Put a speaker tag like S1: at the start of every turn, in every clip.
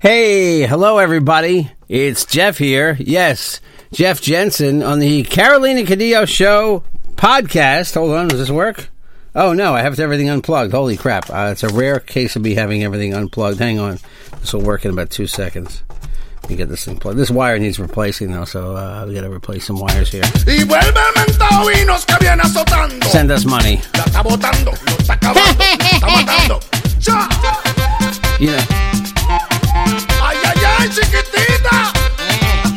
S1: Hey, hello everybody. It's Jeff here. Yes, Jeff Jensen on the Carolina Cadillo Show podcast. Hold on, does this work? Oh no, I have everything unplugged. Holy crap! Uh, it's a rare case of me having everything unplugged. Hang on, this will work in about two seconds. Let me get this thing plugged. This wire needs replacing though, so uh, we got to replace some wires here.
S2: Y vuelve el mentado y nos que viene azotando.
S1: Send us money.
S2: La está botando, lo está acabando, lo está matando. ¡Ya!
S1: You know,
S2: ¡Ay, ay, ay, chiquitita!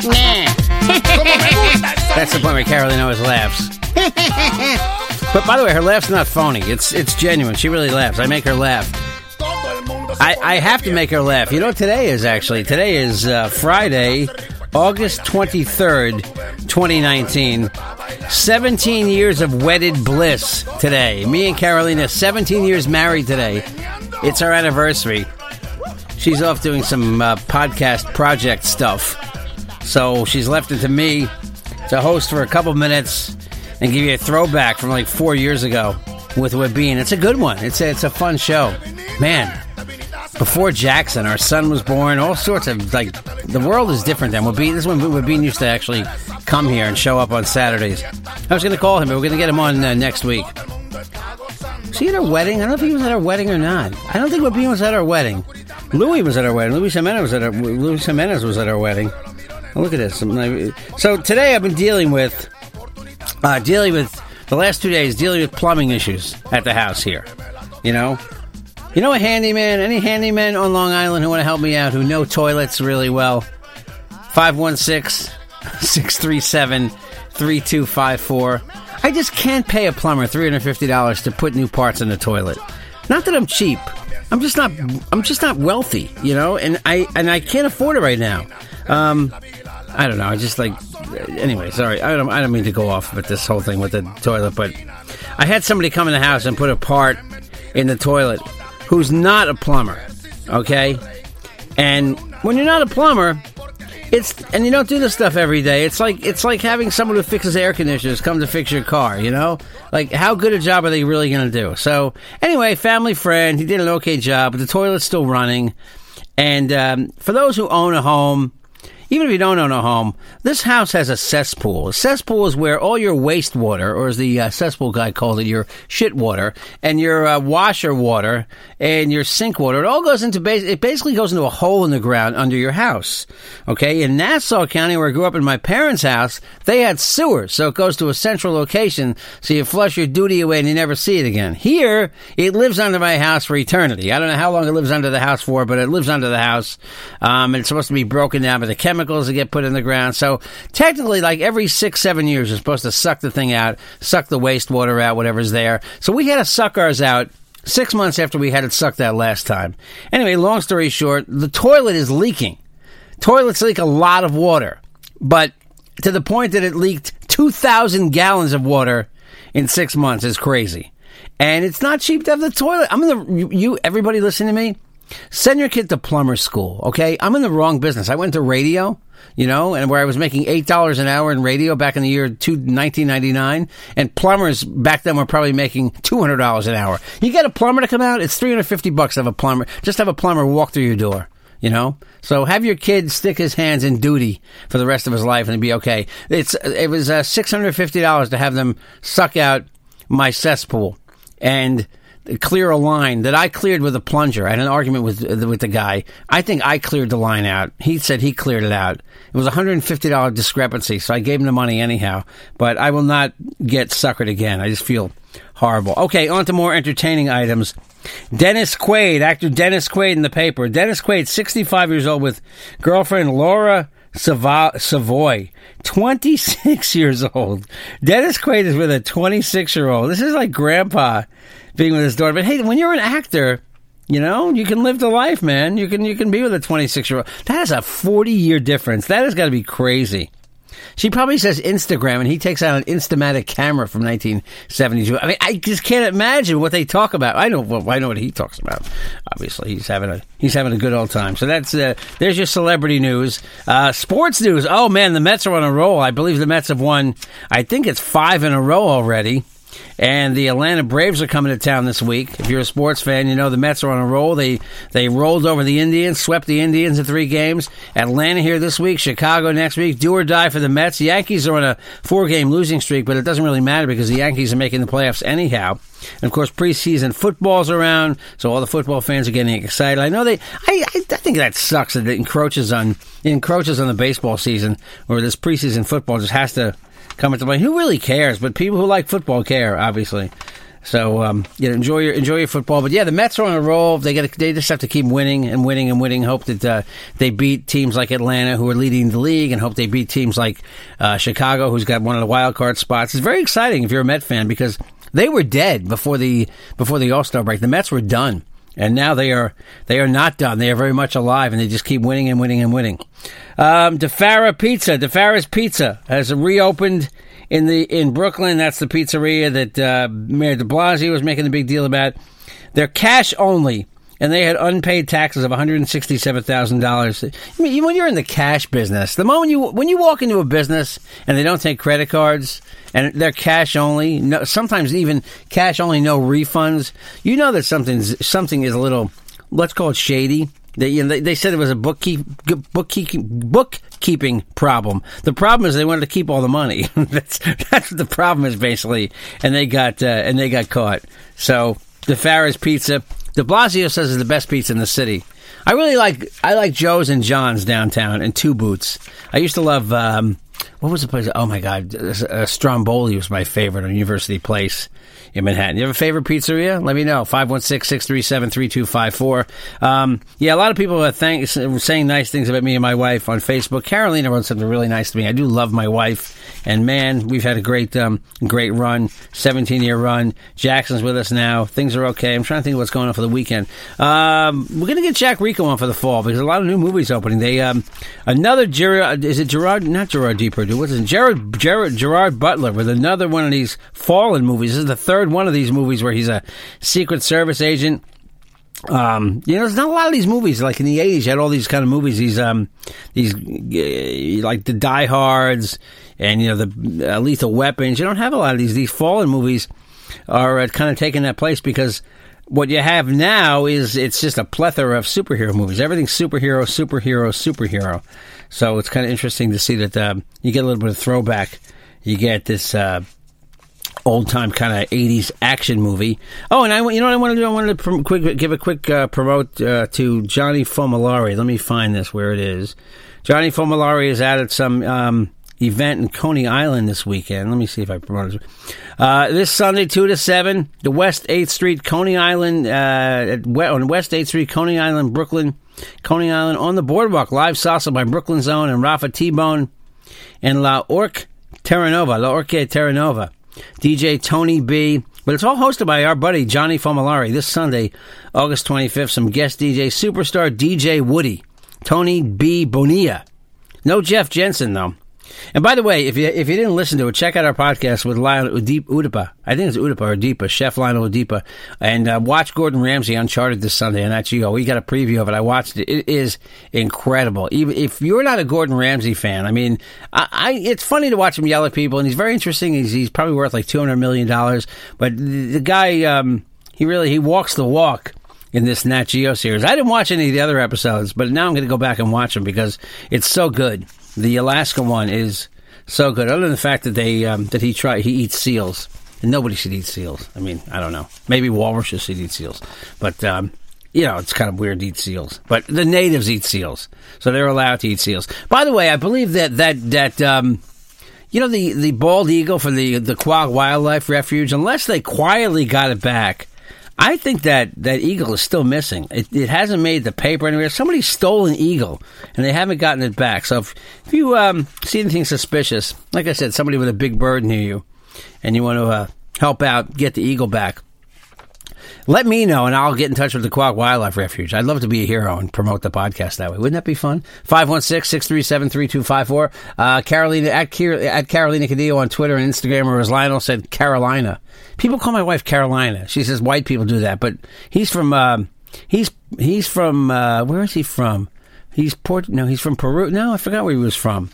S2: ¡Cómo me gusta esa
S1: that's the point where Carolyn always laughs. But by the way, her laugh's not phony. It's it's genuine. She really laughs. I make her laugh.
S2: Todo el mundo se
S1: I,
S2: pone
S1: I have to make her laugh. You know what today is actually? Today is uh, Friday, August 23rd, 2019. 17 years of wedded bliss today. Me and Carolina, 17 years married today. It's our anniversary. She's off doing some uh, podcast project stuff. So she's left it to me to host for a couple minutes and give you a throwback from like four years ago with Webin. It's a good one. It's a, it's a fun show. Man, before Jackson, our son was born. All sorts of like, the world is different then. Wabin, this is when Wabin used to actually come here and show up on Saturdays. I was going to call him, but we're going to get him on uh, next week. Was he at our wedding? I don't know if he was at our wedding or not. I don't think Wabin was at our wedding. Louis was at our wedding. Louis Jimenez was at our, Louis Jimenez was at our wedding. Oh, Look at this. I'm like- So today I've been dealing with uh, dealing with the last two days dealing with plumbing issues at the house here. You know, you know a handyman, any handyman on Long Island who want to help me out, who know toilets really well, 516-637-3254. I just can't pay a plumber $350 to put new parts in the toilet. Not that I'm cheap. I'm just not I'm just not wealthy, you know, and I and I can't afford it right now. Um I don't know. I just like. Anyway, sorry. I don't. I don't mean to go off with this whole thing with the toilet, but I had somebody come in the house and put a part in the toilet who's not a plumber. Okay, and when you're not a plumber, it's and you don't do this stuff every day. It's like it's like having someone who fixes air conditioners come to fix your car. You know, like how good a job are they really going to do? So anyway, family friend, he did an okay job, but the toilet's still running. And um, for those who own a home, even if you don't own a home, this house has a cesspool. A cesspool is where all your wastewater, or as the uh, cesspool guy called it, your shit water, and your uh, washer water, and your sink water, it all goes into base. It basically goes into a hole in the ground under your house. Okay, in Nassau County, where I grew up in my parents' house, they had sewers, so it goes to a central location, so you flush your duty away and you never see it again. Here, it lives under my house for eternity. I don't know how long it lives under the house for, but it lives under the house. Um, and it's supposed to be broken down by the chemicals that get put in the ground. So technically, like every six, seven years, you're supposed to suck the thing out, suck the wastewater out, whatever's there. So we had to suck ours out. Six months after we had it sucked out last time. Anyway, long story short, the toilet is leaking. Toilets leak a lot of water, but to the point that it leaked 2,000 gallons of water in six months is crazy. And it's not cheap to have the toilet. I'm in the, you, you everybody listen to me. Send your kid to plumber school, okay? I'm in the wrong business. I went to radio, you know, and where I was making $8 an hour in radio back in the year two, 1999, and plumbers back then were probably making $200 an hour. You get a plumber to come out, it's 350 bucks to have a plumber, just have a plumber walk through your door you know so have your kid stick his hands in duty for the rest of his life and it'd be okay it's it was uh, $650 to have them suck out my cesspool and clear a line that I cleared with a plunger. I had an argument with uh, with the guy. I think I cleared the line out. He said he cleared it out. It was a $150 discrepancy, so I gave him the money anyhow, but I will not get suckered again. I just feel horrible. Okay, on to more entertaining items. Dennis Quaid, actor Dennis Quaid in the paper. Dennis Quaid, 65 years old, with girlfriend Laura Savo- Savoy, 26 years old. Dennis Quaid is with a 26 year old. This is like grandpa being with his daughter. But hey, when you're an actor, You know, you can live the life, man. You can you can be with a 26 year old. That is a 40 year difference. That has got to be crazy. She probably says Instagram, and he takes out an Instamatic camera from 1972. I mean, I just can't imagine what they talk about. I know, well, I know what he talks about. Obviously, he's having a he's having a good old time. So that's uh, there's your celebrity news, uh, sports news. Oh man, the Mets are on a roll. I believe the Mets have won. I think it's five in a row already. And the Atlanta Braves are coming to town this week. If you're a sports fan, you know the Mets are on a roll. They they rolled over the Indians, swept the Indians in three games. Atlanta here this week, Chicago next week. Do or die for the Mets. The Yankees are on a four game losing streak, but it doesn't really matter because the Yankees are making the playoffs anyhow. And of course, preseason football's around, so all the football fans are getting excited. I know they. I, I, I think that sucks that it encroaches on it encroaches on the baseball season, or this preseason football just has to coming to play. Who really cares? But people who like football care, obviously. So um, yeah, enjoy your enjoy your football. But yeah, the Mets are on a roll. They got they just have to keep winning and winning and winning. Hope that uh, they beat teams like Atlanta, who are leading the league, and hope they beat teams like uh, Chicago, who's got one of the wild card spots. It's very exciting if you're a Met fan because they were dead before the before the All Star break. The Mets were done. And now they are they are not done. They are very much alive, and they just keep winning and winning and winning. Um, DeFara Pizza, DeFara's Pizza has reopened in the in Brooklyn. That's the pizzeria that uh, Mayor De Blasio was making a big deal about. They're cash only, and they had unpaid taxes of one hundred and sixty-seven thousand dollars. I mean, when you're in the cash business, the moment you when you walk into a business and they don't take credit cards and they're cash only, no, sometimes even cash only, no refunds. You know that something's something is a little, let's call it shady. They, you know, they, they said it was a bookkeep, bookkeeping bookkeeping problem. The problem is they wanted to keep all the money. that's that's what the problem is basically, and they got uh, and they got caught. So the Farrah's Pizza, De Blasio says is the best pizza in the city. I really like I like Joe's and John's downtown and Two Boots. I used to love um, what was the place? Oh my God, uh, Stromboli was my favorite on University Place in Manhattan. You have a favorite pizzeria? Let me know. 516-637-3254. Um, yeah, a lot of people are thank- saying nice things about me and my wife on Facebook. Carolina wrote something really nice to me. I do love my wife. And man, we've had a great, um, great run, 17 year run. Jackson's with us now. Things are okay. I'm trying to think of what's going on for the weekend. Um, we're going to get Jack Rico on for the fall because a lot of new movies opening. They, um, another Gerard, uh, is it Gerard? Not Gerard Deeper. What's it? Gerard, Gerard, Gerard Butler with another one of these fallen movies. This is the third one of these movies where he's a Secret Service agent. Um, you know, there's not a lot of these movies. Like in the '80s, you had all these kind of movies. These, um, these uh, like the Die Hard's and you know the uh, Lethal Weapons. You don't have a lot of these. These fallen movies are uh, kind of taking that place because what you have now is it's just a plethora of superhero movies. Everything's superhero, superhero, superhero. So it's kind of interesting to see that um, you get a little bit of throwback. You get this uh, old time kind of '80s action movie. Oh, and I you know what I wanted to do? I wanted to prom- quick, give a quick uh, promote uh, to Johnny Fomalari. Let me find this where it is. Johnny Fomalari is out at some. Um, event in Coney Island this weekend. Let me see if I promote it. Uh, this Sunday, 2 to 7, the West 8th Street, Coney Island, uh, at, we- on West 8th Street, Coney Island, Brooklyn, Coney Island, on the boardwalk. Live salsa by Brooklyn Zone and Rafa T Bone and La Orque Terranova, La Orque Terranova. DJ Tony B. But it's all hosted by our buddy Johnny Fomalari this Sunday, August 25th. Some guest DJ, superstar DJ Woody, Tony B. Bonilla. No Jeff Jensen, though. And by the way, if you if you didn't listen to it, check out our podcast with Lionel Udip, Udipa. I think it's Udipa or Udipa, Chef Lionel Udipa, and uh, watch Gordon Ramsay Uncharted this Sunday on HBO. We got a preview of it. I watched it. It is incredible. Even if you're not a Gordon Ramsay fan, I mean, I, I it's funny to watch him yell at people, and he's very interesting. He's he's probably worth like two hundred million dollars, but the, the guy um, he really he walks the walk in this Nat Geo series. I didn't watch any of the other episodes, but now I'm going to go back and watch them because it's so good. The Alaska one is so good. Other than the fact that they um, that he try he eats seals, and nobody should eat seals. I mean, I don't know. Maybe walruses should eat seals, but um, you know, it's kind of weird to eat seals. But the natives eat seals, so they're allowed to eat seals. By the way, I believe that that that. Um, you know the, the bald eagle from the the Quag Wildlife Refuge. Unless they quietly got it back, I think that that eagle is still missing. It, it hasn't made the paper anywhere. Somebody stole an eagle and they haven't gotten it back. So if, if you um, see anything suspicious, like I said, somebody with a big bird near you, and you want to uh, help out get the eagle back, Let me know, and I'll get in touch with the Quag Wildlife Refuge. I'd love to be a hero and promote the podcast that way. Wouldn't that be fun? 516-637-3254. Uh, Carolina, at, Kier, at Carolina Cadillo on Twitter and Instagram, or as Lionel said, Carolina. People call my wife Carolina. She says white people do that, but he's from, um he's, he's from, uh, where is he from? He's Port, no, he's from Peru. No, I forgot where he was from.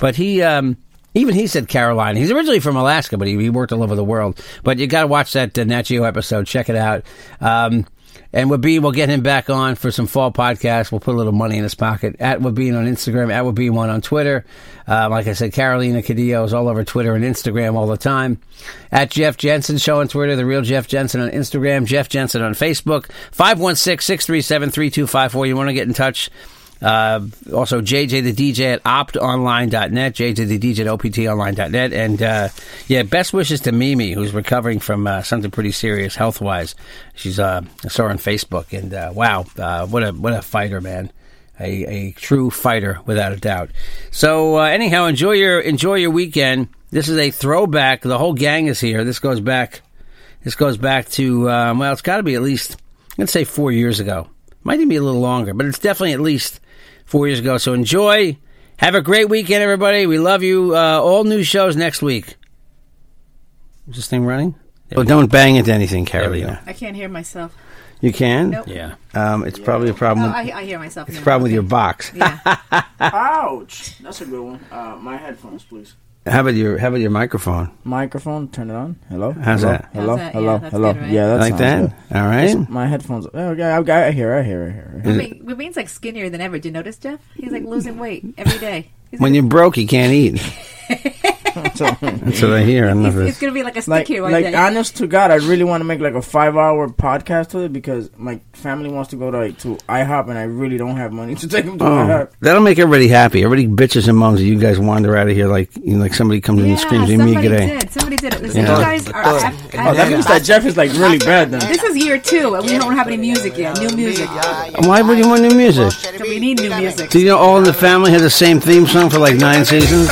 S1: But he, um, even he said Carolina. He's originally from Alaska, but he, he worked all over the world. But you got to watch that uh, Nat Geo episode. Check it out. Um, and Wabeen, we'll get him back on for some fall podcasts. We'll put a little money in his pocket. At Wabeen on Instagram, at Wabeen1 on Twitter. Um, like I said, Carolina Cadillo is all over Twitter and Instagram all the time. At Jeff Jensen Show on Twitter, The Real Jeff Jensen on Instagram, Jeff Jensen on Facebook. 516 637 3254. You want to get in touch? Uh, also, JJ the DJ at optonline.net, JJ the DJ at optonline.net. And uh, yeah, best wishes to Mimi, who's recovering from uh, something pretty serious health wise. She's, uh, I saw her on Facebook, and uh, wow, uh, what a what a fighter, man. A, a true fighter, without a doubt. So, uh, anyhow, enjoy your enjoy your weekend. This is a throwback. The whole gang is here. This goes back. This goes back to um, well, it's got to be at least let's say four years ago. Might even be a little longer, but it's definitely at least four years ago. So enjoy. Have a great weekend, everybody. We love you. Uh, all new shows next week. Is this thing running? Well, don't bang into anything, Carolina.
S3: I can't hear myself.
S1: You can.
S3: Nope.
S1: Yeah. Um, it's probably a problem.
S3: Oh,
S1: With,
S3: I, I hear myself.
S1: it's a
S3: now.
S1: problem with your box.
S3: Yeah.
S4: Ouch! That's a good one. Uh, my headphones, please.
S1: How about your How about your microphone?
S4: Microphone, turn it on. Hello.
S1: How's
S4: hello?
S1: that?
S4: Hello.
S3: How's that?
S4: Hello.
S3: Yeah, that's
S4: hello.
S3: good, right?
S4: Yeah, that
S1: like
S4: sounds
S1: that? All right.
S4: good. My headphones. oh, Okay, I, I, I hear. I hear. I hear. I hear.
S3: Webeen's like skinnier than ever. Did you notice, Jeff? He's like losing weight every day. He's,
S1: When you're broke, you can't eat. That's what I hear. I don't know if
S3: he's,
S1: it's-
S3: he's gonna be like a
S4: Like,
S3: stick here one
S4: like,
S3: day.
S4: honest to God, I really want to make like a five-hour podcast with it because my family wants to go to like to IHOP, and I really don't have money to take them to
S1: Oh,
S4: IHOP.
S1: that'll make everybody happy. Everybody bitches and moans that you guys wander out of here like you know, like somebody comes in
S3: yeah,
S1: and screams at me.
S3: somebody
S1: G'day.
S3: did. Somebody did it. Listen,
S1: Yeah.
S3: you guys are. At,
S4: Oh, that means that Jeff is like really bad then.
S3: this is year two, and we don't have any music yet. New music.
S1: Why would you want new music?
S3: So we need new music.
S1: Do you know All in the Family had the same theme song for like nine seasons?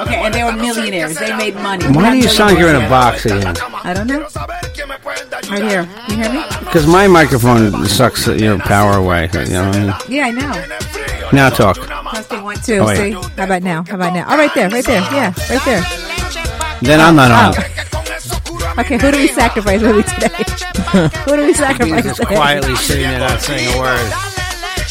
S3: Okay, and they were millionaires. They made money. We're
S1: Why
S3: not
S1: do you sound like you're in a
S3: millionaires
S1: box again?
S3: I don't know. yet. Right here. You hear me?
S1: Because my microphone sucks your power away. You know what I mean?
S3: Yeah, I know.
S1: Now talk.
S3: Testing one, two.
S1: Oh, wait.
S3: See? How about now? How about now? All right there. Right there. Yeah. Right there.
S1: Then I'm not on.
S3: Oh. Okay, who do we sacrifice really today? who do we sacrifice
S1: Just
S3: today?
S1: quietly sitting there not saying a word.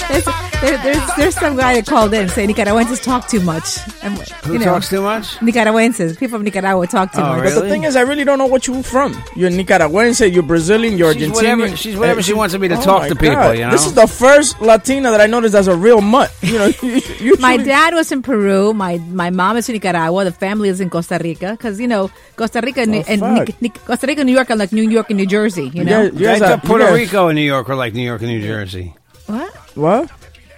S3: There's, there, there's, there's some guy that called in saying Nicaraguenses talk too much. And,
S1: Who talks too much?
S3: Nicaraguenses. People from Nicaragua talk too
S1: Oh,
S3: much.
S4: But the
S1: Really?
S4: thing is, I really don't know what you're from. You're Nicaraguense, you're Brazilian, you're
S1: She's
S4: Argentinian.
S1: whatever- she's whatever
S4: Uh,
S1: she wants me to
S4: Oh
S1: talk
S4: my
S1: to people,
S4: God.
S1: you know?
S4: This is the first Latina that I noticed as a real mutt. You know, usually,
S3: My dad was in Peru. My my mom is from Nicaragua. The family is in Costa Rica because you know Costa Rica and,
S4: Oh,
S3: and
S4: fuck.
S3: Nic- Nic- Costa Rica, and New York are like New York and New Jersey.
S4: You
S3: You know
S4: guys- you
S1: I
S4: guys are-
S1: thought Puerto
S4: you guys-
S1: Rico and New York were like New York and New Jersey.
S3: what?
S4: What?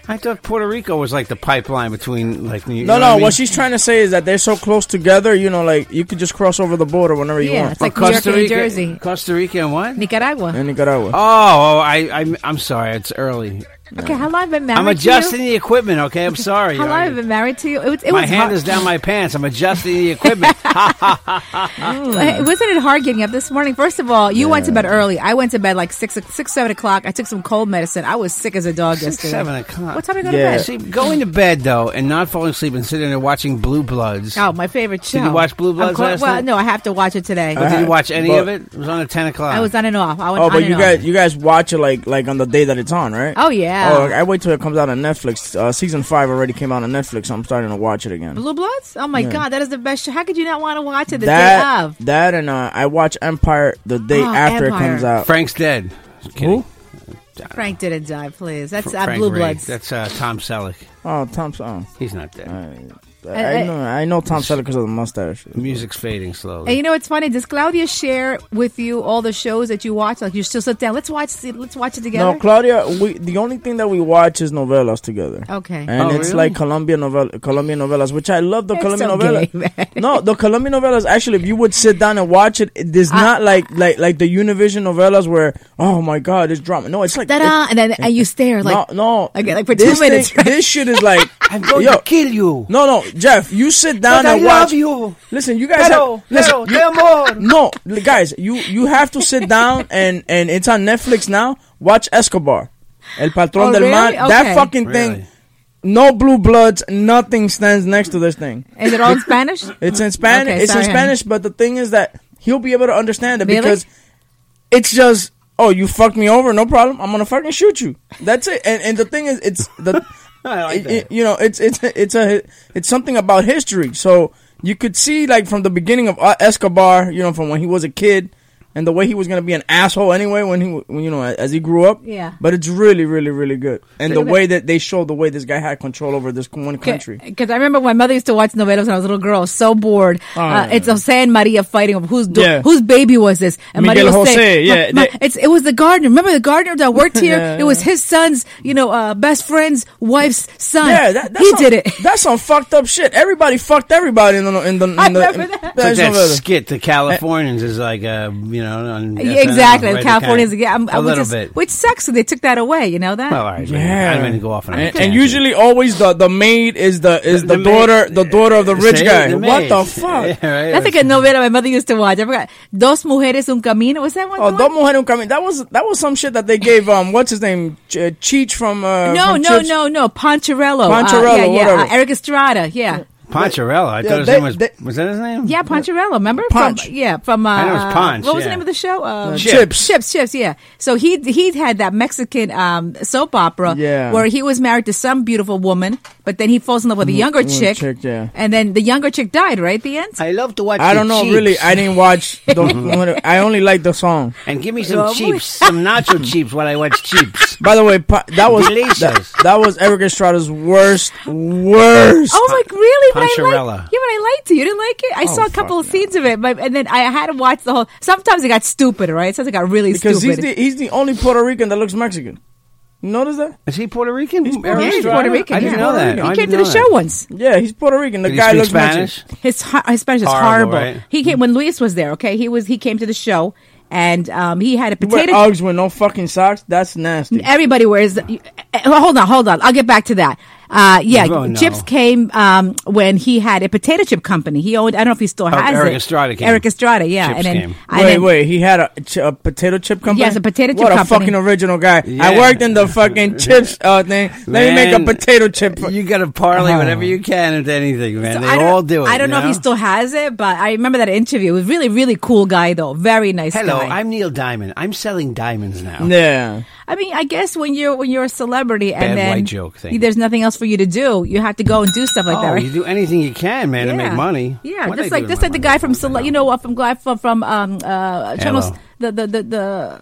S1: I thought Puerto Rico was like the pipeline between like New York.
S4: No, no. What she's trying to say is that they're so close together. You know, like you could just cross over the border whenever you
S3: Yeah,
S4: want.
S3: it's like New York and New Jersey.
S1: Costa Rica and what?
S3: Nicaragua.
S4: in Nicaragua.
S1: Oh, oh I, I'm, I'm sorry. It's early.
S3: Okay, how long have I been married?
S1: I'm adjusting the equipment. Okay, I'm sorry.
S3: To you? How long
S1: I-
S3: have I been married to you? It was. It
S1: my
S3: was
S1: hand
S3: hard.
S1: is down my pants. I'm adjusting the equipment.
S3: Mm. Hey, Wasn't it hard getting up this morning? First of all, you went to bed early. I went to bed like six, six, seven o'clock. I took some cold medicine. I was sick as a dog
S1: Six,
S3: yesterday.
S1: seven o'clock.
S3: What time did you go
S4: Yeah.
S3: to bed?
S1: See, going to bed though and not falling asleep and sitting there watching Blue Bloods.
S3: Oh, my favorite show.
S1: you watch Blue
S3: Of
S1: Bloods
S3: course-
S1: last
S3: well,
S1: night?
S3: no, I have to watch it today.
S1: But did you watch any
S4: But-
S1: of it? It was on at ten o'clock.
S3: I was on and off. I went
S4: Oh,
S3: on
S4: but
S3: and
S4: you
S3: off.
S4: guys, you guys watch it like like on the day that it's on, right?
S3: Oh, yeah.
S4: Oh, I wait till it comes out on Netflix. Uh, season five already came out on Netflix. So I'm starting to watch it again.
S3: Blue Bloods? Oh my God, that is the best show. How could you not want to watch it the day
S4: that
S3: of?
S4: that and uh, I watch Empire the day
S3: Oh,
S4: after
S3: Empire.
S4: it comes out.
S1: Frank's dead. Just kidding.
S4: Who?
S3: Frank didn't die, please. That's uh,
S1: Frank
S3: Blue
S1: Ray.
S3: Bloods.
S1: That's uh, Tom Selleck.
S4: Oh, Tom. Oh,
S1: He's not dead.
S4: I,
S3: I-
S4: know. I know Tom Selleck because of the mustache.
S1: Music's fading slowly.
S3: And you know it's funny. Does Claudia share with you all the shows that you watch? Like you still sit down. Let's watch. it- Let's watch it together.
S4: No, Claudia. We the only thing that we watch is novelas together.
S3: Okay.
S4: And
S1: Oh,
S4: it's
S1: really?
S4: like Colombian novel, Colombian novelas, which I love the
S3: It's
S4: Colombian
S3: so
S4: novelas.
S3: gay, man.
S4: no, the Colombian novelas. Actually, if you would sit down and watch it, it is
S3: Uh,
S4: not like like like the Univision novelas where oh my god, it's drama. No, it's like
S3: Ta-da! and then and you stare
S4: it-
S3: like
S4: no, no.
S3: Like- like for two
S4: This
S3: minutes,
S4: thing- This shit is like
S1: I'm going
S4: yo,
S1: to kill you.
S4: No, no. Jeff, you sit down
S5: But I
S4: and watch.
S5: love you.
S4: Listen, you guys.
S5: Pero,
S4: have,
S5: pero,
S4: listen,
S5: de amor.
S4: no, li- guys, you you have to sit down and and it's on Netflix now. Watch Escobar, El Patron
S3: Oh,
S4: del
S3: really?
S4: Mal.
S3: Okay.
S4: That fucking
S1: Really?
S4: thing. No blue bloods. Nothing stands next to this thing.
S3: Is it all in Spanish?
S4: It's in Spanish.
S3: Okay,
S4: it's
S3: sorry,
S4: in
S3: honey.
S4: Spanish, but the thing is that he'll be able to understand it
S3: Really?
S4: because it's just oh you fucked me over, no problem. I'm gonna fucking shoot you. That's it. And and the thing is, it's the
S1: I like
S4: it-
S1: that.
S4: it- you know it's it's it's a it's something about history. So you could see like from the beginning of uh, Escobar, you know, from when he was a kid. And the way he was gonna be an asshole anyway when he, w- when, you know, as he grew up.
S3: Yeah.
S4: But it's really, really, really good. And the
S3: Okay.
S4: way that they show the way this guy had control over this one country.
S3: Because I remember my mother used to watch novelas when I was a little girl. So bored. uh,
S4: Oh, yeah.
S3: it's Jose and Maria fighting over whose do-
S4: Yeah.
S3: whose baby was this. And
S4: Miguel
S3: Maria would
S4: Jose,
S3: "Ma-
S4: yeah,
S3: ma-
S4: they-
S3: it's it was the gardener. Remember the gardener that worked here?
S4: Yeah,
S3: it was his son's, you know, uh, best friend's wife's son.
S4: Yeah, that, that's
S3: he
S4: some,
S3: did it.
S4: That's some fucked up shit. Everybody fucked everybody in the in the. In
S3: I
S4: the
S3: remember
S4: in-
S3: that.
S4: Yeah,
S3: But
S4: it's
S1: It's like
S4: no
S1: that
S4: better.
S1: skit, the Californians is like, uh, you know, on
S3: Yeah, exactly.
S1: right,
S3: California's
S1: okay.
S3: yeah, I'm,
S1: a
S3: I would
S1: little
S3: just-
S1: bit.
S3: which sucks. So they took that away. You know that.
S1: well, all right, yeah.
S4: Yeah.
S1: I didn't mean to go off on a
S4: and, and
S1: tangent.
S4: usually always the the maid is the is the,
S1: maid-
S4: daughter the daughter of the rich
S1: See,
S4: guy.
S1: the
S4: what the
S1: maid.
S4: fuck?
S1: Yeah, right.
S3: That's like a novela my mother used to watch. I forgot. Dos mujeres un camino. Was that one?
S4: Oh,
S3: the
S4: Dos
S3: one?
S4: Mujeres Coming. That was that was some shit that they gave um what's his name Ch- uh, Cheech from uh
S3: No,
S4: from
S3: no,
S4: Chips.
S3: no, no. Poncherello.
S4: Poncherello,
S3: yeah, yeah.
S4: whatever.
S3: Uh, Eric Estrada. Yeah.
S1: Poncherella. I thought his
S4: they-
S1: name was.
S4: they-
S1: was that his name?
S3: Yeah, Poncherello. Remember?
S4: Punch.
S3: From, yeah, from. Uh,
S1: I know it's Punch,
S3: What was the
S1: yeah.
S3: name of the show? Uh,
S4: Chips. Chips.
S3: Chips. Chips. Yeah. So he he had that Mexican um, soap opera.
S4: Yeah.
S3: Where he was married to some beautiful woman, but then he falls in love with a younger
S4: mm,
S3: chick.
S4: chick, yeah.
S3: And then the younger chick died right at the end.
S1: I love to watch.
S4: I
S1: the
S4: don't know
S1: Cheeps.
S4: really. I didn't watch. Dos Mujeres. I only like the song.
S1: and give me some
S3: Well,
S1: cheeps, some nacho cheeps while I watch cheeps.
S4: By the way, pa- that was
S1: Delicious.
S4: that, that was Eric Estrada's worst worst. Oh,
S3: Oh my, really? But I
S1: Poncherella.
S3: liked, yeah, but I liked it. You didn't like it? I saw a couple of scenes of it, but and then I had to watch the whole. Sometimes it got stupid, right? Sometimes it got really
S4: Because he's
S3: stupid.
S4: the he's the only Puerto Rican that looks Mexican. You notice that?
S1: Is he Puerto Rican? He's
S3: yeah, he's Puerto Rican.
S1: I
S3: yeah.
S1: didn't know that.
S3: He
S1: I
S3: came
S1: didn't
S3: to the
S1: know
S3: show
S1: that.
S3: once.
S4: Yeah, he's Puerto Rican. The
S1: Did he
S4: guy
S1: speak
S4: looks
S1: Spanish?
S4: Mexican.
S3: His, ho- his Spanish is horrible.
S1: Horrible, right? Hmm.
S3: He came when Luis was there. Okay, he was he came to the show and um, he had a
S4: You Wear
S3: potato.
S4: Uggs with no fucking socks. That's nasty.
S3: Everybody wears. you- eh, Hold on, hold on. I'll get back to that. Uh, yeah,
S1: Oh, no.
S3: Chips came um, when he had a potato chip company. He owned. I don't know if he still has
S1: Oh, Eric
S3: it.
S1: Estrada came.
S3: Eric Estrada, yeah.
S1: Chips
S3: and then,
S1: came.
S3: and
S4: wait,
S3: then-
S4: wait. He had a, ch- a potato chip company.
S3: has a potato chip
S4: what
S3: company.
S4: a fucking original guy. I
S1: Yeah.
S4: worked in the fucking chips uh, thing. Let me
S1: Man,
S4: make a potato chip.
S1: You got to parlay whatever you can into anything, man.
S3: Uh-huh. So
S1: they
S3: I don't-
S1: all do it.
S3: I don't know,
S1: you
S3: if he still has it, but I remember that interview. It was really, really cool guy though. Very nice.
S1: Hello,
S3: guy.
S1: I'm Neil Diamond. I'm selling diamonds now.
S4: yeah.
S3: I mean, I guess when you're when you're a celebrity and
S1: Bad
S3: then
S1: white joke thing.
S3: there's nothing else for you to do, you have to go and do stuff like that,
S1: Oh,
S3: right?
S1: you do anything you can, man,
S3: yeah.
S1: to make money.
S3: Yeah,
S1: What
S3: just
S1: they
S3: like
S1: do
S3: just
S1: to
S3: like the
S1: make
S3: guy
S1: money?
S3: from Cele- you know what from guy from, from um uh channel
S1: Hello.
S3: the the the, the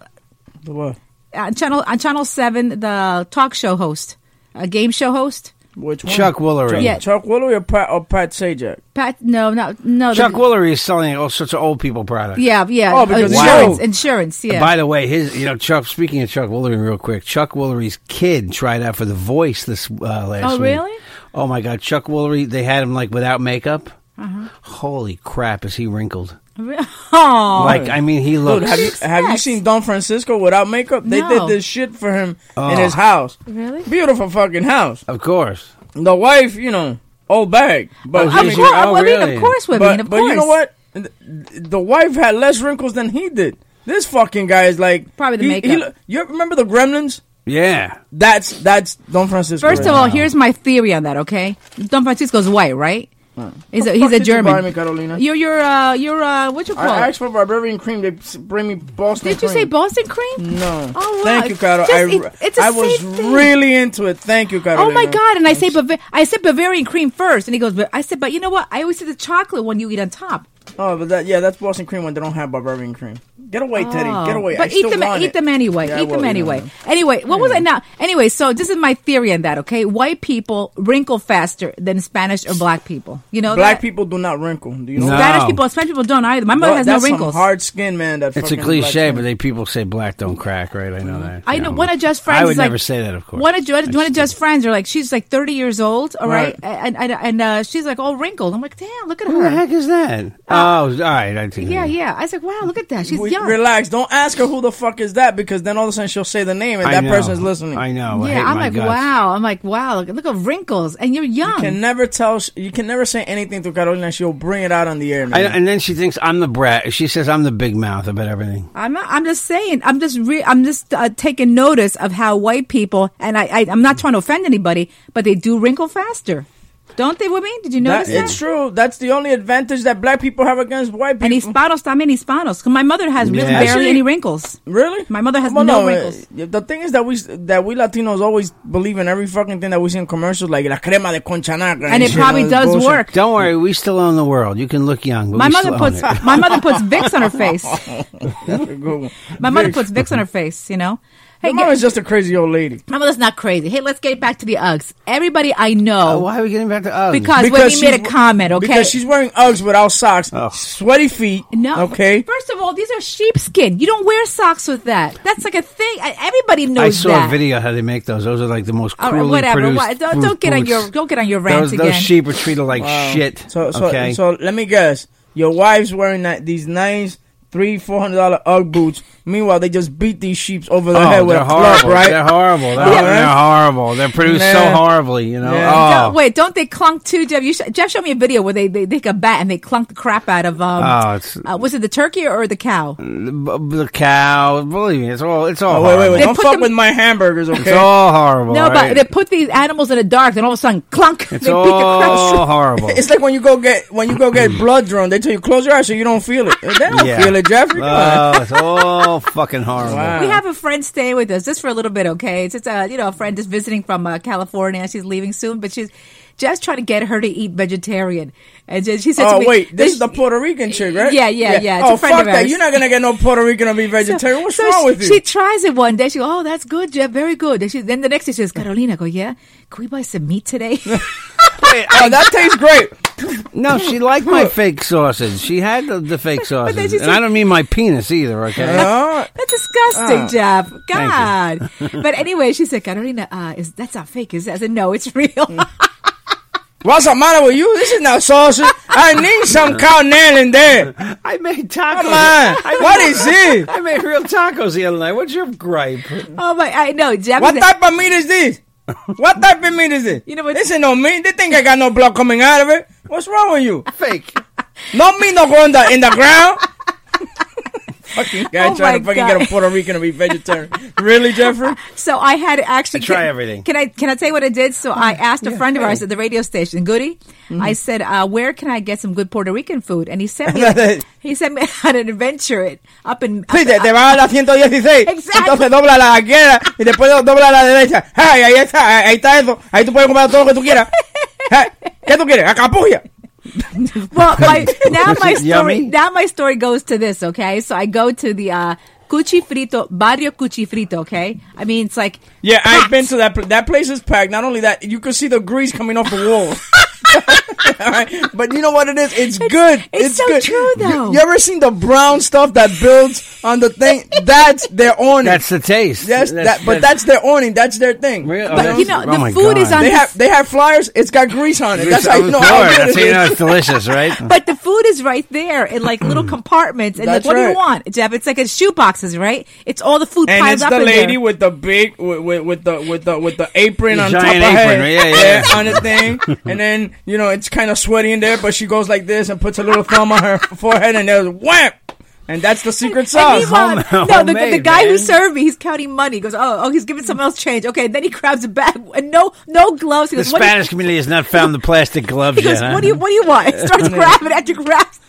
S4: The what?
S3: uh, channel on channel seven the talk show host, a game show host.
S4: Which one?
S1: Chuck Woolery.
S3: Yeah.
S4: Chuck Woolery or Pat or Pat Sajak?
S3: Pat, no, not no. Oh, the-
S1: Chuck Woolery is selling all sorts of old people products.
S3: yeah, yeah. Uh,
S4: Oh, because
S1: he's
S3: insurance,
S1: old.
S3: insurance. Yeah.
S1: By the way, his you know Chuck. Speaking of Chuck Woolery, real quick, Chuck Woolery's kid tried out for The Voice this uh, last
S3: Oh,
S1: week.
S3: really?
S1: Oh my God, Chuck Woolery! They had him like without makeup.
S3: Uh-huh.
S1: Holy crap! Is he wrinkled?
S3: Aw.
S1: Like I mean, he
S4: Dude,
S1: looks.
S4: have you have you
S3: Sex.
S4: seen Don Francisco without makeup? They
S3: No.
S4: did this shit for him in his house.
S3: Really?
S4: Beautiful fucking house.
S1: Oh. of course.
S4: The wife, you know, old bag. But
S1: Oh,
S4: I
S3: Of
S4: mean,
S1: he's-
S3: course,
S1: oh,
S3: I mean,
S1: really?
S3: of course, women,
S4: but,
S3: of
S4: but
S3: course.
S4: you know what? The, the wife had less wrinkles than he did. This fucking guy is like
S3: Probably the
S4: he-
S3: makeup.
S4: he lo- you remember the Gremlins?
S1: Yeah.
S4: That's that's Don Francisco.
S3: First of
S4: right
S3: all,
S4: now.
S3: here's my theory on that. Okay, Don Francisco's white, right? He's
S4: The
S3: a, he's
S4: fuck
S3: a
S4: did you buy me,
S3: German.
S4: Carolina?
S3: You're you're uh you're uh what you call?
S4: I
S3: it?
S4: asked for barbarian cream. They s- bring me Boston.
S3: Did you
S4: cream.
S3: say Boston cream?
S4: No.
S3: Oh, wow.
S4: Thank you, Carol.
S3: Just-
S4: I,
S3: it- it's the
S4: I was
S3: same thing.
S4: really into it. Thank you, Carolina.
S3: Oh my god! And I say Bava- I said Bavarian cream first, and he goes, "But I said, but you know what? I always say the chocolate one you eat on top."
S4: Oh, but that yeah, that's Boston cream when they don't have barbarian cream. Get away, Teddy.
S3: Oh.
S4: Get away.
S3: But
S4: I
S3: eat
S4: still
S3: them.
S4: want
S3: Eat
S4: it.
S3: them anyway.
S4: Yeah, I
S3: eat
S4: will
S3: them anyway.
S4: them.
S3: Anyway, what was I now? Anyway, so this is my theory on that. Okay, white people wrinkle faster than Spanish or black people. You know,
S4: Black
S3: that?
S4: people do not wrinkle. Do you know?
S1: No.
S4: that?
S3: Spanish people, Spanish people don't either. My mother
S4: Well,
S3: has no
S4: that's
S3: wrinkles.
S4: Some hard skin, man. That
S1: It's a
S4: fucking
S1: cliche,
S4: black
S1: but they people say black don't crack, right? I know that.
S3: Mm-hmm. I know one of Just Friends.
S1: I would
S3: is
S1: never
S3: like,
S1: say that, of course.
S3: One of Just,
S1: That's
S3: one of Just Friends are like she's like thirty years old, all right,
S4: Right.
S3: and and, and uh, she's like all wrinkled. I'm like, damn, look at
S1: Who the
S3: her.
S1: heck is that? oh, all right. I think.
S3: Yeah, yeah. I was like, wow, look at that. She's
S4: We-
S3: are.
S4: Relax. Don't ask her who the fuck is that because then all of a sudden she'll say the name and
S1: I
S4: that
S1: know.
S4: person's listening.
S1: I know. Oh, I hate
S3: yeah, I'm
S1: my
S3: like,
S1: guts.
S3: wow. I'm like, wow. Look, look at wrinkles, and you're young.
S4: Can never tell. sh- You can never say anything to Carolina. She'll bring it out on the air.
S1: I,
S4: Man.
S1: and then she thinks I'm the brat. She says I'm the big mouth about everything.
S3: I'm not, I'm just saying. I'm just re- I'm just uh, taking notice of how white people, and I, I I'm not trying to offend anybody, but they do wrinkle faster, don't they, women? Did you
S4: That-
S3: notice that?
S4: it's true. That's the only advantage that black people have against white people.
S3: And hispanos, I mean hispanos. 'Cause My mother has really
S1: Yeah.
S3: barely
S4: Actually-
S3: any wrinkles.
S4: Really?
S3: My mother has no wrinkles.
S4: uh, The thing is that we that we Latinos always believe in every fucking thing that we see in commercials, like la crema de concha nagra,
S3: And it
S4: shit,
S3: probably
S4: all this
S3: does
S4: bullshit.
S3: work.
S1: Don't worry, we still own the world. You can look young, but
S3: My
S1: we
S3: mother
S1: still own
S3: puts
S1: it.
S3: my mother puts Vicks on her face.
S4: That's a good one.
S3: My mother
S4: Vicks.
S3: puts Vicks on her face. You know. Hey,
S4: Your mom
S3: get,
S4: is just a crazy old lady.
S3: my mother's not crazy. Hey, let's get back to the Uggs. Everybody I know.
S1: Oh, why are we getting back to Uggs?
S3: Because, when we
S4: she's-
S3: made a comment, okay?
S4: Because she's wearing Uggs without socks,
S1: Ugh.
S4: sweaty feet.
S3: No.
S4: okay.
S3: First of all, these are sheepskin. You don't wear socks with that. That's like a thing. I- Everybody knows
S1: I saw
S3: that.
S1: a video how they make those. Those are like the most
S3: All right,
S1: cruelly
S3: whatever.
S1: produced.
S3: Why- don't,
S1: bru-
S3: don't get on
S1: boots.
S3: your don't get on your rant
S1: Those,
S3: again.
S1: those sheep are treated like shit.
S4: So so
S1: okay.
S4: so let me guess. Your wife's wearing that, these nice three four hundred dollar UGG boots. Meanwhile, they just beat these sheeps over the
S1: Oh,
S4: head with
S1: they're
S4: a
S1: horrible.
S4: club, right?
S1: They're horrible. They're,
S4: Yeah.
S1: they're horrible. They're produced so
S4: Nah.
S1: horribly, you know.
S4: Yeah.
S1: Oh.
S3: Don't- wait, don't they clunk too, Jeff? You sh- Jeff showed me a video where they, they they take a bat and they clunk the crap out of um.
S1: Oh, it's-
S3: uh, was it the turkey or the cow?
S1: B- b- the cow. Believe me, it's all it's all
S4: Oh, wait, wait,
S1: horrible.
S4: wait!
S3: They
S4: Don't
S3: put
S4: fuck
S3: them-
S4: with my hamburgers, okay?
S1: It's all horrible.
S3: no, but
S1: right?
S3: they put these animals in the dark, and all of a sudden, clunk!
S1: it's
S3: they beat the crap
S1: all horrible. Mm.
S4: It's like when you go get when you go get blood drawn. They tell you close your eyes so you don't feel it. They don't
S1: Yeah.
S4: feel it, Jeffrey.
S1: Oh, it's all fucking horrible.
S4: Wow.
S3: We have a friend stay with us just for a little bit, okay? It's, it's a you know a friend just visiting from uh, California. She's leaving soon, but she's just trying to get her to eat vegetarian. And she, she said, to
S4: Oh
S3: me,
S4: wait, this
S3: that
S4: is the
S3: she-
S4: Puerto Rican chick, right?
S3: Yeah, yeah, yeah, it's a
S4: Oh
S3: friend
S4: fuck
S3: of
S4: that!
S3: ours.
S4: You're not gonna get no Puerto Rican to be vegetarian. What's
S3: so
S4: wrong
S3: she,
S4: with you?
S3: She tries it one day. She goes, "Oh, that's good, Jeff. Very good." And she, then the next day she says, "Carolina, I go yeah. Can we buy some meat today?"
S1: Wait,
S4: oh,
S1: I-
S4: that tastes great.
S1: no, she liked my fake sausage. She had the, the fake sausage,
S3: then
S1: and
S3: she said-
S1: I don't mean my penis either. Okay.
S4: Oh,
S3: That's disgusting,
S4: Ah.
S3: Jeff.
S1: Thank
S3: God. but anyway, she said, "Carolina, uh, is that's not fake? Is it?" I said, "No, it's real."
S4: what's the matter with you? This is not sausage. I need some cow nail in there.
S1: I made tacos.
S4: Come on, what is it?
S1: I made real tacos the other night. What's your gripe?
S3: oh my! I know, Jeff.
S4: What
S3: is-
S4: type of meat is this? What type of meat is this?
S3: You know what-
S4: This ain't no meat. They think I got no blood coming out of it. What's wrong with you?
S1: Fake.
S4: No meat no go in the, in the ground. fucking guy
S3: Oh
S4: trying to
S3: my
S4: fucking
S3: God.
S4: get a Puerto Rican to be vegetarian. really, Jeffrey?
S3: So I had to actually
S1: I try
S3: can-
S1: everything.
S3: Can I can I tell you what I did? So I asked a friend of ours at the radio station, Goody. I said, uh, "Where can I get some good Puerto Rican food?" And he sent me he sent me on an adventure it up in up,
S4: Sí, te, te
S3: up-
S4: vas a la 116.
S3: Exacto.
S4: Entonces dobla a la izquierda y después do- dobla a la derecha. Ay, ahí está, ahí está eso. Ahí tú puedes comprar todo lo que tú quieras. Ay, ¿Qué tú quieres? Acapulla.
S3: well, my, now my
S1: it
S3: story
S1: yummy?
S3: now my story goes to this. Okay, so I go to the uh, Cuchifrito Barrio Cuchifrito. Okay, I mean it's like
S4: Yeah, I've
S3: packed.
S4: been to that. Pl- that place is packed. Not only that, you can see the grease coming off the walls. All right, but you know what it is? It's, good.
S3: it's so
S4: good.
S3: true,
S4: You-
S3: though.
S4: You, ever seen the brown stuff that builds on the thing? That's their awning.
S1: That's the taste.
S4: Yes, that, but that's their awning. That's their thing.
S1: Really? Oh,
S3: But
S1: that's-
S3: you know,
S1: oh
S3: the
S1: my
S3: food is
S1: God.
S3: on-
S4: They have they have flyers. It's got grease on it. That's how you know how
S1: Sure,
S4: good
S1: that's
S4: it
S1: how you know
S4: is.
S1: it's delicious, right?
S3: But the food is right there in like little compartments. And like,
S4: That's
S3: what do you
S4: right.
S3: want, Jeff? It's like a shoeboxes, right? It's all the food
S4: And
S3: piled
S4: it's
S3: up
S4: the
S3: in there.
S4: lady with the big with, with, with the with the with the apron
S1: The
S4: on top of
S1: giant
S4: her
S1: apron,
S4: head,
S1: right? Yeah, yeah, yeah.
S4: on the thing, and then you know it's kind of sweaty in there, but she goes like this and puts a little thumb on her forehead, and there's wham, and that's the secret
S3: And
S4: sauce.
S3: meanwhile,
S1: home-
S3: no, the, the
S1: homemade,
S3: guy who
S1: man.
S3: served me, he's counting money. He goes, oh, oh, he's giving someone else change. Okay, then he grabs a bag and no, no gloves. He
S1: The
S3: goes, what do you-
S1: Spanish community has not found the plastic gloves
S3: He goes,
S1: yet. huh?
S3: what do you, what do you want? He starts grabbing after grabs.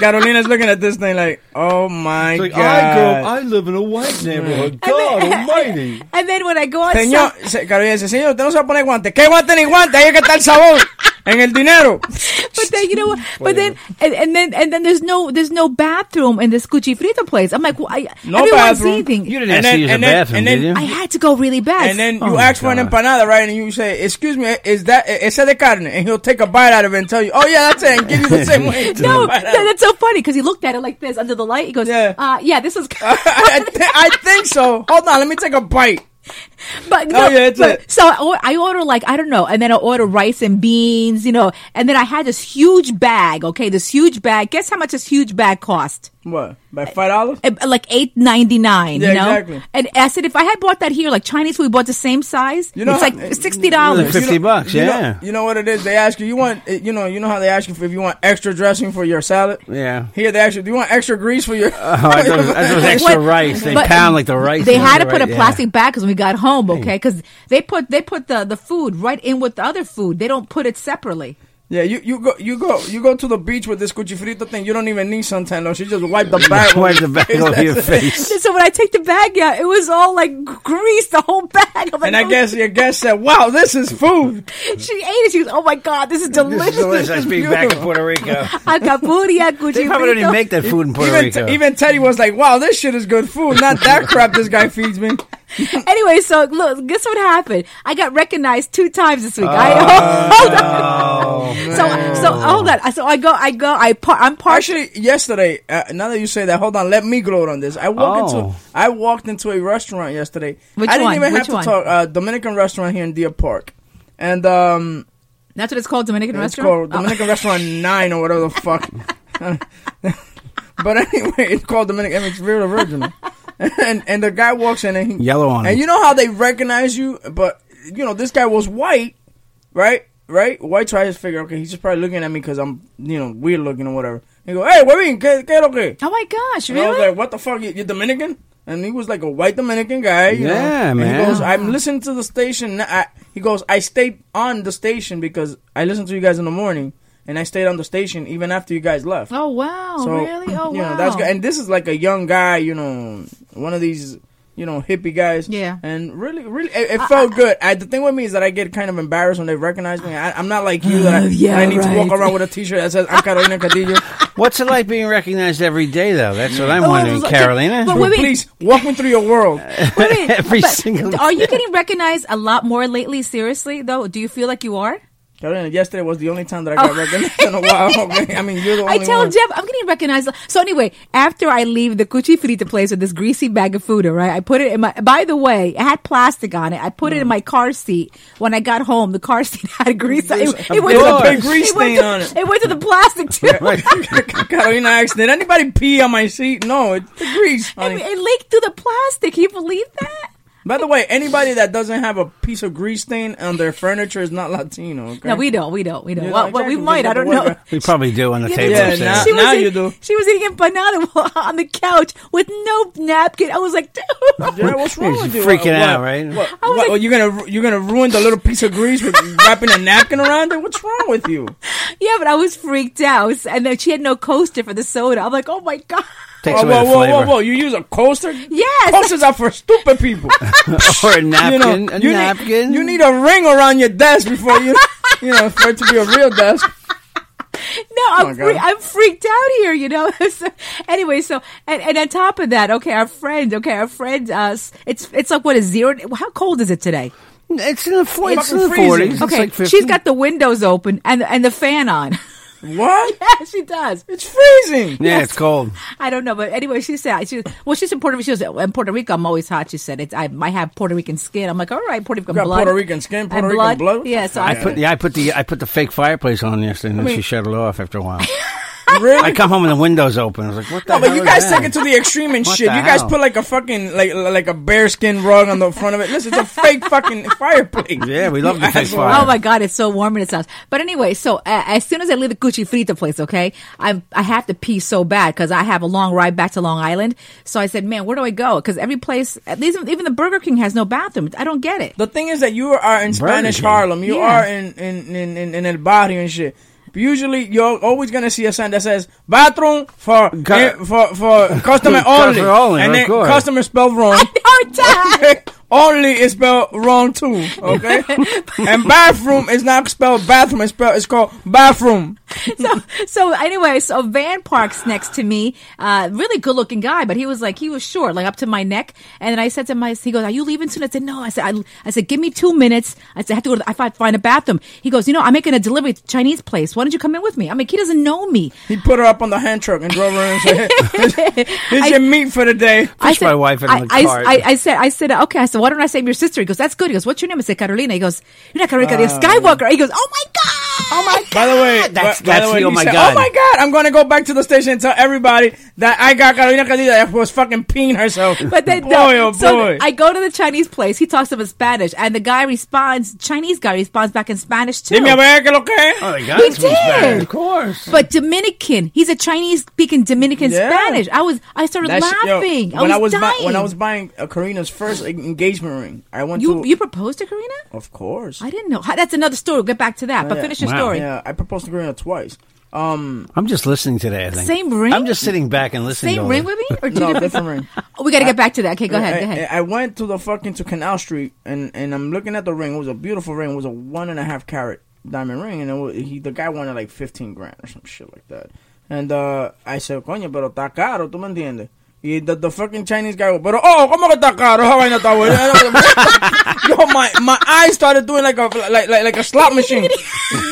S4: Carolina's looking at this thing like, oh my
S5: Like, I grew up,
S4: god.
S5: I live in a white neighborhood.
S3: And
S5: God
S3: then-
S5: almighty.
S3: And then when I go outside,
S4: Señor, se- Carolina dice, señor, usted no se va a poner guante. ¿Qué guante ni guante? Ahí es que está el sabor. En el dinero.
S3: but then you know what? But then and, and then and then there's no there's no bathroom in this cuchifrito place. I'm like, well, I,
S4: No
S3: everyone's
S4: bathroom.
S3: eating.
S1: You
S4: And
S1: didn't ask
S4: then-
S1: to use a
S4: and then-
S1: bathroom,
S4: and then-
S1: did you?
S3: I had to go really bad.
S4: And then
S1: Oh
S4: you
S1: my
S4: ask for an
S1: God.
S4: empanada, right? And you say, "Excuse me, is that ese de carne?" And he'll take a bite out of it and tell you, "Oh yeah, that's it," and give you the same way.
S3: no,
S4: Bite out.
S3: no, that's so funny because he looked at it like this under the light. He goes,
S4: Yeah.
S3: uh, yeah, this is.
S4: I, thi- I think so. Hold on, let me take a bite. Oh,
S3: But no,
S4: yeah, it's
S3: but-
S4: a-
S3: so I or- I order like I don't know, and then I order rice and beans, you know, and then I had this huge bag. Okay, this huge bag. Guess how much this huge bag cost?
S4: What? By five dollars?
S3: Eh, Like eight ninety nine.
S4: Yeah,
S3: you know.
S4: exactly.
S3: And I said if I had bought that here, like Chinese food, bought the same size,
S4: You know
S3: it's
S4: how-
S3: like sixty dollars.
S1: Really? 50 bucks,
S4: you know-
S1: yeah.
S4: you know what it is? They ask you. You want? eh, You know. You know how they ask you if you want extra dressing for your salad.
S1: Yeah.
S4: Here they ask you, do you want extra grease for your?
S1: Oh, I thought it was, I thought it was extra
S3: What-
S1: rice. They
S3: but
S1: pound like the rice.
S3: They
S1: in
S3: had to
S1: there,
S3: put a
S1: right? Yeah.
S3: plastic bag because we got home, okay? Because they put they put the the food right in with the other food. They don't put it separately.
S4: yeah, you, you go you go you go to the beach with this cuchifrito thing. You don't even need suntan lotion. You just wipe the bag.
S1: Wipe the bag over your face.
S3: So when I take the bag out, it was all like grease, the whole bag. I'm like,
S4: And I
S3: "Oh."
S4: guess your guest said, "Wow, this is food."
S3: she ate it. She was, oh my god, this is
S1: This
S3: delicious.
S1: is delicious. I speak back in Puerto Rico.
S3: Acapuria, cuchillo.
S1: They probably don't even make that food in Puerto
S4: even,
S1: Rico.
S4: even Teddy was like, "Wow, this shit is good food, not that crap this guy feeds me."
S3: Anyway, so look, guess what happened? I got recognized two times this week.
S1: Oh,
S3: I, hold on. So so hold on. So I go I go I par- I'm partially.
S4: Actually, yesterday, uh, now that you say that, hold on, let me gloat on this. I walked
S1: Oh.
S4: into I walked into a restaurant yesterday.
S3: Which
S4: I didn't
S3: one?
S4: even have
S3: Which
S4: to
S3: one?
S4: talk. Uh, Dominican restaurant here in Deer Park, and um,
S3: That's what it's called, Dominican
S4: it's
S3: restaurant.
S4: called
S3: Oh.
S4: Dominican Restaurant Nine or whatever the fuck. but anyway, it's called Dominican. It's real original. and and the guy walks in and he,
S1: Yellow on
S4: And
S1: him.
S4: you know how they recognize you, but you know this guy was white, right? Right? White tries to figure. Okay, he's just probably looking at me because I'm you know weird looking or whatever. He go, hey, what mean? ¿Qué, qué es lo que?
S3: Oh my gosh,
S4: And I was
S3: really?
S4: like, what the fuck? You, you Dominican? And he was like a white Dominican guy. You
S1: Yeah,
S4: know? And
S1: man.
S4: he goes, I'm listening to the station. I, he goes, I stayed on the station because I listened to you guys in the morning, and I stayed on the station even after you guys left.
S3: oh wow, really? Oh
S4: you
S3: wow.
S4: know, that's good. And this is like a young guy, you know, one of these, you know, hippie guys.
S3: Yeah.
S4: And really, really, it, it felt good. I, the thing with me is that I get kind of embarrassed when they recognize me. I, I'm not like you that I,
S3: yeah,
S4: that I need to walk
S3: right.
S4: around with a T-shirt that says I'm Carolina Cadillo.
S1: What's it like being recognized every day, though? That's what I'm
S3: Oh,
S1: wondering,
S3: okay.
S1: Carolina.
S3: But wait, wait.
S4: Please walk me through your world.
S3: Wait a minute,
S1: Every single
S3: Are you getting recognized a lot more lately? Seriously, though, do you feel like you are?
S4: Carolina, yesterday was the only time that I got recognized in a while. Okay? Oh, I mean, you're the only
S3: I tell
S4: one.
S3: Jeff I'm getting recognized. So anyway, after I leave the cuchi frita place with this greasy bag of food, all right, I put it in my. By the way, it had plastic on it. I put it
S4: Mm.
S3: in my car seat when I got home. The car seat had grease. It, it went
S4: There's
S3: to
S4: a
S3: the
S4: big grease
S3: it went
S4: stain
S3: to-
S4: on it.
S3: It went to the plastic too.
S4: Carolina asked, "Did anybody pee on my seat?" No, it's the grease.
S3: It,
S4: honey.
S3: it leaked through the plastic. Can you believe that?
S4: By the way, anybody that doesn't have a piece of grease stain on their furniture is not Latino. Okay?
S3: No, we don't. We don't. We don't.
S4: Yeah,
S3: well, well,
S4: exactly.
S3: we might. I don't
S4: What
S3: know.
S4: the-
S1: We probably do on the
S3: Yeah,
S1: table.
S3: but
S4: Yeah,
S1: upstairs.
S4: now-
S3: she was
S4: now
S3: eating,
S4: you do.
S3: She was eating empanada on the couch with no napkin. I was like, dude.
S4: Yeah, what's wrong
S1: She's
S4: with you? uh,
S1: freaking
S4: What-
S1: out,
S4: what-
S1: right?
S4: What,
S3: was
S4: what-
S3: like-
S4: you're gonna ru- you're gonna ruin the little piece of grease with wrapping a napkin around it? What's wrong with you?
S3: Yeah, but I was freaked out. I was- and then she had no coaster for the soda. I'm like, oh my god.
S1: Takes
S4: Whoa,
S1: away
S4: whoa,
S1: the
S4: whoa, whoa,
S1: flavor.
S4: whoa! You use a coaster?
S3: Yes.
S4: Coasters are for stupid people.
S1: Or a napkin. a
S4: you
S1: napkin.
S4: Need, you need a ring around your desk before you you know for it to be a real desk.
S3: No,
S4: my God.
S3: I'm free- I'm freaked out here. You know. So, anyway, so and, and on top of that, okay, our friend, okay, our friend, uh, s- it's it's like what is zero? How cold is it today?
S1: It's in the, fo- it's in
S4: fucking
S1: the
S4: freezing.
S1: 40s. It's
S3: Okay,
S1: like 50.
S3: she's got the windows open and and the fan on.
S4: What?
S3: yeah, she does.
S4: It's freezing.
S1: Yeah, it's cold.
S3: I don't know, but anyway, she said she well, she's in Puerto Rico. She was in Puerto Rico. I'm always hot. She said it's I might have Puerto Rican skin. I'm like, all right, Puerto Rican
S4: got
S3: blood,
S4: Puerto Rican skin,
S3: And
S4: Puerto Rican
S3: blood.
S4: blood?
S3: Yeah, so
S1: I put yeah, I put the I put the fake fireplace on yesterday, and then
S4: mean-
S1: she shut it off after a while.
S4: Really?
S1: I come home and the windows open. I was like, "What the?"
S4: No, but
S1: hell
S4: you
S1: is
S4: guys
S1: that?
S4: take it to the extreme and
S1: What
S4: shit.
S1: the
S4: You guys
S1: hell?
S4: put like a fucking like like a bearskin rug on the front of it. Listen, it's a fake fucking fireplace.
S1: Yeah, we love the
S4: You
S1: fake
S4: asshole.
S1: fire.
S3: Oh my God, it's so warm in this house. But anyway, so uh, as soon as I leave the Gucci Frita place, okay, I I have to pee so bad because I have a long ride back to Long Island. So I said, man, where do I go? Because every place, at least even the Burger King has no bathroom. I don't get it.
S4: The thing is that you are in Spanish
S1: King.
S4: Harlem. You
S3: Yeah.
S4: are in in in in, in El Barrio and shit. Usually, you're always gonna see a sign that says "bathroom for
S1: Cu-
S4: eh, for for customer only,"
S1: Customer only,
S4: and
S1: of
S4: then
S1: course.
S4: customer spelled wrong.
S3: Our time.
S4: only is spelled wrong too. Okay, and bathroom is not spelled bathroom. It's spelled it's called bathroom.
S3: so so anyway, so Van parks next to me. Uh, really good looking guy, but he was like he was short, like up to my neck. And then I said to my, he goes, "Are you leaving soon?" I said, "No." I said, I, I said, "Give me two minutes." I said, "I have to go to the, I have to find a bathroom." He goes, "You know, I'm making a delivery to Chinese place. Why don't you come in with me?" I mean, he doesn't know me.
S4: He put her up on the hand truck and drove her in and said, Here's your meat for the day.
S3: I
S6: Push my wife in
S3: I,
S6: the
S3: I-
S6: cart.
S3: I, I said, I said, okay. I said, why don't I save your sister? He goes, that's good. He goes, what's your name? I said, Carolina. He goes, you're not Carolina, Carolina Skywalker. He goes, oh my god, oh my
S4: By the way,
S6: That's-
S4: by, by
S6: that's
S4: the way,
S6: the oh
S4: he
S6: my
S4: said,
S6: God.
S4: Oh my god! I'm gonna go back to the station and tell everybody that I got Carolina Cadilla that was fucking peeing herself.
S3: But then,
S4: boy,
S3: no.
S4: oh boy,
S3: so I go to the Chinese place. He talks to him in Spanish, and the guy responds. Chinese guy responds back in Spanish too.
S4: dime a ver que lo que. es.
S1: Oh, they got
S3: He
S1: this one's bad.
S3: did.
S4: course.
S3: But Dominican, he's a Chinese speaking Dominican
S4: Yeah.
S3: Spanish. I was, I started laughing. I,
S4: when
S3: was
S4: I was bu-
S3: dying.
S4: when I was buying uh, Karina's first en- engagement ring, I went
S3: you,
S4: to.
S3: you proposed to Karina?
S4: of course.
S3: I didn't know. Hi- That's another story. We'll get back to that. But
S4: Oh, yeah.
S3: finish your
S1: Wow.
S3: story.
S4: yeah, I proposed to Karina twice. Um,
S1: I'm just listening today. I think
S3: Same ring?
S1: I'm just sitting back and listening.
S3: Same
S1: to
S3: ring
S1: all
S3: with me, or two
S4: No,
S3: different?
S4: different ring.
S3: Oh, we got to get back to that. Okay, go ahead.
S4: I,
S3: Go ahead.
S4: I, I went to the fucking to Canal Street and and I'm looking at the ring. It was a beautiful ring. It was a one and a half carat diamond ring, and it was, he the guy wanted like fifteen grand or some shit like that. And uh, I said, coño, pero está caro, ¿tú me entiendes? Y the, the fucking Chinese guy, pero oh, ¿cómo que está caro? How I know that way? Yo, my my eyes started doing like a like like, like a slot machine.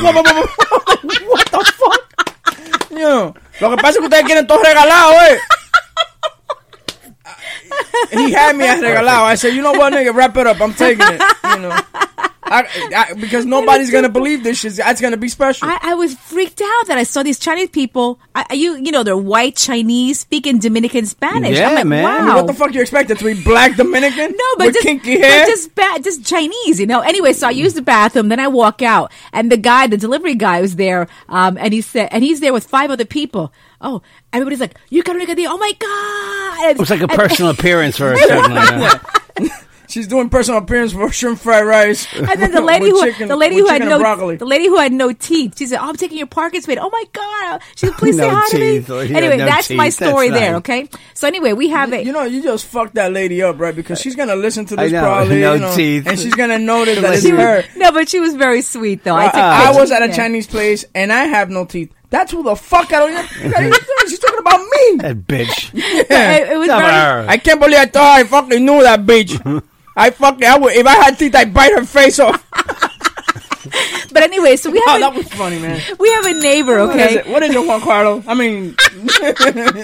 S4: what the fuck? You know, lo que pasa es que ustedes quieren todo regalado, eh. he had me at regalado. I said, you know what, nigga, wrap it up. I'm taking it. You know, I, I, because nobody's gonna believe this shit. That's gonna be special.
S3: I, I was freaked out that I saw these Chinese people. I, I- you, you know, they're white Chinese speaking Dominican Spanish.
S1: Yeah,
S3: I'm like,
S1: man. I mean,
S3: wow.
S4: what the fuck you expected to be black Dominican?
S3: No, but
S4: with
S3: just
S4: kinky hair.
S3: but just ba- just Chinese, you know. Anyway, so I use the bathroom, then I walk out, and the guy, the delivery guy, was there, um, and he said, and he's there with five other people. Oh, everybody's like, "You got to the oh my god!"
S1: It was like a
S3: And-
S1: personal appearance or something like that.
S4: She's doing personal appearance for shrimp fried rice.
S3: And then the lady
S4: with
S3: who
S4: chicken-
S3: the lady
S4: with
S3: who had
S4: chicken and
S3: no
S4: broccoli.
S3: the lady who had no teeth. She said, "Oh, I'm taking your parking space." Oh my god! She said, "Please
S1: No
S3: say hi
S1: teeth,
S3: to me."
S1: or, yeah,
S3: anyway,
S1: no
S3: that's my
S1: teeth, that's
S3: story there.
S1: nice.
S3: Okay. So anyway, we have a
S4: You know, you just fucked that lady up, right? Because she's gonna listen to
S1: I
S4: this
S1: know,
S4: probably,
S1: no
S4: you know,
S1: teeth.
S4: and she's gonna notice that it's
S3: she
S4: her.
S3: was, no, but she was very sweet though. I, took
S4: I
S3: pictures
S4: was at a
S3: there.
S4: Chinese place and I have no teeth. That's who the fuck I don't even. She's talking about me.
S1: That bitch.
S3: It, it was
S1: Come
S3: very,
S1: on.
S4: I can't believe I thought I fucking knew that bitch. I fucking, I would, if I had teeth, I'd bite her face off.
S3: but anyway, so we
S4: Oh,
S3: have
S4: that
S3: a,
S4: was funny, man.
S3: we have a neighbor.
S4: What is
S3: Okay.
S4: it? What is it, Juan Carlo? I mean,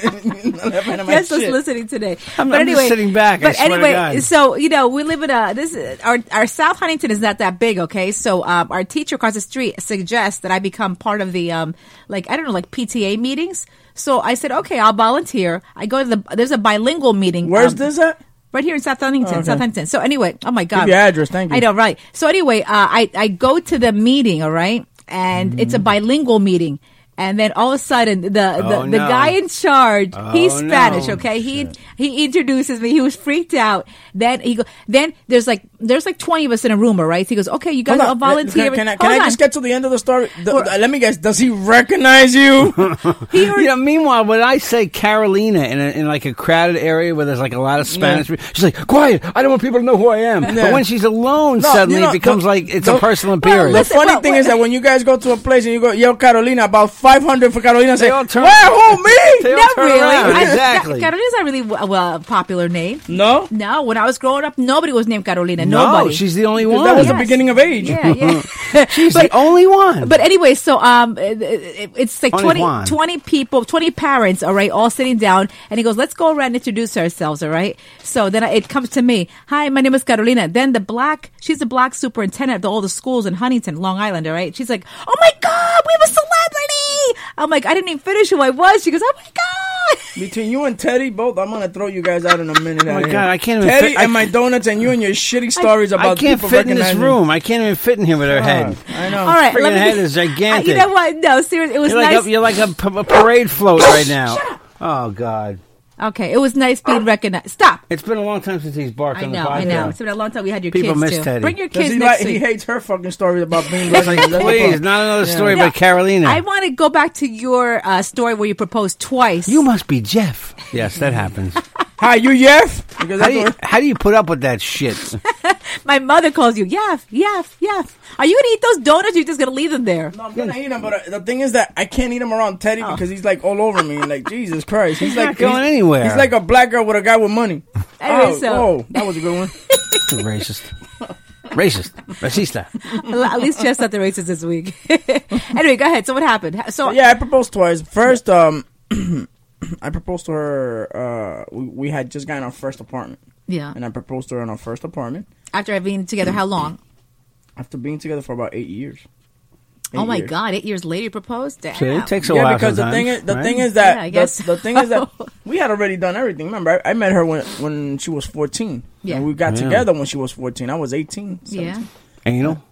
S3: That's what's listening today.
S1: I'm-
S3: but
S1: I'm just
S3: anyway,
S1: sitting back, I
S3: But
S1: swear to
S3: anyway,
S1: God.
S3: so you know, we live in a this is- our our South Huntington is not that big, okay? So um, our teacher across the street suggests that I become part of the um like I don't know like PTA meetings. So I said, okay, I'll volunteer. I go to the there's a bilingual meeting.
S4: Where's
S3: um,
S4: this at?
S3: Right here in South Huntington, South Huntington. So anyway, oh my god,
S4: Give your address, thank you.
S3: I know, right? So anyway, uh, I I go to the meeting, all right, and it's a bilingual meeting. And then all of a sudden, the the,
S1: Mm. Oh,
S3: the
S1: no.
S3: guy in charge, he's
S1: Oh,
S3: Spanish,
S1: no.
S3: okay? He he introduces me. He was freaked out. Then he go. Then there's like there's like twenty of us in a room, all right? He goes, okay, you guys
S4: Hold
S3: all
S4: on.
S3: volunteer.
S4: Can, can I,
S3: Hold
S4: can I
S3: on.
S4: just get to the end of the story? The- the- let me guess. Does he recognize you?
S3: He heard-
S1: You know, meanwhile, when I say Carolina in, a, in like a crowded area where there's like a lot of Spanish, people, she's like, "Quiet! I don't want people to know who I am." But when she's alone,
S4: No,
S1: suddenly
S4: you know,
S1: it becomes
S4: the-
S1: like it's
S4: the-
S1: a personal
S3: Well,
S1: appearance.
S4: The
S3: Listen,
S4: funny
S3: what-
S4: thing
S3: what-
S4: is that when you guys go to a place and you go, yo, Carolina, about 500 for Carolina, say,
S1: all turn-
S4: where, who, me?
S1: They all
S3: not
S1: turn
S3: really.
S1: around.
S3: I-
S1: Exactly.
S3: Carolina's not really a well, popular name.
S4: No?
S3: No, when I was growing up, nobody was named Carolina.
S1: no,
S3: nobody.
S1: she's the only
S4: Because
S1: one.
S4: that was the
S3: Yes.
S4: beginning of age.
S3: yeah, yeah.
S1: she's the only one.
S3: But anyway, so um, it- it- it's like
S1: Only
S3: 20,
S1: Juan.
S3: 20 people, 20 parents, all right, all sitting down. And he goes, let's go around and introduce ourselves, all right? So then I- it comes to me. Hi, my name is Carolina. Then the black, she's the black superintendent of the, all the schools in Huntington, Long Island, all right? She's like, oh my God, we have a celebrity. I'm like, I didn't even finish who I was. She goes, oh my God.
S4: Between you and Teddy both, I'm gonna throw you guys out in a minute.
S1: Oh my
S4: out here.
S1: God, I can't even
S4: Teddy
S1: fit- I
S4: and my donuts, and you and your shitty stories
S1: I
S4: about
S1: can't
S4: people
S1: fit in this
S4: recognizing-
S1: room. I can't even fit in here with her head.
S4: I know.
S3: All right,
S1: Friggin'
S3: let me-
S1: head is
S3: I-
S1: gigantic.
S3: you know what? No, seriously, it was
S1: You're like,
S3: nice.
S1: a, you're like a, p- a parade float right now. Oh God!
S3: okay, it was nice being recognized. Stop.
S1: It's been a long time since he's barked
S3: I
S1: on the
S3: know,
S1: podcast.
S3: I know. It's been a long time we had your
S1: People
S3: kids
S1: miss
S3: too.
S1: Teddy.
S3: Bring your
S4: 'Cause
S3: kids
S4: he,
S3: next
S4: like, he
S3: week.
S4: hates her fucking stories about being recognized.
S1: It's like,
S4: That's the
S1: please,
S4: problem.
S1: not another story
S3: No,
S1: about Carolina.
S3: I want to go back to your uh, story where you proposed twice.
S1: you must be Jeff. Yes, that happens.
S4: Hi, you Yeff? Because
S1: How
S4: that's
S1: do you
S4: what-
S1: how do you put up with that shit?
S3: My mother calls you, Yaf, Yaf, Yaf. Are you gonna eat those donuts? Or you're just gonna leave them there.
S4: I'm gonna eat him, but uh, the thing is that I can't eat him around Teddy because he's like all over me. Like Jesus Christ, he's, like
S1: Oh. not going
S4: he's-
S1: anywhere.
S4: He's like a black girl with a guy with money.
S3: Anyway,
S4: oh,
S3: so-
S4: whoa, that was a good one.
S1: Racist. Racist. Racista.
S3: Well, At least just at the races this week. anyway, go ahead. So what happened? So
S4: yeah, I proposed twice. First, um, I proposed to her. Uh, we, we had just gotten our first apartment,
S3: yeah.
S4: and I proposed to her in our first apartment
S3: After I've been together, how long?
S4: after being together for about eight years.
S3: oh
S4: Eight
S3: my
S4: years.
S3: God! Eight years later, you proposed. Damn.
S1: See, it takes a
S4: yeah,
S1: while.
S4: because the thing
S1: sometimes,
S4: is, the
S1: right?
S4: thing is that
S3: Yeah, I guess
S4: the, the thing is that we had already done everything. Remember, I, I met her when when she was fourteen.
S3: Yeah.
S4: and we got
S1: Yeah.
S4: together when she was fourteen. I was eighteen.
S3: yeah.
S4: 17.
S1: anal.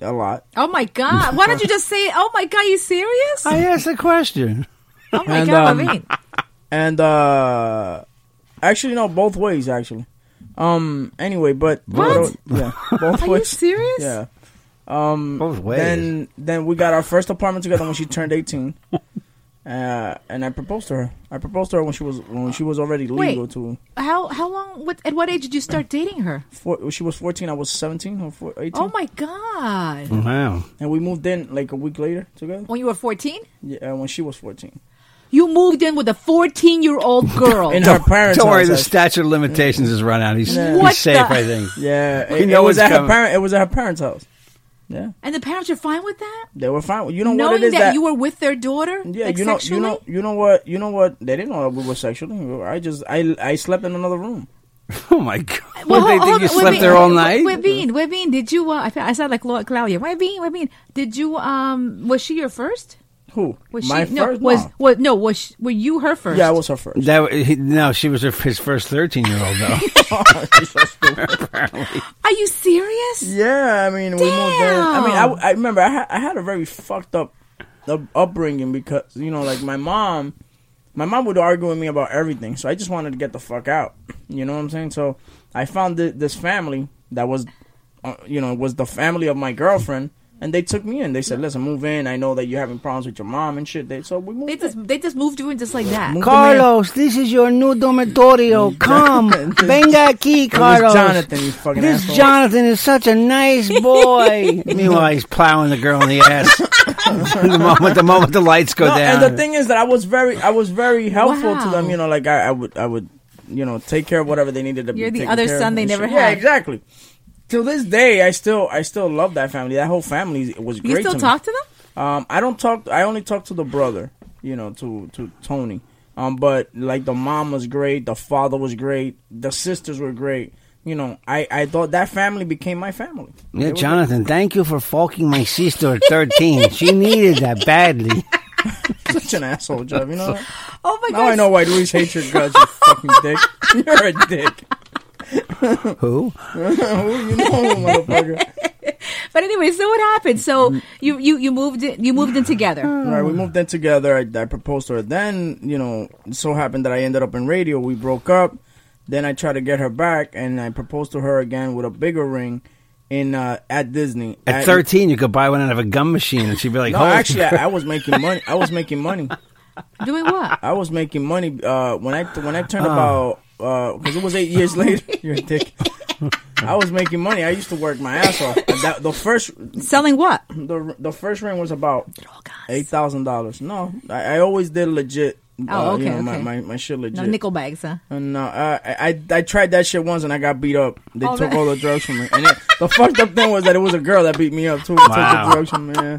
S4: a lot.
S3: Oh my God! Why don't you just say, "Oh my God, you serious?"
S1: I asked the question.
S3: Oh my
S4: And,
S3: God,
S4: um,
S3: Levine.
S4: And uh actually, no, both ways actually. Um. Anyway, but
S3: What?
S4: yeah, both
S3: Are you
S4: ways.
S3: serious?
S4: Yeah. Um,
S1: Both ways.
S4: Then then we got our first apartment together when she turned eighteen. Uh, and I proposed to her. I proposed to her when she was when she was already legal
S3: Wait.
S4: to.
S3: How how long? What at what age did you start dating her?
S4: Four, when she was fourteen. I was seventeen or four, eighteen.
S3: Oh my God!
S1: wow.
S4: and we moved in like a week later together.
S3: When you were fourteen,
S4: Yeah, uh, when she was fourteen.
S3: you moved in with a fourteen-year-old girl.
S4: In her parents'
S1: Don't worry,
S4: house,
S1: the
S4: actually.
S1: statute of limitations is run out. He's,
S3: What
S1: he's safe,
S3: the-
S1: I think.
S4: Yeah,
S1: We
S4: it,
S1: know
S4: it was
S1: it's
S4: at her
S1: coming.
S4: parent. It was at her parents' house. Yeah,
S3: and the parents are fine with that,
S4: they were fine. You know what
S3: knowing
S4: it is
S3: that, you were with their daughter.
S4: Yeah,
S3: like
S4: you know,
S3: sexually?
S4: you know, you know what, you know what. They didn't know that we were sexually. I just, I, I slept in another room.
S1: Oh my god!
S3: Well,
S1: what, they
S3: hold- hold
S1: think you
S3: on,
S1: slept
S3: Webin,
S1: there all
S3: Webin,
S1: night?
S3: Webin, Webin, did you? Uh, I, feel, I sound like Laura Claudia. Webin, Webin, did you? Um, was she your first?
S4: Who?
S3: Was
S4: My
S3: she? No,
S4: first?
S3: was
S4: No.
S3: was no? Was she, were you her first?
S4: Yeah, I was her first.
S1: That he, no, she was her, his first thirteen-year-old though.
S4: She's so stupid.
S3: Are you serious?
S4: yeah, I mean, we moved in. I mean, I,
S3: Damn.
S4: I remember I, ha- I had a very fucked up up- upbringing because you know, like my mom, my mom would argue with me about everything. So I just wanted to get the fuck out. You know what I'm saying? So I found th- this family that was, uh, you know, was the family of my girlfriend. And they took me in. They said, "Listen, move in. I know that you're having problems with your mom and shit." They so we moved.
S3: They
S4: in.
S3: just they just moved you in just like that.
S4: Moved
S1: Carlos, this is your new dormitorio. Come, venga aquí, Carlos.
S4: Jonathan, you fucking
S1: This
S4: asshole.
S1: Jonathan is such a nice boy. Meanwhile, he's plowing the girl in the ass. the moment, the moment the lights go
S4: No,
S1: down.
S4: and the thing is that I was very, I was very helpful to them.
S3: Wow.
S4: You know, like I, I would, I would, you know, take care of whatever they needed to.
S3: You're
S4: be
S3: the
S4: taken
S3: other
S4: care of
S3: son they
S4: and
S3: never
S4: shit. Yeah,
S3: had.
S4: exactly. Till this day, I still, I still love that family. That whole family was great.
S3: you still
S4: to
S3: talk to them?
S4: Me. Um, I don't talk. I only talk to the brother. You know, to to Tony. Um, but like the mom was great. The father was great. The sisters were great. You know, I I thought that family became my family.
S1: yeah, Jonathan, thank you for fucking my sister at thirteen. she needed that badly.
S4: Such an asshole, Jeff. You know. That?
S3: Oh my
S4: Now
S3: god!
S4: I know why Luis hates your guts, you fucking dick. You're a dick.
S1: Who?
S4: you know, motherfucker.
S3: But anyway, so what happened? So you you you moved in, you moved in together.
S4: Mm. All right, we moved in together. I, I proposed to her. Then, you know, it so happened that I ended up in radio. We broke up. Then I tried to get her back, and I proposed to her again with a bigger ring in uh, at Disney.
S1: At thirteen, you could buy one out of a gum machine, and she'd be like,
S4: No,
S1: "Holy
S4: actually,
S1: crap."
S4: I, I was making money. I was making money.
S3: Doing what?
S4: I was making money uh, when I when I
S1: Oh.
S4: turned about because it was eight years later. You're a dick. I was making money. I used to work my ass off. That, the first
S3: Selling what?
S4: the the first ring was about
S3: Drogas.
S4: Eight thousand dollars. No, I, I always did legit.
S3: Oh,
S4: uh,
S3: okay,
S4: you know, My,
S3: okay.
S4: my, my shit legit.
S3: No nickel bags, huh?
S4: And uh, I, I I tried that shit once and I got beat up. They
S3: Oh,
S4: took
S3: that-
S4: all the drugs from me. And it, the fucked up thing was that it was a girl that beat me up too. and Took
S1: Wow.
S4: the drugs from me. Yeah.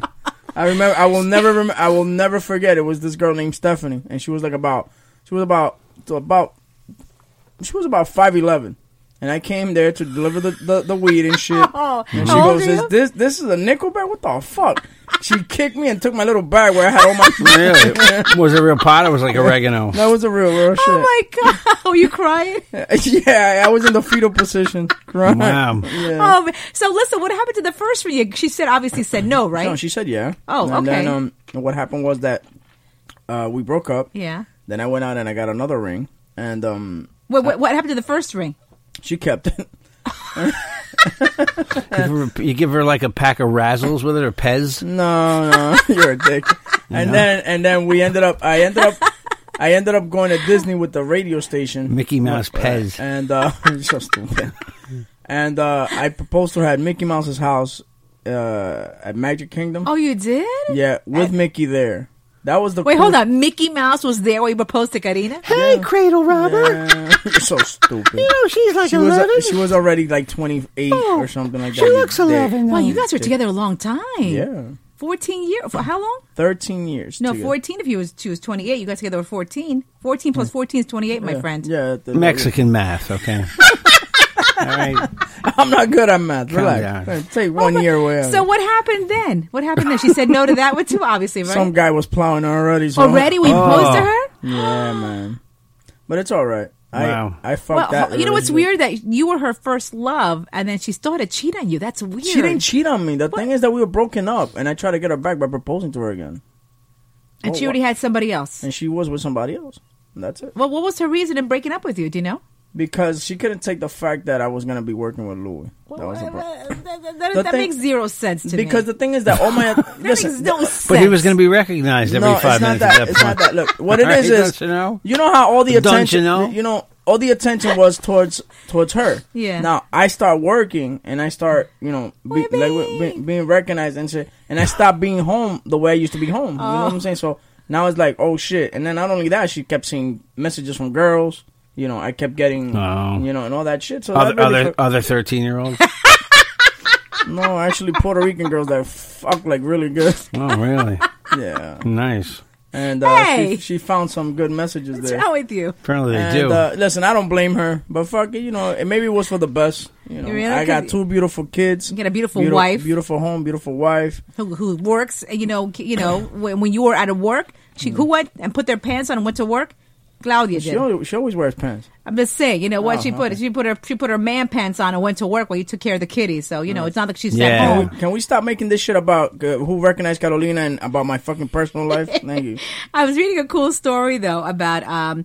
S4: I remember. I will never. Rem- I will never forget. It was this girl named Stephanie, and she was like about. She was about to about. She was about five eleven, and I came there to deliver the, the, the weed and shit.
S3: Oh,
S4: And she
S3: how old
S4: goes,
S3: are
S4: is
S3: you?
S4: this this is a nickel bag? What the fuck? She kicked me and took my little bag where I had all my.
S1: Really? was it real pot? It was like oregano.
S4: That was a real real shit.
S3: Oh my god! Were you crying?
S4: yeah, I was in the fetal position. Crying.
S1: Wow.
S4: Yeah.
S3: Oh, so listen, what happened to the first ring? She said obviously said no, right?
S4: No, she said yeah.
S3: Oh,
S4: And then
S3: okay.
S4: um, what happened was that uh, we broke up.
S3: yeah.
S4: Then I went out and I got another ring, and um,
S3: What, what what happened to the first ring?
S4: she kept it.
S1: You give her- you give her like a pack of razzles with it or Pez.
S4: No, no, you're a dick. And then and then we ended up. I ended up. I ended up going to Disney with the radio station.
S1: Mickey Mouse Pez.
S4: And uh, so stupid. and uh, I proposed to her at Mickey Mouse's house uh, at Magic Kingdom.
S3: Oh, you did?
S4: yeah, with Mickey there. That was the
S3: Wait, hold
S4: proof-
S3: on. Mickey Mouse was there when you proposed to Karina?
S1: Hey, Cradle Robber.
S4: You're so stupid.
S1: You know she's like
S4: she was uh,
S1: eleven. Oh,
S4: she was already like 28 or something like that.
S1: she looks
S4: Dick.
S1: 11.
S3: Wow, you guys were together a long time.
S4: Yeah.
S3: 14 years. For how long?
S4: 13 years.
S3: No,
S4: together.
S3: 14 if you was, she was 28. You guys together were 14. 14 plus 14 is 28, my friend.
S4: Mm. Yeah, the-
S1: Mexican math. Okay. All right.
S4: I'm not good at math. Relax.
S1: down.
S4: Take one year away.
S3: So what happened then? What happened then? She said no to that one too, obviously, right?
S4: Some guy was plowing already. So
S3: Already we proposed to
S1: Oh.
S3: her?
S4: Yeah, man. But it's all right.
S1: Wow.
S4: I I fucked
S3: Well,
S4: that.
S3: you know what's
S4: relationship.
S3: weird that you were her first love, and then she started cheating on you. That's weird.
S4: She didn't cheat on me. The thing is that we were broken up, and I tried to get her back by proposing to her again,
S3: and
S4: Oh,
S3: she already had somebody else.
S4: and she was with somebody else. And that's it.
S3: Well, what was her reason in breaking up with you? Do you know?
S4: Because she couldn't take the fact that I was gonna be working with Louis. That was the problem.
S3: that, that- that-
S4: The
S3: that
S4: thing-
S3: makes zero sense to me.
S4: Because the thing is that all my
S3: that makes
S4: listen,
S3: no
S4: the-
S3: sense.
S1: But he was going to be recognized every
S4: no, it's
S1: five
S4: not
S1: minutes
S4: that.
S1: at that
S4: it's
S1: point.
S4: not that. Look, what it
S1: All right,
S4: is
S1: don't
S4: is
S1: you know?
S4: you know how all the
S1: Don't you
S4: attention,
S1: know?
S4: you know, all the attention was towards towards her.
S3: Yeah.
S4: Now I start working and I start, you know, be,
S3: Women.
S4: like be, being recognized and shit, and I stopped being home the way I used to be home. You know what
S3: Oh.
S4: I'm saying? So now it's like, oh shit! And then not only that, she kept seeing messages from girls. You know, I kept getting,
S1: Oh.
S4: you know, and all that shit. So
S1: Other
S4: that really
S1: other
S4: fuck-
S1: other thirteen year olds.
S4: no, actually, Puerto Rican girls that fuck like really good.
S1: Oh, really?
S4: Yeah,
S1: Nice.
S4: and uh,
S3: Hey!
S4: she, she found some good messages
S3: What's
S4: there.
S3: wrong with you?
S1: Apparently they
S4: And,
S1: do.
S4: Uh, listen, I don't blame her, but fuck it, you know, it maybe it was for the best. You know,
S3: You really?
S4: I got
S3: 'Cause
S4: two beautiful kids.
S3: You got a beautiful
S4: beauti-
S3: wife.
S4: beautiful home, beautiful wife.
S3: Who, who works? uh, You know, you know, when, when you were out of work, she who went and put their pants on and went to work. Claudia
S4: Mm. She
S3: did.
S4: always, she always wears pants.
S3: I'm just saying, you know what
S4: Oh,
S3: she put?
S4: okay.
S3: She put her she put her man pants on and went to work while you took care of the kitty. So you know, it's not like she's
S1: Yeah.
S3: at
S4: Can
S3: home.
S4: we, can we stop making this shit about uh, who recognized Carolina and about my fucking personal life? Thank you.
S3: I was reading a cool story though about um,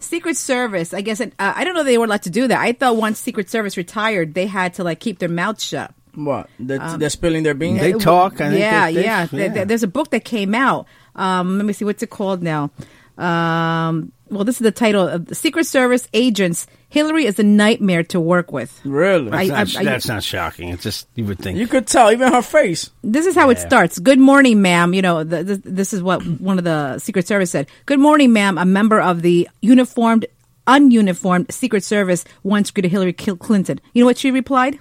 S3: Secret Service. I guess and, uh, I don't know they were allowed to do that. I thought once Secret Service retired, they had to like keep their mouth shut. Uh,
S4: What? They're, they're spilling their beans.
S1: They talk. I think
S3: Um, yeah,
S1: they- they-
S3: yeah. Th- th- There's a book that came out. Um, let me see what's it called now. Um, well, this is the title of the Secret Service agents. Hillary is a nightmare to work with.
S4: really?
S3: I-
S1: That's,
S3: I- I-
S1: that's not shocking. It's just you would think.
S4: you could tell even her face.
S3: This is how it starts. Good morning, ma'am. You know, the, the, this is what one of the Secret Service said. Good morning, ma'am. A member of the uniformed, ununiformed Secret Service once greeted Hillary Cl- Clinton. You know what she replied?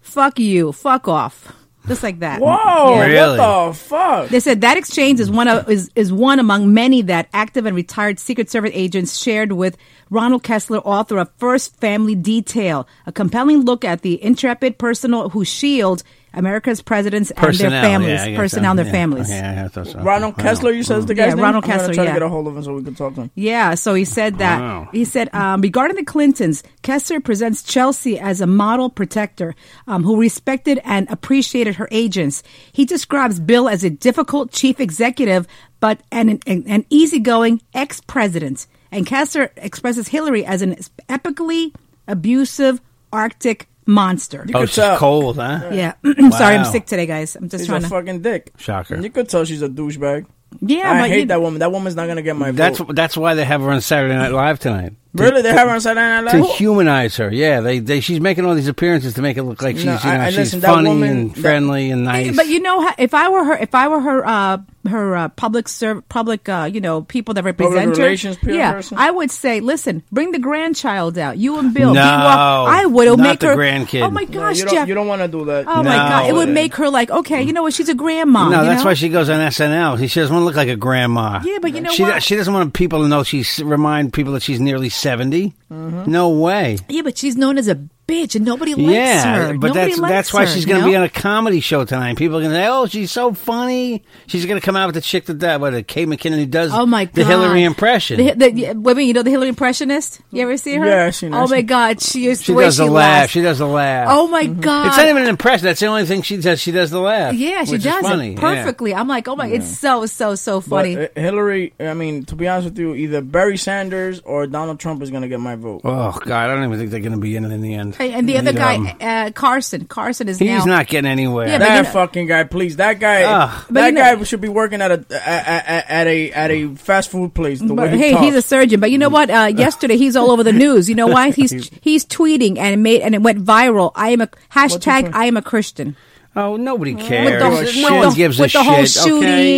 S3: Fuck you. Fuck off. Just like that.
S4: Whoa!
S3: Yeah.
S1: Really?
S4: What the fuck?
S3: They said that exchange is one of, is, is one among many that active and retired Secret Service agents shared with Ronald Kessler, author of First Family Detail, a compelling look at the intrepid personal who shield America's presidents and their
S1: Personnel,
S3: families,
S1: yeah, I guess
S3: personnel
S1: so.
S3: and their
S1: Yeah.
S3: families.
S1: Okay, I thought so.
S4: Ronald
S1: Wow.
S4: Kessler, you said the
S3: Yeah,
S4: guy's name?
S3: Ronald
S4: I'm
S3: Kessler,
S4: gonna try
S3: yeah.
S4: to get a hold of him so we can talk to him.
S3: Yeah, so he said that.
S1: Wow.
S3: He said um, regarding the Clintons, Kessler presents Chelsea as a model protector um, who respected and appreciated her agents. He describes Bill as a difficult chief executive, but an an, an easygoing ex president. And Kessler expresses Hillary as an epically abusive Arctic monster.
S4: You
S1: Oh,
S4: could
S1: she's
S4: tell.
S1: cold, huh?
S3: Yeah, I'm sorry, I'm
S1: Wow.
S3: sick today, guys. I'm just
S4: He's a
S3: trying to.
S4: fucking dick.
S1: Shocker.
S4: You could tell she's a douchebag.
S3: Yeah,
S4: I
S3: but
S4: hate
S3: you-
S4: that woman. That woman's not gonna get my
S1: That's
S4: vote.
S1: that's why they have her on Saturday Night Live tonight. To-
S4: Really, they have her on Saturday Night Live.
S1: To
S4: Who-
S1: humanize her, yeah, they, they she's making all these appearances to make it look like she's
S4: No,
S1: you
S4: I-
S1: know,
S4: I
S1: she's
S4: listen, that
S1: funny
S4: woman-
S1: and
S4: that-
S1: friendly and nice.
S3: But you know, how- if I were her, if I were her, uh, her uh, public serv- public, uh, you know, people that represent her,
S4: relations pe-
S3: yeah,
S4: person?
S3: I would say, listen, bring the grandchild out, you and Bill.
S1: No,
S3: Be well- I would. It would
S1: not
S3: make
S1: the
S3: her
S1: grandkid.
S3: Oh my
S4: No,
S3: gosh,
S4: you don't,
S3: Jeff.
S4: you don't want to do that.
S3: oh my
S1: No.
S3: god, it would make her like, okay, you know what? She's a grandma.
S1: no,
S3: you
S1: that's
S3: know?
S1: why she goes on SNL. She doesn't want to look like a grandma.
S3: Yeah, but you know
S1: she
S3: what?
S1: she doesn't want people to know she's remind people that she's nearly 70 No way.
S3: Yeah, but she's known as a bitch, and nobody Mm-hmm. likes
S1: yeah,
S3: her.
S1: but
S3: Nobody
S1: that's
S3: likes
S1: that's why
S3: her,
S1: she's
S3: you
S1: going to
S3: know?
S1: be on a comedy show tonight. People are going to say, "Oh, she's so funny." She's going to come out with the chick that that what a Kate McKinnon who does
S3: Oh my god!
S1: the Hillary impression.
S3: The, the, yeah, women, you know the Hillary impressionist. You ever see her?
S4: Yeah, I've seen her.
S3: Oh my
S4: She-
S3: god, she is.
S1: she
S3: the way
S1: does
S3: she
S1: the laugh.
S3: laughs.
S1: She does the laugh.
S3: Oh my god!
S1: Mm-hmm. It's not even an impression. That's the only thing she does. She does the laugh.
S3: Yeah, she
S1: which is
S3: does
S1: funny.
S3: it
S1: Yeah.
S3: perfectly. I'm like, oh my, it's so so so
S4: But,
S3: funny.
S4: uh, Hillary, I mean, to be honest with you, either Barry Sanders or Donald Trump is going to get my vote.
S1: Oh God, I don't even think they're going to be in it in the end.
S3: And, and the other
S1: um,
S3: guy, uh, Carson. Carson is
S1: He's
S3: now.
S1: not getting anywhere.
S3: Yeah, but
S4: That
S3: you know-
S4: fucking guy, please. That guy,
S1: Ugh.
S3: But
S4: that
S3: you know-
S4: guy should be working at a at, at, at a at a fast food place. The
S3: But
S4: way he
S3: hey,
S4: talks.
S3: he's a surgeon. But you know what? Uh, yesterday he's all over the news. You know why? He's he's tweeting and it made and it went viral. I am a hashtag.
S4: point?
S3: I am a Christian.
S1: Oh, nobody
S3: With
S1: cares.
S3: the,
S1: no
S3: with
S1: one
S3: the-
S1: gives
S3: with
S1: a
S3: the whole
S1: shit. okay?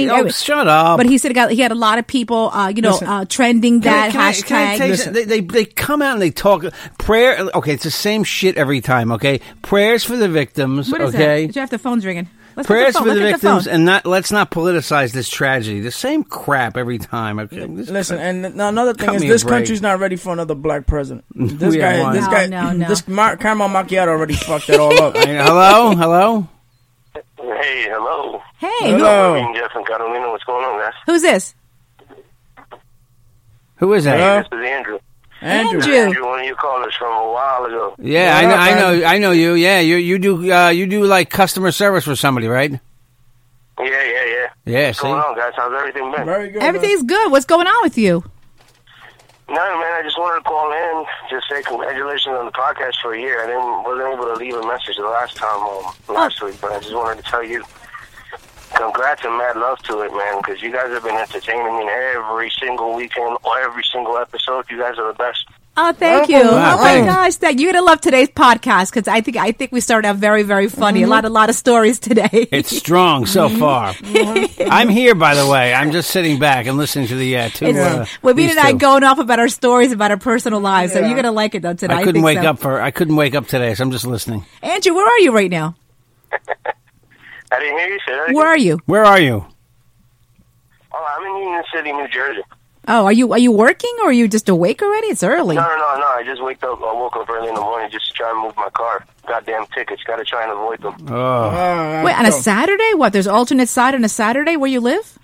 S3: shooting.
S1: Oh, shut up.
S3: But he said he, got, he had a lot of people, uh, you know, uh, trending that
S1: Can I-
S3: hashtag.
S1: can I- can I tell you something? they, they they come out and they talk prayer. Okay, it's the same shit every time. Okay, prayers for the victims.
S3: what is
S1: okay,
S3: that? Jeff, the phone's ringing. Let's look at
S1: prayers
S3: phone.
S1: for the
S3: Look at
S1: victims,
S3: phone.
S1: and not let's not politicize this tragedy. The same crap every time. Okay, This-
S4: Listen, and th- another thing
S1: Cut
S4: is
S1: me a
S4: this
S1: break.
S4: country's not ready for another black president. This
S1: We are
S4: guy,
S1: one.
S4: this
S3: No,
S4: guy,
S3: no, no.
S4: this Mar- Caramel Macchiato already fucked it all up.
S1: I mean, hello, hello.
S6: Hey, hello.
S3: Hey, who,
S4: Hello,
S6: Marine Jeff and Catalina, what's going on, guys?
S3: who's this?
S1: Who is that?
S4: Hello?
S6: This is Andrew.
S4: Andrew.
S3: Andrew.
S6: Andrew, one of your callers from a while ago.
S1: Yeah, I
S4: What
S1: know,
S4: up,
S1: I know,
S4: man?
S1: I know you. Yeah, you you do uh, you do like customer service for somebody, right?
S6: Yeah, yeah, yeah.
S1: Yeah.
S6: What's
S1: See,
S6: going on, guys? How's everything been?
S4: Very good.
S3: Everything's good. What's going on with you?
S6: No, man, I just wanted to call in, just say congratulations on the podcast for a year. I didn't wasn't able to leave a message the last time um, last week, but I just wanted to tell you, congrats and mad love to it, man, because you guys have been entertaining me every single weekend or every single episode. You guys are the best.
S3: Oh, thank
S4: Oh,
S3: you.
S4: wow,
S3: oh my
S1: thanks.
S3: gosh, thank you. You're gonna love today's podcast because I think I think we started out very very funny.
S1: Mm-hmm.
S3: A lot a lot of stories today.
S1: it's strong so far. I'm here, by the way. I'm just sitting back and listening to the uh, two.
S3: It's,
S1: uh,
S3: Wabine
S1: these
S3: and I
S1: two.
S3: going off about our stories about our personal lives, so you're gonna like it though today.
S1: I couldn't
S3: think
S1: wake
S3: so.
S1: up for I couldn't wake up today, so I'm just listening.
S3: Andrew, where are you right now?
S6: I didn't hear you say that. again.
S3: Where are you?
S1: Where are you?
S6: Oh, I'm in Union City, New Jersey.
S3: Oh, are you are you working or are you just awake already? It's early.
S6: No, no, no, no. I just waked up. I woke up early in the morning just to try and move my car. Goddamn tickets. Got to try and avoid them.
S1: Oh,
S4: Uh,
S3: Wait, on a
S4: so-
S3: Saturday? What? There's alternate side on a Saturday where you live?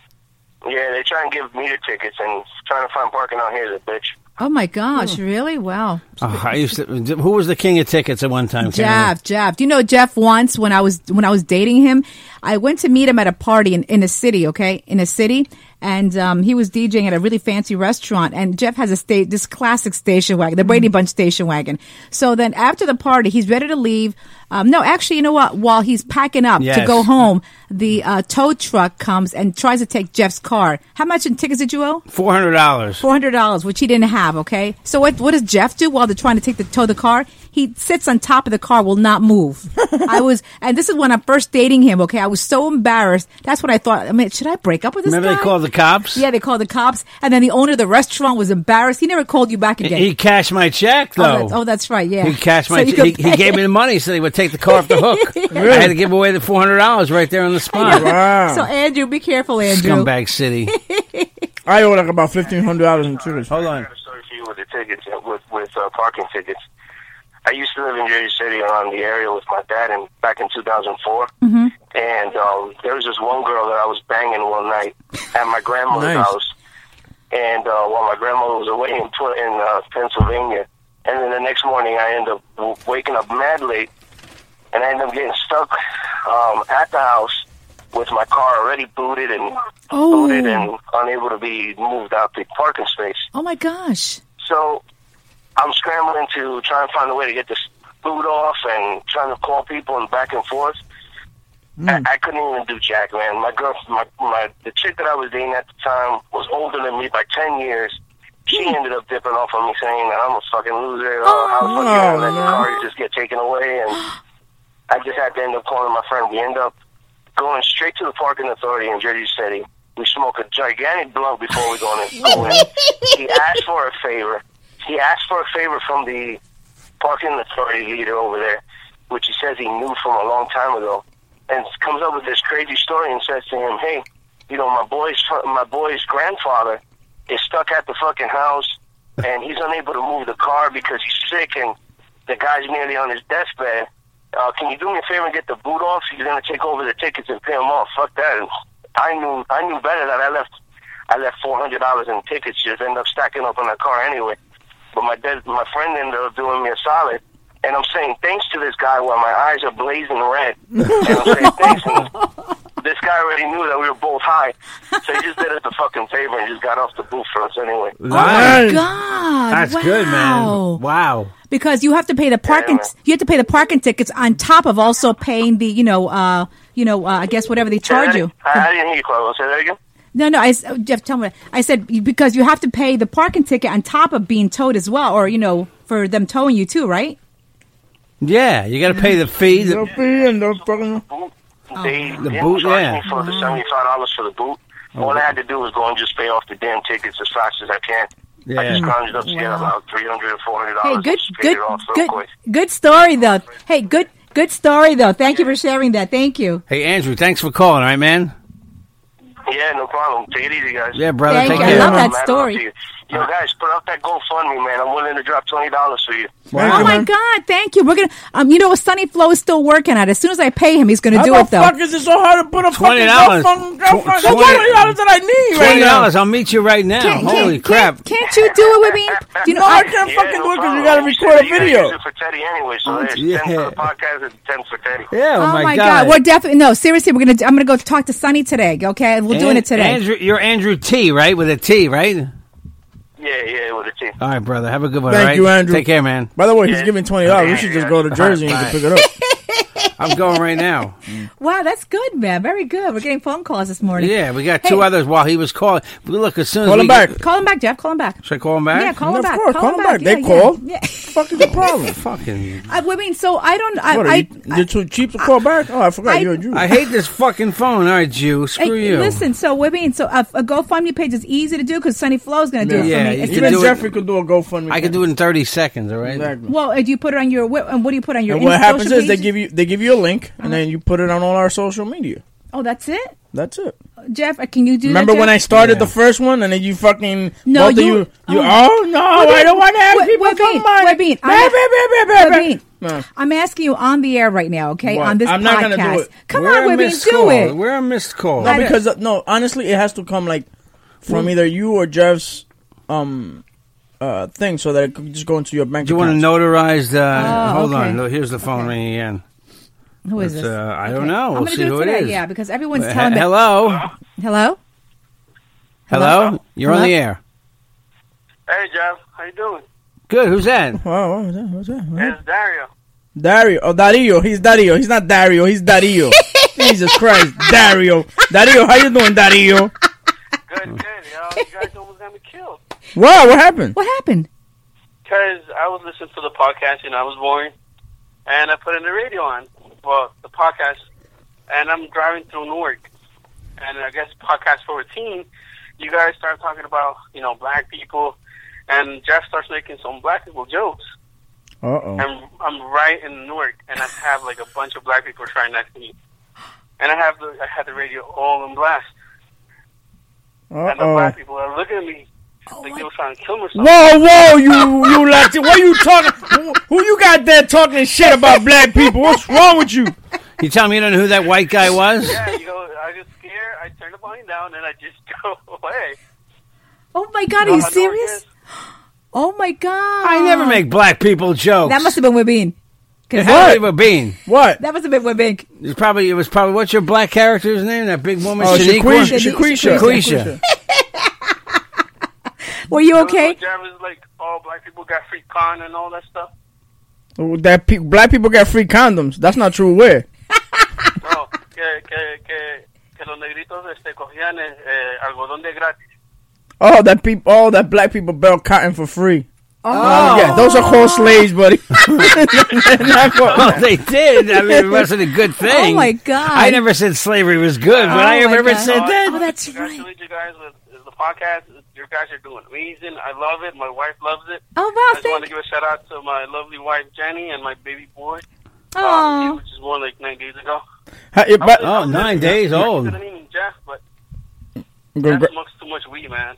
S6: Yeah, they try and give meter tickets and trying to find parking out here is a bitch.
S3: Oh my gosh,
S1: Hmm.
S3: really? Wow.
S1: oh, I used to. Who was the king of tickets at one time? Karen?
S3: Jeff, Jeff. Do you know Jeff once when I was when I was dating him, I went to meet him at a party in, in a city, okay? In a city. And um, he was DJing at a really fancy restaurant and Jeff has a sta- this classic station wagon, the Brady Bunch station wagon. So then after the party, he's ready to leave. Um, no, actually, you know what? While he's packing up to
S1: Yes.
S3: go home, the uh, tow truck comes and tries to take Jeff's car. How much in tickets did you owe?
S1: Four hundred dollars.
S3: four hundred dollars, which he didn't have. Okay, so what? What does Jeff do while they're trying to take the tow the car? He sits on top of the car, will not move. I was, and this is when I'm first dating him. Okay, I was so embarrassed. That's what I thought. I mean, should I break up with this
S1: Remember
S3: guy?
S1: they called the cops?
S3: Yeah, they called the cops, and then the owner of the restaurant was embarrassed. He never called you back again.
S1: He cashed my check
S3: oh,
S1: though.
S3: that's, oh, that's right. Yeah,
S1: He cashed
S3: So
S1: my.
S3: you
S1: he,
S3: could
S1: he
S3: pay-
S1: gave me the money so they would take the car off the hook. I had to give away the four hundred dollars right there on the spot.
S4: Wow.
S3: So Andrew, be careful, Andrew.
S1: Scumbag City.
S4: I owe like about fifteen hundred dollars in tickets.
S1: Hold
S6: I
S1: on.
S6: got a story for you with the tickets, uh, with with uh, parking tickets. I used to live in Jersey City around the area with my dad, and back in 2004,
S3: Mm-hmm.
S6: and um, there was this one girl that I was banging one night at my grandmother's
S4: Nice.
S6: house, and uh, while my grandmother was away in Pl- in uh, Pennsylvania, and then the next morning I end up w- waking up mad late, and I end up getting stuck um, at the house with my car already booted and
S3: Oh.
S6: booted and unable to be moved out the parking space.
S3: oh my gosh.
S6: So I'm scrambling to try and find a way to get this boot off and trying to call people and back and forth.
S1: Hmm.
S7: Mm-hmm.
S6: I, I couldn't even do jack, man. My girl, my, my the chick that I was dating at the time was older than me by ten years. She ended up dipping off on me, saying that I'm a fucking loser. Oh, how the fuck you gonna let your car just get taken away? And I just had to end up calling my friend. We end up going straight to the parking authority in Jersey City. We smoke a gigantic blunt before we go in. Go in. he asked for a favor. He asked for a favor from the parking authority leader over there, which he says he knew from a long time ago, and comes up with this crazy story and says to him, "Hey, you know my boy's fr- my boy's grandfather is stuck at the fucking house, and he's unable to move the car because he's sick, and the guy's nearly on his deathbed. Uh, can you do me a favor and get the boot off? He's gonna take over the tickets and pay him off. Fuck that. And I knew I knew better that I left I left four hundred dollars in tickets. Just end up stacking up on that car anyway. But my dad, my friend ended up doing me a solid. And I'm saying thanks to this guy while my eyes are blazing red. And I'm saying thanks. And this guy already knew that we were both high. So he just did us a fucking favor and just got off the booth for us anyway.
S3: Oh my
S1: Nice.
S3: god.
S1: That's
S3: wow.
S1: good, man. Wow.
S3: because you have to pay the parking.
S6: well.
S3: You have to pay the parking tickets on top of also paying the you know uh you know uh, I guess whatever they charge you.
S6: I, I didn't hear you, Carlos. Say that again.
S3: No, no, I s- oh, Jeff, tell me. I said you- because you have to pay the parking ticket on top of being towed as well, or you know for them towing you too, right?
S1: Yeah, you got to pay the fee.
S4: Yo,
S1: The,
S4: pee, and the fucking-
S6: boot. They
S1: The
S6: didn't
S1: boot,
S6: charge
S1: yeah. Oh,
S6: me for the seventy-five dollars for the boot. All I had to do was go and just pay off the damn tickets as fast as I can. I
S1: Yeah.
S6: just conjured up to get
S3: Wow.
S6: about three hundred or four hundred
S3: Hey,
S6: dollars.
S3: good,
S6: just paid
S3: good,
S6: it off real
S3: good,
S6: quick.
S3: good story though. Hey, good, good story though. Thank you for sharing that. Thank you.
S1: hey, Andrew, thanks for calling. All right, man.
S6: Yeah, no problem. Take it easy, guys.
S1: Yeah, brother.
S3: Thank
S1: take
S3: you. I
S1: care.
S3: love that
S6: Matter of
S3: story.
S6: to you. Yo, guys, put up that GoFundMe, man. I'm willing to drop twenty dollars for you.
S4: Thank
S3: oh
S4: you,
S3: my
S4: man.
S3: God! Thank you. We're gonna. Um, you know what? Sunny Flow is still working on it. As soon as I pay him, he's gonna
S4: How
S3: do
S4: the
S3: it though.
S4: fuck is it so hard to put a fucking
S1: $20.
S4: girlfriend?
S1: Tw-
S4: girlfriend-
S1: twenty-
S4: Twenty dollars that I need right
S1: Twenty
S4: now.
S1: dollars. I'll meet you right now.
S3: Can't-
S1: Holy
S3: can't-
S1: crap!
S3: Can't you do it with me? Do you know?
S4: No, I
S3: I,
S4: can't fucking do it because you
S6: problem.
S4: gotta
S6: You
S4: record
S6: said
S4: a
S6: you gotta
S4: video.
S6: Use it for Teddy anyway, so
S1: Oh,
S6: there's
S1: yeah.
S6: ten for the podcast and ten for Teddy.
S1: yeah.
S3: oh,
S1: Oh,
S3: my God. We're definitely no. Seriously, we're gonna. I'm gonna go talk to Sunny today. Okay, we're doing
S1: An-
S3: it today.
S1: Andrew, you're Andrew T, right? With a T, right?
S6: Yeah, yeah, with a T.
S1: All right, brother. Have a good one.
S4: Thank
S1: all right?
S4: you, Andrew.
S1: Take care, man.
S4: By the way, he's
S6: Yeah.
S4: giving twenty dollars. We should just go to Jersey and just pick it up.
S1: I'm going right now.
S3: Wow, that's good, man. Very good. We're getting phone calls this morning.
S1: Yeah, we got two
S3: Hey.
S1: others while he was calling. Look, as soon as
S4: Call
S1: we
S4: him back.
S1: get-
S3: Call him back, Jeff. Call him back.
S1: should I call him back?
S3: Yeah, call him
S4: Of
S3: back.
S4: course, call
S3: him
S4: him
S3: back.
S4: back. They
S3: Yeah,
S4: called.
S3: Yeah. yeah.
S4: Fuck is the problem?
S1: Fucking.
S3: I, I mean, so I don't. I,
S4: What, are
S3: I,
S4: you, you're too cheap to call back. Oh, I forgot
S3: I-
S4: you're a Jew.
S1: I hate this fucking phone. All right, Jew.
S3: Hey,
S1: Screw you.
S3: Listen, so I mean, so a, a GoFundMe page is easy to do because Sunny Flow is going to do it
S1: Yeah.
S3: for
S1: Yeah,
S3: me. It's
S1: you
S4: Even
S1: do it-
S4: Jeffrey could do a GoFundMe.
S1: I can do it in 30 seconds. All right.
S4: Exactly.
S3: well, uh, do you put it on your what, and what do you put on your?
S4: And what
S3: Insta-
S4: happens
S3: social
S4: is they
S3: pages? Uh-huh.
S4: give you they give you a link and then you put it on all our social media.
S3: Oh, that's it,
S4: That's it.
S3: Jeff. uh, Can you do?
S4: Remember
S3: that,
S4: when I
S3: Jeff?
S4: started
S1: Yeah.
S4: the first one and then you fucking
S3: No,
S4: both of
S3: you-
S4: you you
S3: oh.
S4: oh, no I don't want to ask
S3: Wait,
S4: people
S3: wait,
S4: for
S3: Bean,
S4: money.
S3: wait, Bean,
S4: Bah,
S3: I'm-
S4: bah, bah, bah, bah, bah.
S3: Wait, Bean,
S4: No.
S3: I'm asking you on the air right now, okay?
S4: What?
S3: On this
S4: I'm
S3: podcast.
S4: not gonna do it.
S3: Come
S1: We're a
S3: on, Whitney,
S1: missed
S3: do
S1: call.
S3: it.
S1: We're a missed call. Mm.
S4: No,
S3: I-
S4: because uh, no, honestly, it has to come like from either you or Jeff's um uh thing, so that it could just go into your bank.
S1: Do you want to
S4: accounts.
S1: notarize? Uh,
S3: Oh,
S1: hold
S3: okay.
S1: on. Look, here's the phone ringing again.
S3: who is
S1: It's,
S3: this?
S1: uh, I don't know.
S3: I'm
S1: We'll
S3: gonna
S1: see
S3: do
S1: who
S3: it
S1: it
S3: today,
S1: is. Uh,
S3: yeah, because everyone's
S1: He-
S3: telling me.
S1: hello?
S3: Hello?
S1: Hello? You're on
S3: Hello?
S1: the air.
S6: Hey, Jeff, how you doing?
S1: Good. Who's that?
S4: Wow, what was that? What's that? What?
S6: It's Dario.
S4: Dario. Oh, Dario. He's Dario. He's not Dario. He's Dario. Jesus Christ, Dario. Dario, how you doing, Dario?
S6: Good, good. Yo, you guys almost got me killed.
S4: Wow, what happened?
S3: What happened?
S6: Because I was listening to the podcast and I was boring, and I put in the radio on, well, the podcast, and I'm driving through Newark, and I guess podcast 14, you guys start talking about, you know, black people, and Jeff starts making some black people jokes.
S4: Uh oh.
S6: I'm, I'm right in Newark, and I have like a bunch of black people trying next to me. And I have the I had the radio all on blast,
S4: Uh
S6: and the
S4: oh.
S6: black people are looking at me like they were trying to kill me or something.
S4: Whoa, whoa, you, you Latin. What you talking? Who, who you got there talking shit about black people? What's wrong with you?
S1: You tell me you don't know who that white guy was?
S6: Yeah, you know, I was scared. I turned the volume down and I just go away.
S3: Oh my God, are
S6: No,
S3: you
S6: I know it
S3: serious?
S6: is.
S3: Oh my God.
S1: I never make black people jokes.
S3: That must have been Wibin.
S1: It had to be a bean.
S4: What?
S3: That must have been Wibin.
S1: It's probably it was probably what's your black character's name? That big woman,
S4: Oh,
S1: Shaniqua?
S4: Shaquisha.
S3: Shaquisha.
S4: Shaquisha.
S1: Shaquisha.
S3: Were you okay?
S6: Jam is like all black people got free con and all that stuff.
S4: Oh, That pe- black people got free condoms. That's not true. Where?
S6: No, Oh, que, que, que, que los negritos este, cogían eh, eh, algodón de gratis.
S4: Oh, that peop Oh, that black people bell cotton for free. Oh, yeah, those are called slaves, buddy. Not for-
S1: Well, they did. I mean, it wasn't a good thing.
S3: Oh, my God.
S1: I never said slavery was good. When I
S3: Oh my
S1: ever
S3: God.
S1: said that,
S3: Oh, that's
S6: Congratulate
S3: right.
S6: you guys with the podcast. You guys are doing amazing. I love it. My wife loves it.
S3: Oh,
S6: I
S3: wow.
S6: just want
S3: Thank
S6: to give a shout out to my lovely wife Jenny and my baby boy, um,
S3: Oh,
S6: which is born like nine days ago.
S4: How- it- but-
S1: Oh, nine days old.
S6: I mean, Jeff, but Jeff
S4: Congra-
S6: smokes too much weed, man.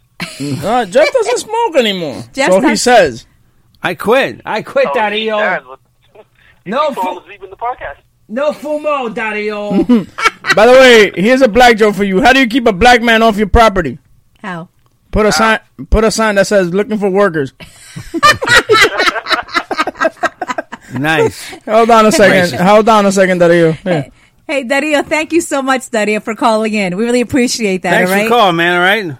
S4: Uh, Jeff doesn't smoke anymore.
S3: Jeff
S4: so he
S3: doesn't-
S4: says.
S1: I quit. I quit,
S6: Oh, he
S1: Daddy-o.
S6: does, but-
S1: No,
S6: He falls
S1: fu-
S6: asleep in the podcast.
S1: no fumo, Daddy-o.
S4: By the way, here's a black joke for you. How do you keep a black man off your property?
S3: how?
S4: Put a sign. Put a sign that says "Looking for workers."
S1: nice.
S4: Hold on a second.
S1: Racist.
S4: Hold on a second, Dario. Yeah.
S3: Hey, Dario, thank you so much, Dario, for calling in. We really appreciate that,
S1: Thanks
S3: all right?
S1: for calling, man. All right.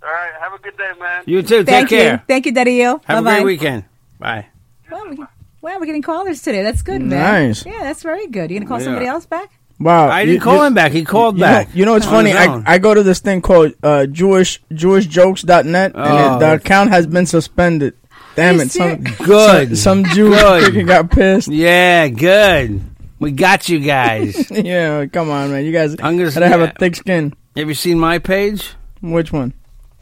S6: All right, have a good day, man.
S1: You too.
S3: Thank
S1: Take
S3: you.
S1: care.
S3: Thank you, Dario.
S1: Have
S3: Bye-bye.
S1: a great weekend. Bye.
S3: Well, we, well, we're getting callers today. That's good, man.
S4: Nice.
S3: Yeah, that's very good. You gonna call
S1: Yeah.
S3: somebody else back?
S4: Wow.
S1: I
S4: you-
S1: didn't call
S4: you-
S1: him back. He called
S4: You know,
S1: back.
S4: you know it's
S1: On
S4: funny.
S1: his
S4: I,
S1: own.
S4: I go to this thing called uh, Jewish JewishJokes.net, and
S1: Oh.
S4: it, the account has been suspended. Damn
S3: You
S4: it! Some,
S1: Good.
S4: some Jew
S1: Good.
S4: freaking got pissed.
S1: yeah, good. We got you guys.
S4: Yeah, come on, man. You guys
S1: I'm gonna
S4: gotta have a
S1: yeah.
S4: thick skin.
S1: Have you seen my page?
S4: Which one?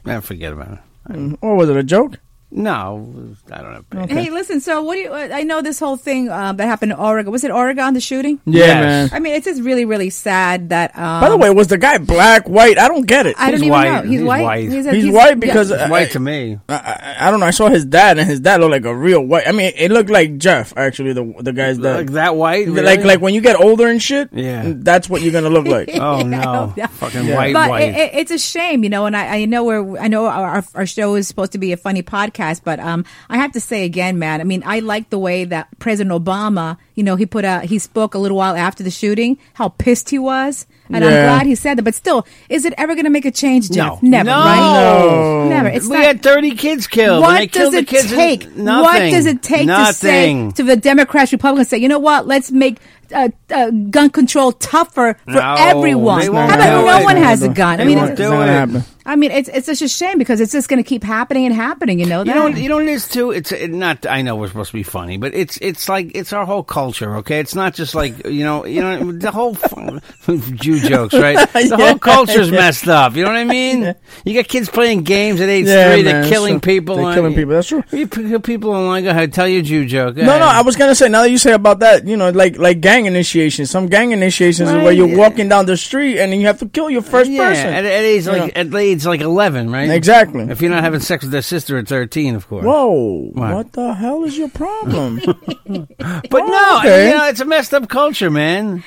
S1: Man, forget about it.
S4: Or was it a joke?
S1: No, I don't have. Page.
S3: Hey, listen. So, what do you? I know this whole thing uh, that happened in Oregon. Was it Oregon the shooting?
S4: Yeah,
S1: Yes.
S4: man.
S3: I mean, it's just really, really sad that. Um,
S4: By the way, was the guy black, white? I don't get it.
S3: I don't
S1: he's
S3: even
S1: white.
S3: know. He's,
S1: He's
S3: white.
S1: white.
S3: a-
S4: He's white
S3: yeah.
S4: because I,
S1: White to me.
S4: I, I, I don't know. I saw his dad, and his dad looked like a real white. I mean, it looked like Jeff actually. The the guy's dad.
S1: Like that white?
S4: Like
S1: really?
S4: like when you get older and shit.
S1: Yeah.
S4: that's what you're gonna look like.
S1: Oh
S3: Yeah,
S1: no!
S3: yeah.
S1: Fucking
S4: Yeah.
S1: white,
S3: but
S1: white.
S3: It, it, it's a shame, you know. And I, I know we're, I know our, our show is supposed to be a funny podcast, but um, I have to say again, man. I mean, I like the way that President Obama, you know, he put a, he spoke a little while after the shooting, how pissed he was, and I'm
S4: Yeah.
S3: glad he said that. But still, is it ever going to make a change, Jeff?
S1: No.
S3: Never,
S1: No.
S3: right? Never. It's
S1: we
S3: not.
S1: had thirty kids killed. and they
S3: what does
S1: killed the
S3: it
S1: kids in-
S3: take?
S1: Nothing.
S3: What does it take to say
S1: Nothing.
S3: to the Democrats, Republicans, say, you know what? Let's make uh, uh, gun control tougher for
S1: No,
S3: everyone.
S1: they
S3: How
S1: won't
S3: about
S1: do
S3: no
S1: it.
S3: one has a gun? I
S1: They
S3: mean,
S1: won't
S3: it's,
S1: do
S4: not
S1: it.
S4: happen.
S3: I mean, it's it's such a shame because it's just going to keep happening and happening. You
S4: Oh,
S3: know that.
S1: You e- know, what- you know what it is too. It's it not. I know we're supposed to be funny, but it's it's like it's our whole culture. Okay, it's not just like you know, you know, the whole f- Jew jokes, right? The whole culture's messed up. You know what I mean? You got kids playing games at age
S4: Yeah, man,
S1: three. They're
S4: that's
S1: killing
S4: true.
S1: people.
S4: They're
S1: on-
S4: killing people, that's true.
S1: You p- kill people online. Go ahead, tell your Jew joke. Go
S4: No, no, I
S1: ahead.
S4: was gonna say. Now that you say about that, you know, like like gang initiations. Some gang initiations is where
S1: Right.
S4: you're walking down the street and you have to kill your first
S1: yeah,
S4: person.
S1: At, at age
S4: You
S1: like
S4: know.
S1: at age like eleven, right?
S4: Exactly.
S1: If you're not having sex with their sister at thirteen, of course.
S4: Whoa!
S1: What?
S4: What? the hell is your problem?
S1: But no,
S4: okay.
S1: Oh, you know, it's a messed up culture, man.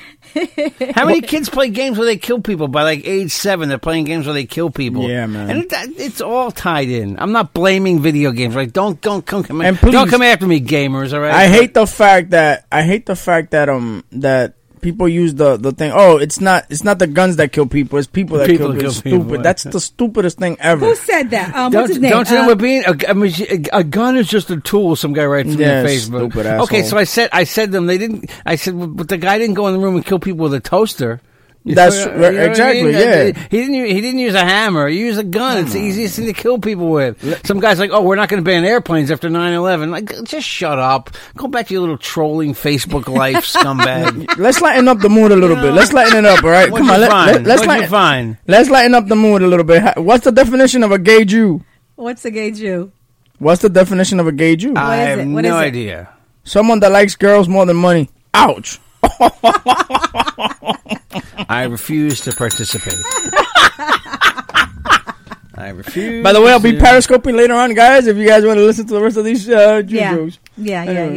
S1: How many kids play games where they kill people by like age seven? They're playing games where they kill people.
S4: Yeah, man.
S1: And it, it's all tied in. I'm not blaming video games. Right? Don't don't come come
S4: And
S1: don't
S4: please-
S1: come after me, gamers. All right?
S4: I hate the fact that I hate the fact that um that people use the the thing. Oh, it's not it's not the guns that kill people. It's people that
S1: People
S4: kill people.
S1: kill
S4: Stupid.
S1: people.
S4: That's the stupidest thing ever.
S3: Who said that? Um,
S1: Don't,
S3: what's his name?
S1: don't you
S3: Uh,
S1: know what being a, I mean, a, a gun is just a tool? Some guy writes from
S4: Yeah,
S1: your Facebook.
S4: stupid
S1: okay,
S4: asshole.
S1: so I said I said them. They didn't. I said, but the guy didn't go in the room and kill people with a toaster. You
S4: That's-
S1: know- you
S4: right,
S1: know what I
S4: exactly,
S1: mean?
S4: yeah.
S1: Uh, He didn't. u- He didn't use a hammer. He used a gun. It's the easiest thing to kill people with. Some guys like, oh, we're not going to ban airplanes after 9-11. Like, just shut up. Go back to your little trolling Facebook life, scumbag.
S4: Let's lighten up the mood a little bit. Let's lighten it up. All right,
S1: What
S4: come
S1: you
S4: on. Let,
S1: find?
S4: let, let's
S1: What you
S4: lighten.
S1: find?
S4: Let's lighten up the mood a little bit. Ha- What's the definition of a gay Jew?
S3: What's a gay Jew?
S4: What's the definition of a gay Jew?
S1: I
S3: is
S1: have
S3: it? What
S1: no
S3: is it?
S1: idea.
S4: Someone that likes girls more than money. Ouch.
S1: I refuse to participate. I refuse.
S4: By the way, I'll be
S1: to-
S4: periscoping later on, guys. If you guys want to listen to the rest of these uh, Jew
S3: Yeah.
S4: jokes.
S3: Yeah, yeah,
S4: Anyway.
S1: Oh,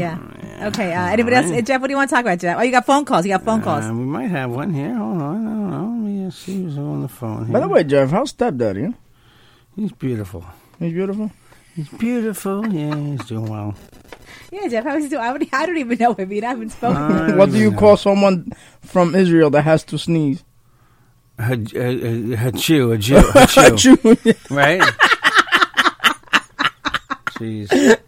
S3: yeah. Okay. Uh, anybody else? Uh, Jeff, what do you want to talk about, Jeff? Oh, you got phone calls. You got phone calls.
S1: Uh, we might have one here. Hold on. I don't know. Let me just see who's on the phone. Here.
S4: By the way, Jeff, how's stepdaddy? huh?
S1: he's beautiful.
S4: He's beautiful.
S1: He's beautiful. Yeah, he's doing well.
S3: yeah, Jeff. How is doing? I, would, I don't even know him. I mean, I haven't spoken. to
S1: Uh,
S3: him.
S4: What do you call someone from Israel that has to sneeze?
S1: A, a, a, a Jew, a Jew, a Jew,
S4: Jew.
S1: right? Jeez.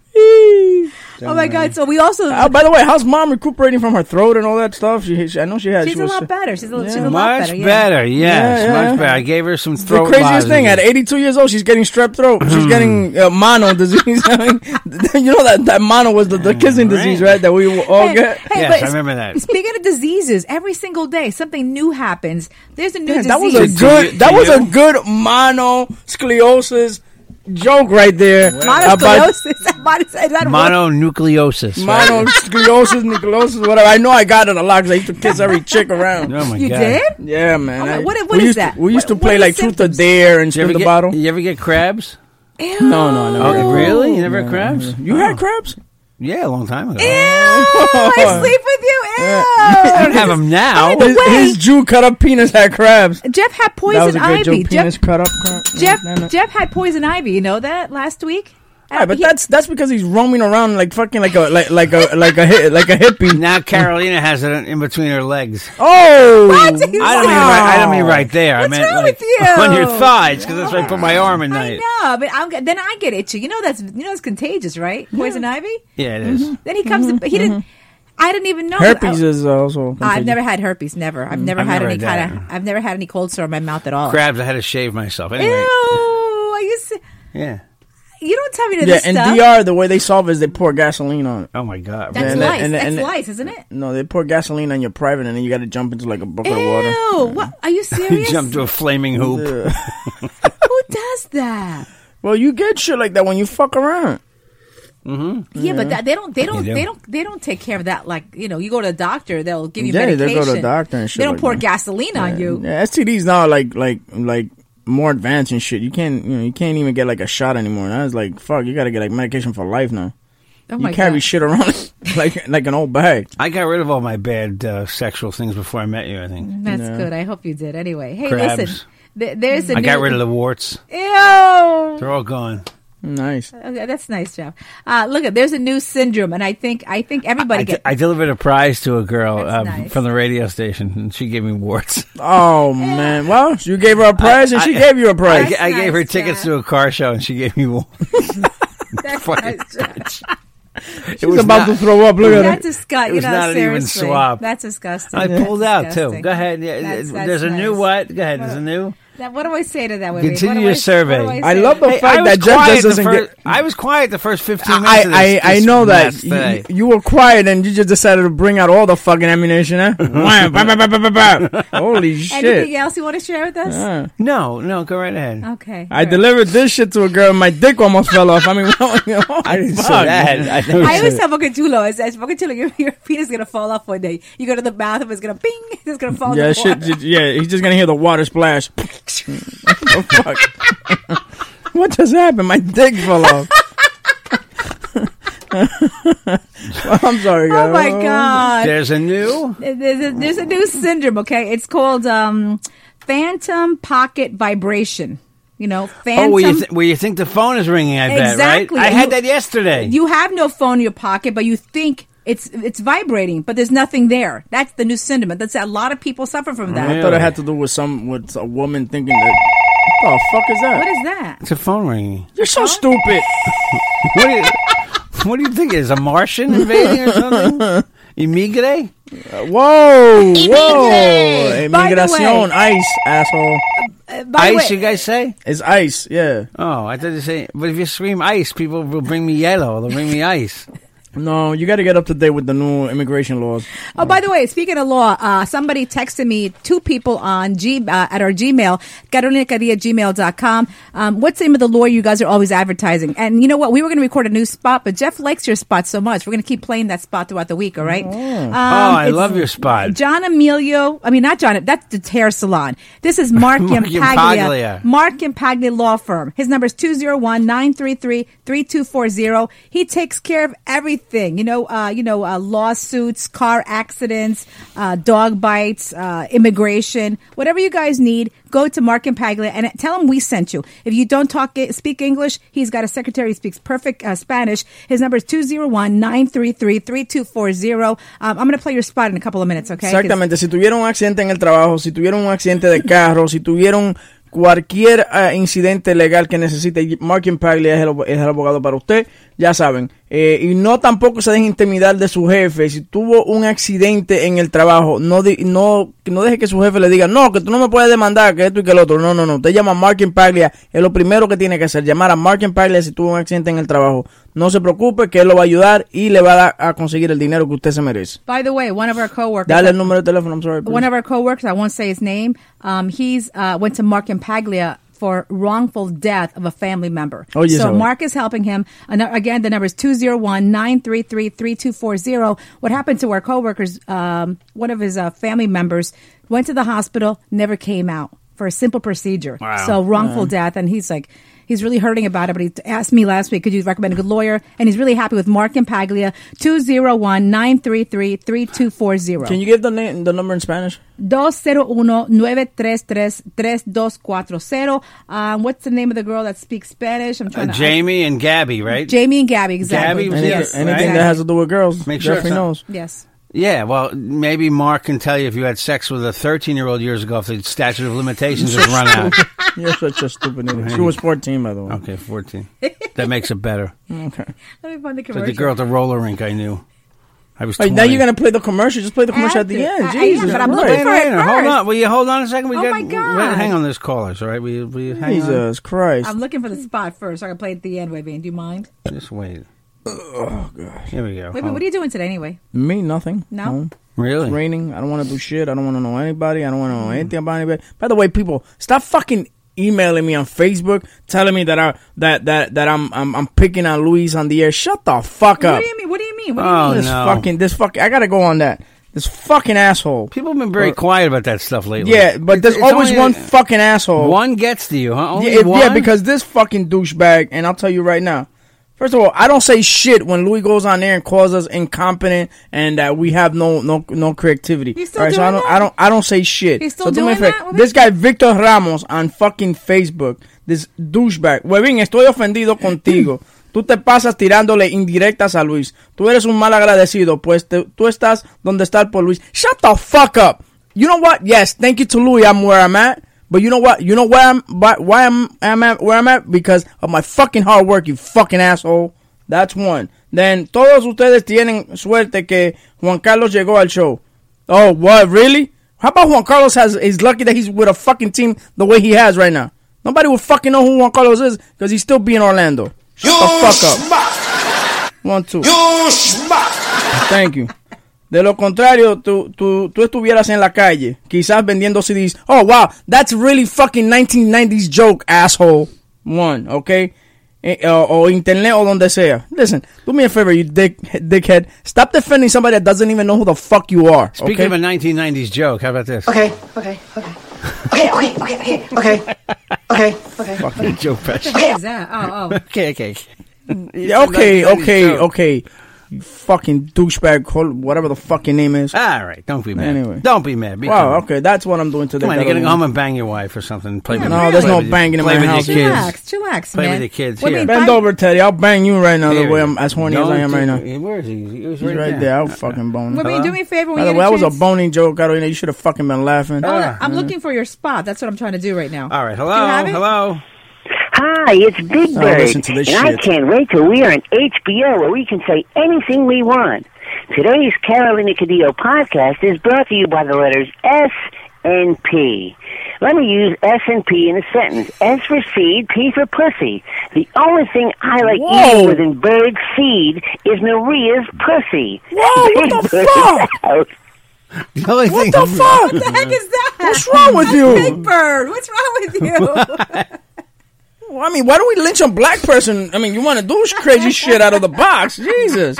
S3: Oh my God! So we also
S4: Uh, by the way, how's mom recuperating from her throat and all that stuff? She, she I know she had.
S3: she's
S4: she
S3: a
S4: was,
S3: lot better. She's a, she's a lot
S1: Much
S3: better.
S1: better,
S3: yeah.
S1: yes,
S4: Yeah, yeah.
S1: much better. I gave her some
S4: The
S1: throat.
S4: craziest
S1: lozenges.
S4: thing, at 82 years old, she's getting strep throat. She's getting uh, mono disease. you know that, that mono was the, the kissing
S1: Right.
S4: disease, right? That we will all get.
S3: Hey,
S1: Yes,
S3: but
S1: I
S3: s-
S1: remember that.
S3: Speaking of diseases, every single day something new happens. There's a new
S4: Man,
S3: disease.
S4: that was a
S1: To
S4: good.
S1: you-
S4: that
S1: to
S4: was a
S1: you?
S4: good monosclerosis joke right there. about
S3: Monosclerosis. Monos- is that a word?
S1: Mononucleosis. right?
S4: monosclerosis, Niculosis, whatever. I know I got it a lot because I used to kiss every chick around.
S1: Oh my
S3: You
S1: God.
S3: did?
S4: Yeah, man.
S3: Oh,
S4: I-
S3: what- what
S4: we
S3: is
S4: used to-
S3: that?
S4: we used to
S3: What-
S4: play
S3: what are
S4: like
S3: the
S4: truth or dare and
S1: Did
S4: spin
S1: you ever
S4: the
S1: get-
S4: bottle.
S1: You ever get crabs?
S3: Ew.
S4: No, no, no.
S1: Oh, really? You never had crabs? Oh.
S4: You had crabs?
S1: Yeah, a long time ago.
S3: Ew. Oh, I sleep with you.
S1: I
S3: Ew.
S1: don't have them
S3: By
S1: now.
S3: the
S4: His, his
S3: way-
S4: Jew cut up penis had crabs.
S3: Jeff had
S4: That was
S3: poison
S4: a good
S3: ivy.
S4: joke.
S3: Jeff, Uh,
S4: Penis cut up. crab-
S3: Jeff,
S4: No, no.
S3: Jeff had poison ivy. You know that last week. I
S4: Yeah,
S3: don't
S4: but
S3: think he-
S4: that's that's because he's roaming around like fucking like a like like a like a hi- like a hippie.
S1: Now Carolina has it in between her legs.
S4: Oh,
S3: What? He's
S1: I don't mean right. I don't mean right there.
S3: What's
S1: I meant
S3: wrong
S1: like
S3: with you?
S1: on your thighs because that's where I put my arm in
S3: I
S1: night.
S3: know, Oh, but I'm, then I get itchy. You know that's you know it's contagious, right? Poison ivy. Mm-hmm.
S1: Yeah, it is.
S3: Then he comes. To, he didn't. I didn't even know. that I-
S4: Mm-hmm, herpes is also.
S3: I've
S4: contagious.
S3: never had herpes. Never.
S4: Mm,
S3: I've never
S1: I've
S3: had
S1: never
S3: any
S1: had that.
S3: kind of. I've never had any cold sore in my mouth at all.
S1: Crabs. I had to shave myself.
S3: Ew!
S1: Anyway,
S3: Are you se-
S1: yeah.
S3: you don't tell me to
S4: Yeah,
S3: this
S4: and
S3: stuff.
S4: DR the way they solve is they pour gasoline on it.
S1: Oh my god.
S3: That's
S4: and-
S1: really?
S3: lice.
S4: and-
S3: That's
S4: and-
S3: lice, isn't it?
S4: No, they pour gasoline on your private, and then you got to jump into like a bucket of water.
S3: Ew! What? Are you
S1: You
S3: serious?
S1: jumped to a flaming hoop.
S3: Who does that?
S4: Well, you get shit like that when you fuck around.
S1: Mm-hmm.
S3: Yeah, but that, they don't. They don't.
S1: do.
S3: They don't. They don't take care of that. Like you know, you go to a doctor, they'll give you
S4: Yeah, they'll go to
S3: medication.
S4: a doctor and shit
S3: They don't
S4: like
S3: pour
S4: that.
S3: gasoline on you.
S4: Yeah, STDs now are like like like more advanced and shit. You can't you know you can't even get like a shot anymore. Now it's like fuck, you got to get like medication for life now.
S3: Oh
S4: you
S3: my
S4: carry
S3: god!
S4: shit around like like an old bag.
S1: I got rid of all my bad uh, sexual things before I met you. I think
S3: That's good. I hope you did. Anyway, hey,
S1: Crabs.
S3: listen. Th- there's a
S1: I got
S3: new-
S1: rid of the warts.
S3: Ew.
S1: They're all gone.
S4: Nice.
S3: Okay, that's nice, Jeff. Uh, look, there's a new syndrome, and I think I think everybody
S1: I,
S3: gets.
S1: I delivered a prize to a girl
S3: That's
S1: uh,
S3: nice.
S1: from the radio station, and she gave me warts.
S4: Oh man. Well, you gave her a prize and she
S1: I-
S4: gave you a
S1: I,
S4: prize.
S1: g- I gave her
S3: nice,
S1: tickets
S3: Jack.
S1: to a car show, and she gave me warts.
S3: that's
S1: fucking
S3: nice, Jeff.
S1: It
S4: She's about to throw up. Look at her.
S3: That's disgusting.
S1: It was
S3: you know,
S1: not an even
S3: seriously.
S1: swab.
S3: That's disgusting.
S1: I
S3: That's
S1: pulled out too.
S3: disgusting.
S1: Go ahead. Yeah,
S3: That's- that's
S1: there's a new
S3: nice.
S1: what? Go ahead. There's a new.
S3: Now, what do I say to that? Webby?
S1: Continue
S3: What do
S1: your
S3: I-
S1: survey.
S3: what do
S4: I
S3: say?
S4: love the
S1: Hey,
S4: fact that Jeff
S1: quiet the
S4: doesn't
S1: fir-
S4: get.
S1: I was quiet the first 15 minutes. of
S4: I,
S1: this-
S4: I, I
S1: this
S4: know that
S1: mess
S4: you,
S1: today.
S4: you were quiet and you just decided to bring out all the fucking ammunition, huh? Wham, bah, bah, bah, bah, bah, bah. Holy
S3: Anything
S4: shit!
S3: else you want to share with us?
S4: Uh,
S1: no, no, go right ahead.
S3: okay.
S4: I
S3: Sure.
S4: delivered this shit to a girl, and my dick almost fell off. I mean,
S1: I
S4: I
S1: didn't say that. I, never
S3: I
S1: said
S3: always
S1: that.
S3: tell Bocachulo, I said, Bocachulo, your, your penis is going to fall off one day. You go to the bathroom, it's going to ping, it's going to fall
S4: Yeah,
S3: off.
S4: shit. j- Yeah, he's just gonna hear the water splash. Oh, fuck. what just happened? My dick fell off. I'm sorry, guys.
S3: Oh my God.
S1: There's a new.
S3: There's a, there's a new syndrome, okay? It's called um, phantom pocket vibration. You know,
S1: Oh,
S3: phantom.
S1: where you, th- where you think the phone is ringing? I bet.
S3: Exactly.
S1: Right? I had
S3: You-
S1: that yesterday.
S3: you have no phone in your pocket, but you think it's it's vibrating, but there's nothing there. That's the new syndrome. That's a lot of people suffer from that.
S4: I thought it had to do with some with a woman thinking that. What the fuck is that?
S3: What is that?
S1: it's a phone ringing.
S4: You're so stupid.
S1: What do you, what do you think? Is a Martian invading or something? Imigre?
S4: Uh, Whoa, whoa.
S3: Immigrate. By the
S4: Immigracion,
S3: way-
S4: ice, asshole.
S3: Uh, by the
S1: Ice,
S3: way,
S1: you guys say?
S4: It's ice. Yeah.
S1: Oh, I thought you say. But if you scream ice, people will bring me yellow. They'll bring me ice.
S4: No, you got to get up to date with the new immigration laws.
S3: oh, by the way, speaking of law, uh, somebody texted me two people on G uh, at our Gmail, carolinacari@gmail.com. Um, what's the name of the lawyer you guys are always advertising? And you know what? We were going to record a new spot, but Jeff likes your spot so much, we're going to keep playing that spot throughout the week. All right?
S4: Hmm.
S3: Um,
S1: oh, I
S3: it's-
S1: love your spot.
S3: John Emilio, I mean, not John, that's the hair salon. This is Mark
S1: Mark
S3: Impaglia.
S1: Impaglia.
S3: Mark Impaglia Law Firm. His number is 201 933 3240. He takes care of everything, you know, uh, you know, uh, lawsuits, car accidents, uh, dog bites, uh, immigration, whatever you guys need, go to Mark Impaglia and tell him we sent you. If you don't talk eh, speak English, he's got a secretary who speaks perfect uh, Spanish. His number is 201 933 3240. Um, I'm going to play your spot in a couple of minutes, okay? 'Cause-
S4: Exactamente. Si tuvieron un accidente en el trabajo, si tuvieron un accidente de carro, si tuvieron cualquier eh, incidente legal que necesite, Mark Impaglia es el, abo- es el abogado para usted. Ya saben. Eh, y no tampoco se deje intimidar de su jefe. Si tuvo un accidente en el trabajo, no, di- no, que no deje que su jefe le diga, no, que tú no me puedes demandar, que esto y que el otro. No, no, no. Usted llama a Mark Impaglia. Es lo primero que tiene que hacer. Llamar a Mark Impaglia si tuvo un accidente en el trabajo. No se preocupe que él lo va a ayudar y le va a, dar- a conseguir el dinero que usted se merece.
S3: By the way, one of our coworkers.
S4: Dale el número de teléfono, I'm sorry. please.
S3: one of our coworkers, I won't say his name, um, he's uh, went to Mark Impaglia for wrongful death of a family member.
S4: Oh, yes, I
S3: so
S4: will.
S3: Mark is helping him. And uh, again, the number is 201-933-3240. What happened to our coworkers, um, one of his uh, family members went to the hospital, never came out.
S8: for a simple procedure.
S1: Wow.
S8: So wrongful death, and he's like. He's really hurting about it, but he asked me last week, could you recommend a good lawyer? And he's really happy with Mark and Paglia, 201-933-3240.
S4: Can you give the name, the number in Spanish?
S8: 201-933-3240. Um, what's the name of the girl that speaks Spanish? I'm trying to
S1: Uh, Jamie and Gabby, right?
S8: Jamie and Gabby, exactly.
S1: Gabby was
S4: Anything,
S8: yes.
S4: anything
S1: right?
S4: that has to do with girls,
S1: Make sure
S4: Jeffrey
S1: it's not-
S4: knows.
S8: Yes.
S1: yeah, well, maybe Mark can tell you if you had sex with a 13 year old years ago if the statute of limitations has run out.
S4: You're such a stupid idiot. She was 14, by the way.
S1: Okay, 14. That makes it better.
S8: Let me find the
S1: But
S8: commercial.
S1: the girl at the roller rink I knew. I was
S4: Wait,
S1: 20.
S4: Oh, now you're gonna play the commercial. Just play the commercial at
S8: After-
S4: the end.
S8: I- I-
S4: Jesus,
S8: but I'm
S4: Christ.
S8: looking
S1: Wait,
S8: for
S1: wait,
S8: it
S1: hold
S8: first.
S1: on. Will you hold on a second? We
S8: Oh
S1: got,
S8: my God. Um,
S1: wait, hang on, this callers, all right? Will you, will you hang on?
S4: Jesus Christ.
S8: I'm looking for the spot first. so I can play it at the end, Webby. Do you mind?
S1: Just wait. Oh, God. Here we go.
S8: Webby, what are you doing today anyway?
S4: Me, nothing.
S8: No?
S4: Home.
S1: Really?
S4: It's raining. I don't want to do shit. I don't want to know anybody. I don't want to
S8: Mm.
S4: know anything about anybody. By the way, people, stop fucking emailing me on Facebook telling me that I that that that I'm I'm, I'm picking on Luis on the air. Shut the fuck
S8: What
S4: up.
S8: do you mean? What do you mean? What do you
S1: Oh,
S4: This
S1: no.
S4: fucking this fucking. I gotta go on that. This fucking asshole.
S1: People have been very
S4: Or-
S1: quiet about that stuff lately.
S4: Yeah, but there's
S1: It's
S4: always
S1: only-
S4: one fucking asshole.
S1: One gets to you, huh? Only
S4: Yeah, if-
S1: one?
S4: yeah, because this fucking douchebag, and I'll tell you right now. First of all, I don't say shit when Louis goes on there and calls us incompetent and that we have no no no creativity.
S8: He's still
S4: All so I
S8: doing
S4: don't
S8: that?
S4: I don't I don't say shit.
S8: He's still
S4: so do me a
S8: doing
S4: favor.
S8: that, Webin?
S4: This guy Victor Ramos on fucking Facebook, this douchebag. Webin, estoy ofendido contigo. Tú te pasas tirándole indirectas a Luis. Tú eres un mal agradecido, pues te- tú estás donde está el por Luis. Shut the fuck up. You know what? Yes, thank you to Louis. I'm where I'm at. But you know what? You know why I'm why, why I'm, I'm at where I'm at because of my fucking hard work. You fucking asshole. That's one. Then todos ustedes tienen suerte que Juan Carlos llegó al show. Oh, what? Really? How about Juan Carlos has is lucky that he's with a fucking team the way he has right now. Nobody will fucking know who Juan Carlos is because he's still be in Orlando. Shut the fuck up. One, two. Thank you. De lo contrario, tú, tú, tú estuvieras en la calle, quizás vendiendo CDs. Oh, wow, that's really fucking 1990s joke, asshole. One, okay? Eh, o- o internet o donde sea. Listen, do me a favor, you dick, dickhead. Stop defending somebody that doesn't even know who the fuck you are.
S1: Speaking
S4: okay?
S1: of a 1990s joke, how about this?
S9: Okay, okay, okay. Okay, okay, okay, okay, okay. Okay, okay.
S1: Joe Pesci.
S8: What is that? Oh, oh.
S1: Okay, okay.
S4: Yeah, okay,
S1: It's a 1990s
S4: okay,
S1: joke.
S4: okay. You fucking douchebag, call- whatever the fucking name is.
S1: All right, don't be mad.
S4: Anyway.
S1: Don't be mad. Be
S4: Wow,
S1: calm.
S4: okay, that's what I'm doing today.
S1: Come on, you're
S4: That'll
S1: gonna go
S4: be-
S1: home and bang your wife or something. Play with
S4: No,
S1: your-
S4: there's
S1: play
S4: no
S1: with your-
S4: banging in
S1: play
S4: my
S1: with your
S4: house.
S8: Relax,
S1: kids.
S8: relax,
S1: Play
S8: man.
S1: with the kids,
S8: Wait a minute,
S1: here.
S4: Bend
S8: find-
S4: over, Teddy. I'll bang you right now the
S1: Here.
S4: way I'm as horny as
S1: Don't
S4: I am
S1: do-
S4: right now.
S1: Where is he? He was
S4: He's
S1: right,
S4: right there. I'll fucking bone. him.
S8: Webby, do me a favor. When
S4: By the
S8: you
S4: way,
S8: get a
S4: that was a
S8: chance-
S4: boning joke, Carolina. You should have fucking been laughing.
S8: Hold on, Oh,
S1: Ah,
S8: I'm looking for your spot. That's what I'm trying to do right now.
S1: All right,
S8: Do you
S1: hello,
S8: have it?
S1: hello.
S10: Hi, it's Big
S4: Oh,
S10: Bird,
S4: listen to
S10: and
S4: this
S10: I
S4: shit.
S10: can't wait till we are on HBO where we can say anything we want. Today's Carolina Cadillo podcast is brought to you by the letters S and P. Let me use S and P in a sentence. S for seed, P for pussy. The only thing I like
S4: Whoa.
S10: eating within bird seed is Maria's pussy.
S4: Whoa, what the
S10: Big Bird
S4: fuck?
S10: out.
S1: The only
S4: What
S1: thing-
S4: the
S8: What
S4: fuck?
S8: the heck is that?
S4: What's wrong with you?
S8: Big Bird, what's wrong with you?
S4: I mean, why don't we lynch a black person? I mean, you want to do crazy shit out of the box? Jesus.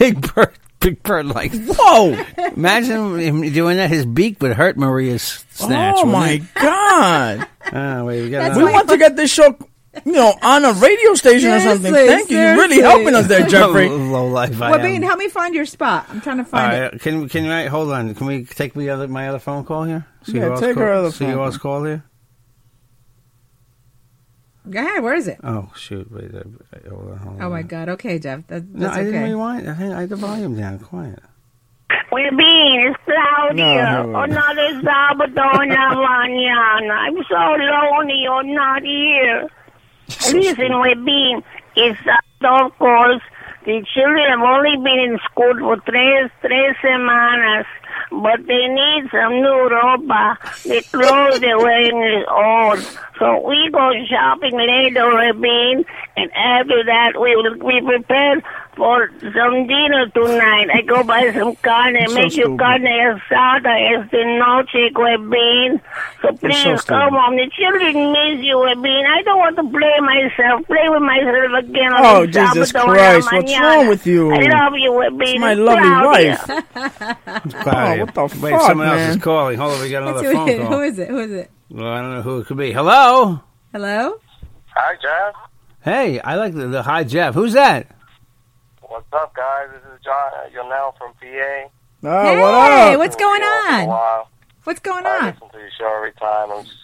S1: Big Bird, Big Bird, like
S4: Whoa.
S1: imagine him doing that. His beak would hurt Maria's snatch.
S4: Oh,
S1: wouldn't
S4: my
S1: it?
S4: God.
S1: Oh, wait, we got
S8: That's
S4: We
S1: another-
S4: want to get this show, you know, on a radio station or something.
S8: Seriously,
S4: Thank you. You're really
S8: seriously.
S4: helping us there,
S1: Low,
S4: Jeffrey.
S1: low life. I
S8: well,
S1: am.
S8: Bean, help me find your spot. I'm trying to
S1: All
S8: find it.
S1: right, can can I hold on? Can we take the other my other phone call here? See
S4: Yeah,
S1: who else
S4: take her
S1: call-
S4: other
S1: See
S4: phone
S1: who else call here?
S8: Go ahead, where is it?
S1: Oh shoot! Wait, I, I, hold on. Hold
S8: Oh
S1: on.
S8: my God. Okay, Jeff. That,
S1: No,
S8: that's
S1: I didn't
S8: okay.
S1: rewind. I had, I had the volume down. Quiet.
S10: We're being it's
S4: No,
S10: Claudia.
S4: no, no.
S10: Oh, no, this Salvadorna Vaniana. I'm so lonely you're not here. Listen, we're being it's uh, of course. The children have only been in school for tres, tres semanas, but they need some new ropa. The clothes they're wearing is old. So we go shopping later, Rabin, and after that we will be prepared for some dinner tonight. I go buy some carne,
S11: so
S10: make you
S11: stupid.
S10: carne asada, es de noche, Webin. So
S11: You're
S10: please
S11: so stupid.
S10: come on. The children miss you, Webin. I don't want to play myself, play with myself again. on
S4: Oh,
S10: the sábado
S4: Jesus
S10: en la
S4: Christ, what's
S10: mañana.
S4: wrong with you?
S10: I love you, Webin.
S4: It's my lovely wife.
S1: Claudia.
S4: Oh, what the
S1: Wait,
S4: fuck,
S1: someone else
S4: man?
S1: is calling. Hold on, we got
S3: Let's
S1: another
S3: see who,
S1: phone
S3: it- who
S1: call.
S3: is it? Who is it?
S1: Well, I don't know who it could be. Hello?
S3: Hello?
S8: Hi, Jeff.
S1: Hey, I like the, the hi Jeff. Who's that?
S8: What's up, guys? This is John Yonel from PA.
S3: hey,
S1: what up?
S3: what's going on?
S8: Wow.
S3: What's going
S8: I
S3: on?
S8: listen to your show every time. I'm just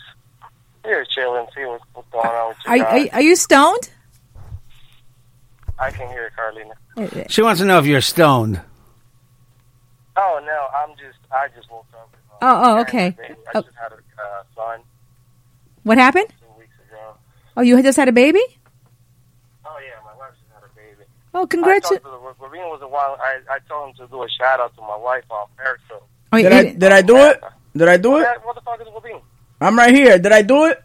S8: here chilling, see what's, what's going on with you
S3: Are,
S8: guys.
S3: are, are you stoned?
S8: I can hear it, Carlina.
S1: She wants to know if you're stoned.
S8: Oh no, I'm just I just woke up.
S3: Oh, oh, okay.
S8: I just had a uh, son
S3: What happened?
S8: two weeks ago.
S3: Oh, you just had a baby?
S8: Oh yeah, my wife just had a baby.
S3: Oh,
S8: I
S3: congrats.
S8: talked to the, Rabin was a while. I, I told him to do a shout out to my wife on Periscope.
S4: did, I, did I do it? Did I do it?
S8: That- What the fuck is Rabin?
S4: I'm right here. Did I do it?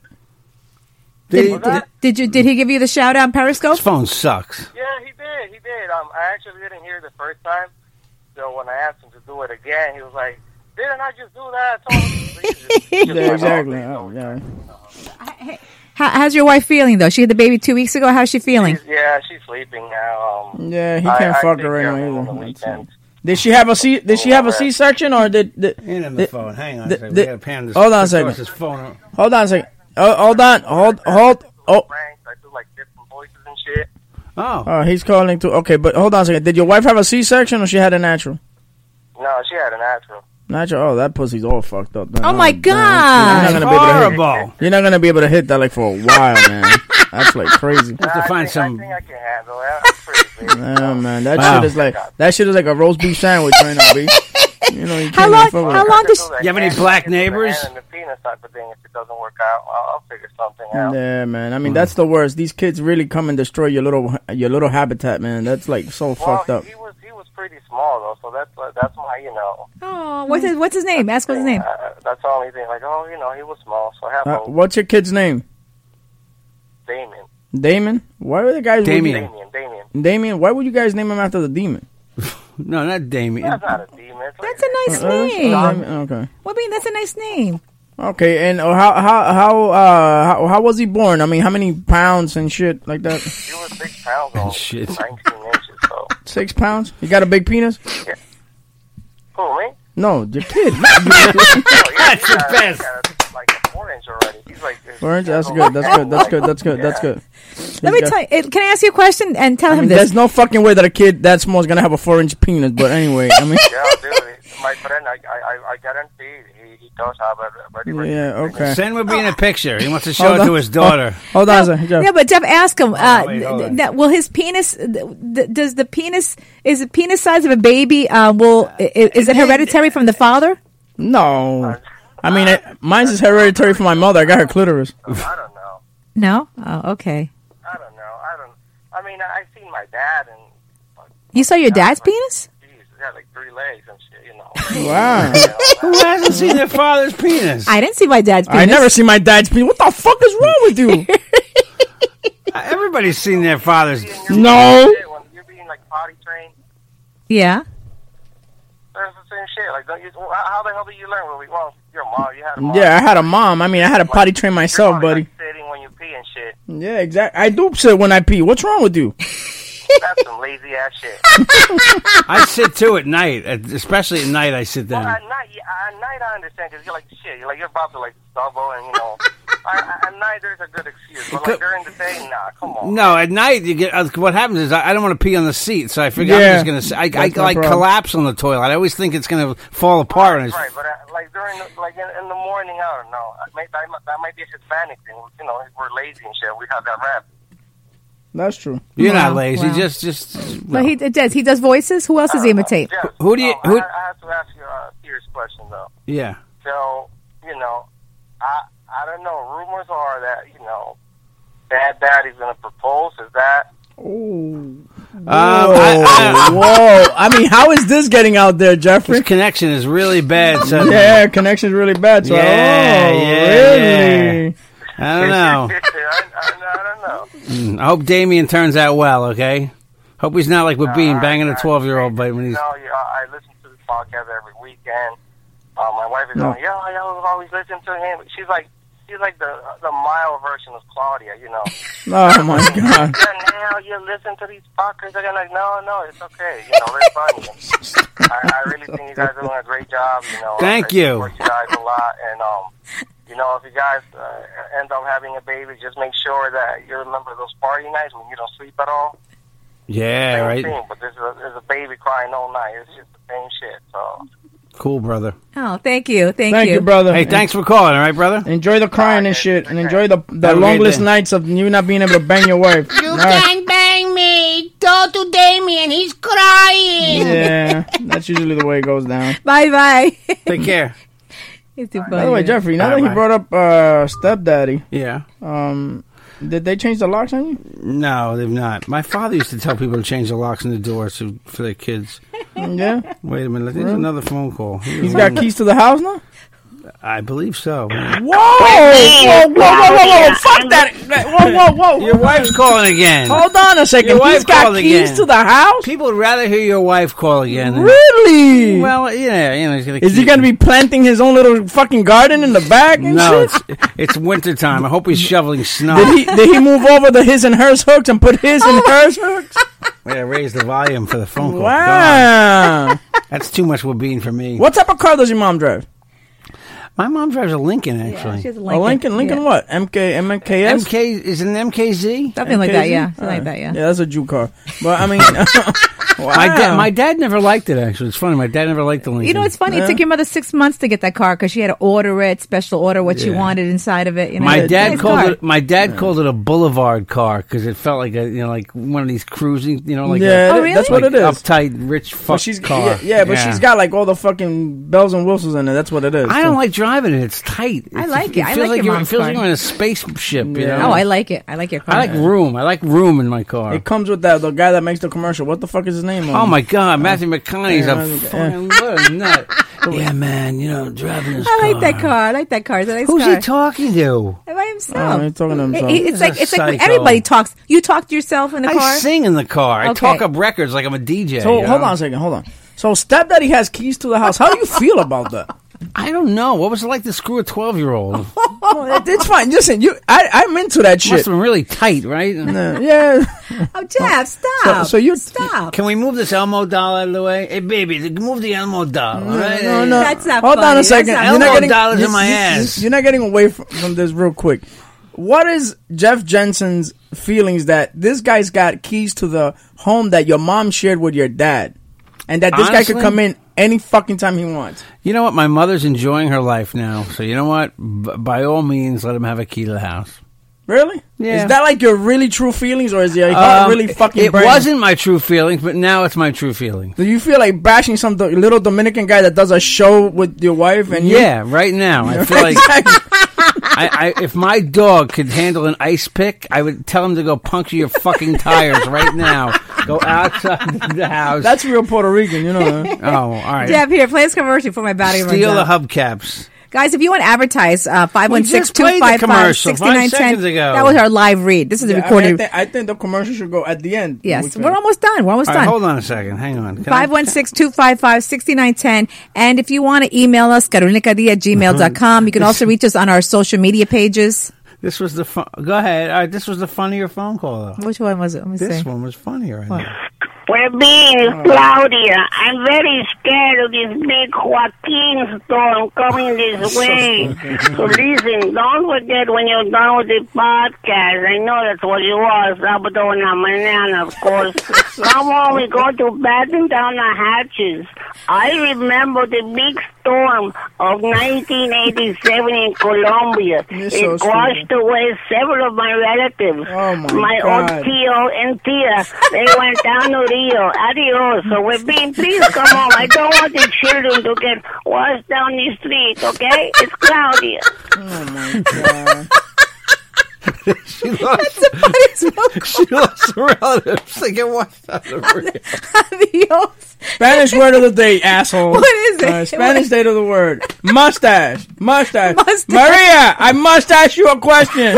S3: Did, did, did you did he give you the shout out on Periscope?
S1: phone sucks.
S8: Yeah, he did. He did. Um, I actually didn't hear the first time. So when I asked him to do it again, he was like, "Didn't I just do that?" I told him to do it."
S4: Yeah, exactly. Oh, yeah.
S3: How, how's your wife feeling though? She had the baby two weeks ago. How's she feeling?
S8: yeah, she's sleeping now. Um,
S4: Yeah, he
S8: I-
S4: can't
S8: I
S4: fuck
S8: take
S4: her right
S8: care of
S4: now
S8: on
S4: either.
S8: the weekends.
S4: Did she have a C? Did she have a C-section or did? did
S1: Hand him the phone. Hang on a
S4: the-
S1: second.
S4: the-
S1: we gotta pan this,
S4: hold on a
S1: this
S4: second.
S1: horse's phone.
S4: Hold on a second. Oh, hold on. Hold. Hold. Oh.
S8: I do like different voices and shit.
S1: Oh.
S4: Oh, he's calling too. Okay, but hold on a second. Did your wife have a C-section or she had a natural?
S8: No, she had an natural.
S4: Natural. Oh, that pussy's all fucked up. man.
S8: Oh, my
S4: damn, that's-
S1: God.
S4: Be able to
S1: Horrible.
S4: hit, you're not gonna be able to hit that like for a while, man. That's like crazy.
S1: Have to find some.
S4: Yeah, man. That
S1: Wow.
S4: shit is like that shit is like a roast beef sandwich right now, B. You know, you can't
S8: How long-
S4: even fuck with
S8: how
S4: it.
S8: long does-
S1: You have any black neighbors?
S8: And the penis type of thing. If it doesn't work out, I'll, I'll figure something out.
S4: Yeah, man.
S7: Hmm.
S4: I mean,
S3: Hmm.
S4: that's the worst. These kids really come and destroy your little your little habitat, man. That's like so fucked
S8: well,
S4: up.
S8: he, he was he was pretty small though, so that's uh, that's why you know
S3: Oh, what's his what's his name? Ask what's his name.
S8: uh, that's the only thing. Like, oh, you know, he was small, so have
S4: Uh,
S8: a
S4: what's your kid's name?
S8: Damon.
S4: Damon. Why are the guys?
S1: Damien.
S8: Damien, Damien.
S4: Damien. Why would you guys name him after the demon?
S1: No, not Damien.
S8: That's not a demon. It's like,
S3: That's a nice
S4: Uh, uh,
S3: name.
S4: Damien, Okay.
S3: Well, I mean, that's a nice name.
S4: Okay. And uh, how how how uh how, how was he born? I mean, how many pounds and shit like that?
S8: he was six pounds on
S1: Shit.
S8: nineteen inches. So,
S4: Six pounds. You got a big penis?
S8: cool, me? Oh,
S4: No, your kid.
S1: That's the best.
S8: Like a four inch already. He's like this.
S4: Orange. That's good. That's good. That's good. That's good. That's good.
S3: Let me tell you. it- Can I ask you a question and tell
S4: I mean,
S3: him this?
S4: there's no fucking way that a kid that small is gonna have a four-inch penis. But anyway, I mean.
S8: Yeah, dude. My friend, I I I guarantee he, he does have a very very
S4: Yeah. Okay.
S1: Send would be in a picture. He wants to show
S4: Hold
S1: it
S4: on.
S1: to his daughter.
S4: Hold on, a second, Jeff.
S3: Yeah, but Jeff, ask him. Uh,
S1: wait,
S3: th-
S1: hold
S3: th-
S1: on.
S3: that- will his penis? th- th- does the penis is the penis size of a baby? Uh, will i- i- is it hereditary from the father?
S4: No. I mean, it, mine's is hereditary from my mother. I got her clitoris.
S8: I don't know.
S3: No. Oh, okay.
S8: I don't know. I don't. I mean, I, I've seen my dad and
S3: You saw your dad's penis?
S8: geez, he had like three legs and shit. You know.
S4: Wow.
S1: Who hasn't seen their father's penis?
S3: I didn't see my dad's penis.
S4: I never see my dad's penis. What the fuck is wrong with you?
S1: Everybody's seen their father's.
S4: No.
S8: Shit, when you're being like potty trained,
S3: Yeah.
S8: that's the same shit. Like, don't you? well, How how the hell do you learn? Well, we- well, your mom. You had a mom.
S4: Yeah, I had a mom. I mean, I had to potty train
S8: Your
S4: myself,
S8: mom's, like,
S4: buddy.
S8: sitting when you pee and shit.
S4: Yeah, exactly. I do sit when I pee. What's wrong with you?
S8: That's some lazy ass shit.
S1: I sit too at night, especially at night. I sit
S8: Well,
S1: down.
S8: at night, yeah, at night I understand because you're like shit. You're like you're about to like double and you know. I, I, at night there's a good excuse, but like during the day, nah, come on.
S1: No, at night you get. Uh, what happens is I, I don't want to pee on the seat, so I figure
S4: Yeah.
S1: I'm just gonna. s- I, I,
S4: That's my
S1: like
S4: problem.
S1: collapse on the toilet. I always think it's gonna fall apart. and it's-
S8: Right, but uh, like during the, like in, in the morning, I don't know. I may, that, might- that might be a Hispanic thing. You know, we're lazy and shit. We have that rap.
S4: That's true.
S1: You're
S3: Wow,
S1: not lazy.
S3: wow.
S1: Just, just.
S3: But he it does. He does voices. Who else does he imitate?
S8: Uh, Jeff,
S1: Who do you-
S8: no,
S1: who-
S8: I, I have to ask you a serious question though.
S1: yeah.
S8: So you know, I I don't know. Rumors are that you know, Bad Daddy's gonna propose. Is that?
S1: Um, I, I,
S4: Whoa. I mean, how is this getting out there, Jeffrey?
S1: this connection is really bad. So
S4: Yeah, connection's really bad. So,
S1: Yeah,
S4: oh,
S1: yeah,
S4: really?
S1: I don't know. Mm,
S8: I, I, I don't know.
S1: I hope Damien turns out well. Okay. Hope he's not like with
S6: No,
S1: Bean
S6: I-
S1: banging a
S6: I-
S1: twelve year old. But when he's
S6: No, yeah, I I listen to this podcast every weekend. Uh, my wife is
S1: No.
S6: going, yeah, I always listen to him. She's like, she's like the the mild version of Claudia, you know.
S4: Oh my god.
S6: Yeah, now you listen to these fuckers. They're like, no, no, it's okay. You know, they're funny. I, I really think you guys are doing a great job. You know,
S1: Thank
S6: I
S1: you.
S6: support you guys a lot, and um, you know, if you guys uh, end up having a baby, just make sure that you remember those party nights when you don't sleep at all.
S1: yeah,
S6: Same
S1: right,
S6: Thing, but there's a, there's a baby crying all night. It's just the same shit. So
S1: cool, brother.
S3: Oh, thank you, thank,
S4: Thank you, brother.
S1: Hey, thanks for calling. All right, brother.
S4: Enjoy the crying and shit, and enjoy the the
S1: Have a great
S4: longless
S1: day.
S4: nights of you not being able to bang your wife. All right.
S11: bang me. Go to Damien. He's crying.
S4: Yeah, that's usually the way it goes down.
S3: Bye bye.
S1: Take care.
S3: It's too funny.
S4: By the way, Jeffrey, now that he
S1: Bye-bye.
S4: brought up uh, stepdaddy,
S1: Yeah.
S4: um, did they change the locks on you?
S1: No, they've not. My father used to tell people to change the locks on the doors to, for their kids.
S4: Yeah,
S1: Wait a minute. There's
S4: Really?
S1: another phone call.
S4: he's got keys to the house now.
S1: I believe so.
S4: Whoa! Whoa! Whoa! Whoa! Whoa! whoa. Fuck that! Whoa! Whoa! Whoa!
S1: Your wife's calling again.
S4: Hold on a second.
S1: Your wife
S4: He's got
S1: called
S4: keys
S1: again.
S4: to the house.
S1: People would rather hear your wife call again. than-
S4: Really?
S1: Well, yeah, you know, he's gonna
S4: Is he
S1: keep-
S4: gonna be planting his own little fucking garden in the back? And
S1: No,
S4: shit?
S1: it's, it's winter time. I hope he's shoveling snow.
S4: Did he did he move over the his and hers hooks and put his
S3: Oh
S4: and hers hooks?
S1: Yeah, raise the volume for the phone call.
S4: Wow!
S1: God, that's too much with being for me.
S4: what type of car does your mom drive?
S1: My mom drives a Lincoln, actually.
S3: She's a
S4: A Lincoln. Lincoln
S3: yeah.
S4: what? MK MKS.
S1: MK is it an MKZ.
S3: Something like that,
S4: MKZ?
S3: yeah. Something
S4: All
S3: like
S4: right.
S3: that, yeah.
S4: Yeah, that's a Jew car. But I mean,
S1: My dad,
S4: wow.
S1: my dad never liked it. Actually, it's funny. My dad never liked the Lincoln.
S3: You know, it's funny. It took your mother six months to get that car because she had to order it, special order what she
S1: Yeah.
S3: wanted inside of it. You know,
S1: my
S3: It's a
S1: dad
S3: nice
S1: called
S3: car.
S1: it. My dad called it a boulevard car because it felt like a you know like one of these cruising you know like
S4: yeah,
S1: a,
S3: Oh,
S4: that-
S3: really?
S4: that's what
S1: like
S4: it is.
S1: uptight rich fuck
S4: But she's
S1: car.
S4: Yeah, yeah, but she's got like all the fucking bells and whistles in it. That's what it is.
S1: I don't like driving it. It's tight.
S3: I
S1: It's-
S3: like it. I
S1: feels
S3: like your
S1: you're-
S3: mom's
S1: feels
S3: car.
S1: like you're in a spaceship. You
S4: Yeah.
S1: know.
S3: Oh, I like it. I like your car.
S1: I like room. I like room in my car.
S4: It comes with that the guy that makes the commercial. What the fuck is his name? Um, uh,
S1: Oh my God, Matthew McConaughey's
S4: yeah,
S1: a
S4: Matthew-
S1: fucking what a nut. Yeah, man, you know driving this
S3: I like that car. I like that car. It's a nice
S1: Who's
S3: car.
S1: he talking to?
S3: By himself.
S4: Oh, he's talking to himself.
S3: It- it- it's
S1: He's
S3: like
S1: a
S3: it's like when
S1: psycho.
S3: everybody talks. You talk to yourself in the car.
S1: I sing in the car. I
S3: Okay.
S1: talk up records like I'm a DJ.
S4: So
S1: you
S4: hold
S1: know?
S4: on a second. Hold on. So stepdaddy has keys to the house. How do you feel about that?
S1: I don't know. What was it like to screw a twelve year old?
S4: Oh, it- it's fine. Listen, you, I, I'm into that
S1: Must have
S4: shit.
S1: been really tight, right?
S4: Uh, yeah.
S3: Oh, Jeff, stop.
S4: so you-
S3: stop.
S1: Can we move this Elmo doll out of the way? Hey, baby, move the Elmo doll. all right?
S4: No, no.
S3: That's not
S4: Hold on
S3: funny.
S4: a
S3: That's
S4: second.
S3: not
S4: You're not
S1: funny.
S4: getting
S1: Dollars
S4: you-
S1: in my
S4: you-
S1: ass.
S4: You're not getting away from, from this real quick. What is Jeff Jensen's feelings that this guy's got keys to the home that your mom shared with your dad, and that this guy
S1: Honestly?
S4: could come in any fucking time he wants?
S1: You know what? My mother's enjoying her life now. So you know what? B- by all means, let him have a key to the house.
S4: Really?
S1: Yeah.
S4: Is that like your really true feelings, or is your heart
S1: Um,
S4: really fucking?
S1: It
S4: burning?
S1: wasn't my true feelings, but now it's my true feelings.
S4: Do you feel like bashing some do- little Dominican guy that does a show with your wife and you?
S1: Yeah, right now I feel like I, I, if my dog could handle an ice pick, I would tell him to go puncture your fucking tires right now. Go outside the house.
S4: That's real Puerto Rican, you know. huh?
S1: oh, all right.
S3: Jeff, here, play this commercial for my battery runs
S1: Steal the
S3: out.
S1: hubcaps.
S3: Guys, if you want to advertise, uh, 516-255-6910.
S1: Five seconds ago.
S3: That was our live read. This is a
S4: Yeah, I, mean, I,
S3: recorded.
S4: thi- I think the commercial should go at the end. We
S3: yes,
S4: can-
S3: we're almost done. We're almost
S1: All
S3: done.
S1: right, hold on a second. Hang on. Can I-
S3: 516-255-6910. And if you want to email us, carolinacadilla at gmail.com. You can
S1: Mm-hmm.
S3: also reach us on our social media pages.
S1: This was the fu- go ahead. All right, this was the funnier phone call though.
S3: Which one was it? Let me
S1: This
S3: see.
S1: one was funnier. I think.
S10: Well, being is
S4: Mm.
S10: Claudia, I'm very scared of this big Joaquin storm coming this way. so listen, don't forget when you're done with the podcast. I know that's what you are, Sabado and Manana, of course. Come on, we go to batten down the hatches. I remember the big storm of 1987 in Colombia.
S4: You're
S10: it
S4: so stupid.
S10: washed away several of my relatives.
S4: Oh, my
S10: old
S4: God.
S10: Tio and Tia, they went down to Rio. Adios. So we're being, please come home. I don't want the children to get washed down the street, okay? It's Claudia.
S1: She lost. she lost her relatives. They get washed out of the
S3: Adios.
S4: Spanish word of the day, asshole.
S3: What is it?
S4: Uh, Spanish day of the word. Mustache. Mustache.
S3: Mustache.
S4: Maria, I mustache you a question.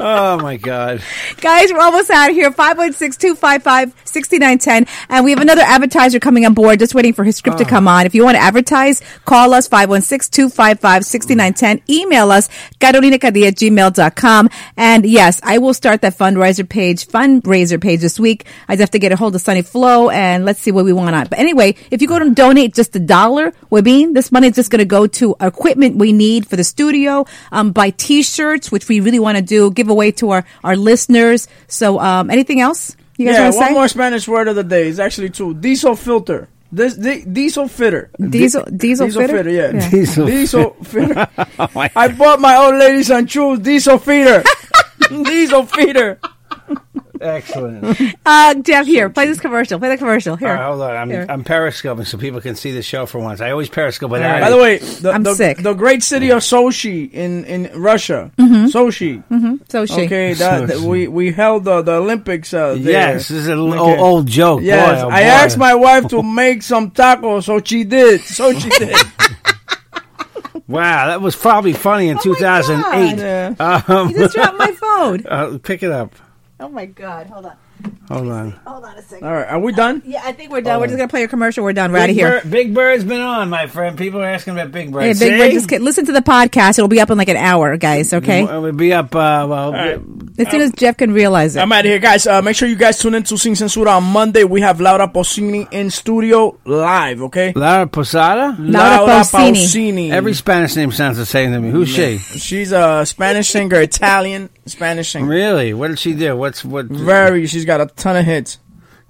S1: oh my god.
S3: Guys, we're almost out of here. 516-255-6910. And we have another advertiser coming on board, just waiting for his
S1: Ah.
S3: script to come on. If you want to advertise, call us 516-255-6910. Email us, carolinacadilla at gmail.com. And yes, I will start that fundraiser page, fundraiser page this week. I just have to get a hold of Sunny Flow and let's see what we want on. it. But anyway, if you go to donate just a dollar, Webin, this money is just going to go to equipment we need for the studio, um, buy t-shirts, which we really want to do, give away to our, our listeners. So, um, anything else you guys
S4: yeah,
S3: want to
S4: one
S3: say?
S4: more Spanish word of the day. It's actually two. Diesel filter. This di- diesel fitter.
S3: Diesel-
S4: Di-
S3: diesel fitter?
S4: Yeah.
S3: Yeah.
S1: Diesel
S4: Diesel fitter. I bought my old lady some true diesel feeder. diesel feeder.
S1: Excellent.
S3: Uh, Jeff, here, play this commercial. Play the commercial. Here.
S1: All right, hold on. I'm,
S3: Here.
S1: I'm periscoping so people can see the show for once. I always periscope, but
S4: By the way, the,
S3: I'm
S4: the,
S3: sick.
S4: the great city of Sochi in, in Russia. Sochi.
S3: hmm So she.
S4: Okay, that, that- we we held the, the Olympics. Uh, there.
S1: Yes, this is an l-
S4: Okay.
S1: old joke.
S4: Yes,
S1: Boy, oh,
S4: I
S1: boy.
S4: asked my wife to make some tacos, so she did. So she did.
S1: Wow, that was probably funny in 2008. Um,
S3: Oh You just dropped my phone.
S1: uh, pick it up.
S3: Oh my God. Hold on.
S1: Hold on.
S3: Hold on a second.
S4: All right, are we done? Oh.
S3: Yeah, I think we're done. We're just going to play your commercial. We're done. We're out of
S1: Big
S3: here.
S1: Bird- Big Bird's been on, my friend. People are asking about Big Bird.
S3: Hey, Big
S1: See?
S3: Bird, just get, listen to the podcast. It'll be up in like an hour, guys. Okay,
S1: Well, We'll be up. Uh, well,
S3: as soon as Jeff can realize it.
S4: I'm out of here, guys. Uh, make sure you guys tune in to Sin Censura on Monday. We have Laura Posini in studio live, okay?
S1: Lara Posada.
S3: Laura Pausini.
S1: Every Spanish name sounds the same to me. Who's she?
S4: Mm-hmm. She's a Spanish singer, Italian Spanish singer.
S1: Really? What did she do? What's what?
S4: Very, she's got a ton of hits.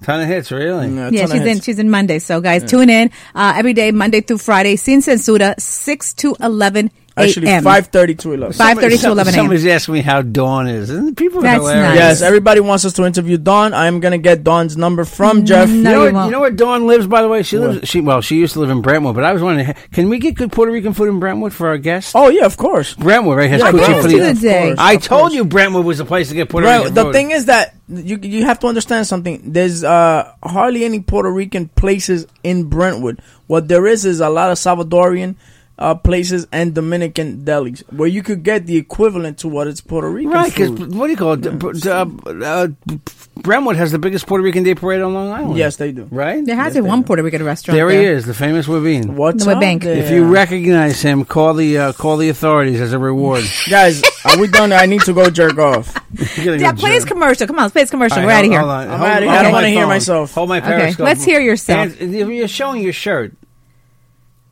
S1: Ton of hits, really.
S4: Mm, a
S3: yeah,
S4: ton of
S3: she's in.
S4: hits.
S3: She's in Monday. So guys, tune in uh, every day, Monday through Friday, Sin Censura, six to eleven
S4: Actually,
S3: a.m.
S4: 5.30 to 11.
S3: Five thirty to
S1: Some-
S3: eleven a.m.
S1: Somebody's asking me how Dawn is, and people are
S3: That's
S1: hilarious.
S3: nice.
S4: Yes, everybody wants us to interview Dawn. I'm going to get Dawn's number from Jeff.
S3: Mm, No,
S1: You know,
S3: you
S1: what,
S3: won't.
S1: you know where Dawn lives, by the way. She lives. She well, she used to live in Brentwood, but I was wondering, can we get good Puerto Rican food in Brentwood for our guests?
S4: Oh, yeah, of course.
S1: Brentwood, right? Has
S4: Yeah,
S3: I
S1: cucci
S4: Brentwood.
S3: asked you
S1: fritto.
S3: the
S4: Of
S3: day.
S4: course.
S1: I told you Brentwood was the place to get Puerto
S4: Well,
S1: Rican
S4: the
S1: food.
S4: thing is that you you have to understand something. There's uh, hardly any Puerto Rican places in Brentwood. What there is is a lot of Salvadorian uh, places and Dominican delis where you could get the equivalent to what is Puerto Rican
S1: Right, because
S4: food.
S1: what do you call it? The- uh, uh, Brentwood has the biggest Puerto Rican Day Parade on Long Island.
S4: Yes, they do.
S1: right.
S3: There has
S4: Yes,
S3: been
S4: they
S3: one
S4: do.
S3: Puerto Rican restaurant.
S1: There he is, the famous Wavine.
S4: What's
S3: The
S4: up
S3: bank.
S4: there?
S1: If you recognize him, call the uh, call the authorities as a reward.
S4: guys, are we done? I need to go jerk off.
S1: You're gonna
S3: Yeah,
S1: go
S3: play his
S1: jerk.
S3: commercial. Come on, let's play his commercial.
S1: All
S3: We're out
S1: right,
S3: of here.
S1: hold- hold on.
S4: I'm
S1: Hold-
S4: outta here.
S1: hold
S4: I don't
S1: my
S4: wanna hear
S1: phone.
S4: myself.
S1: Hold my
S3: Okay,
S1: periscope.
S3: let's hear yourself.
S1: And you're showing your shirt.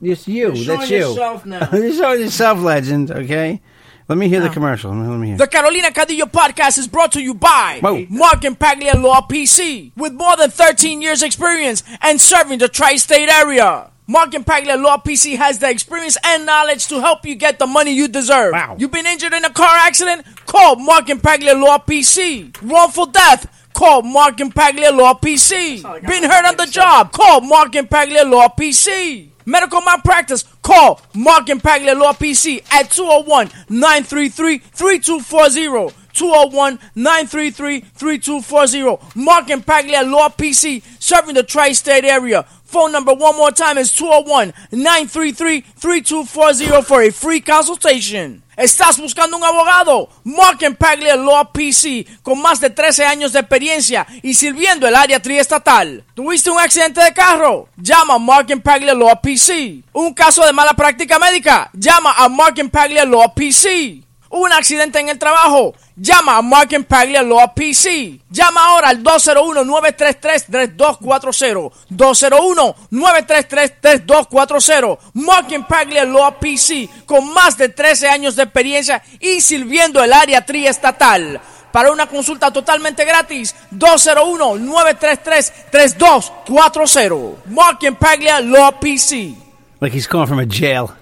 S1: It's you.
S4: You're
S1: That's you.
S4: showing yourself now.
S1: you're showing yourself, legend. Okay. Let me hear
S3: Oh.
S1: the commercial. Let me, let me hear.
S4: The Carolina Cadillo podcast is brought to you by
S1: Whoa.
S4: Mark and Paglia Law PC. With more than 13 years experience and serving the tri-state area. Mark and Paglia Law PC has the experience and knowledge to help you get the money you deserve.
S1: Wow.
S4: You've been injured in a car accident? Call Mark and Paglia Law PC. Wrongful death? Call Mark and Paglia Law PC. Been hurt on the job? Call Mark and Paglia Law PC. Medical malpractice? Call Mark and Paglia Law PC at 201-933-3240. 201-933-3240. Mark and Paglia Law PC, serving the tri-state area. Phone number one more time is 201-933-3240 for a free consultation. Estás buscando un abogado? Mark and Paglia Law PC, con más de 13 años de experiencia y sirviendo el área triestatal. ¿Tuviste un accidente de carro? Llama a Mark and Paglia Law PC. ¿Un caso de mala práctica médica? Llama a Mark and Paglia Law PC. ¿Un accidente en el trabajo? Llama a Mark and Paglia Law PC. Llama ahora al 201-933-3240. 201-933-3240. Mark and Paglia Law PC, con más de 13 años de experiencia y sirviendo el área triestatal. Para una consulta totalmente gratis, 201-933-3240. Mark and Paglia Law PC.
S1: Like he's calling from a jail.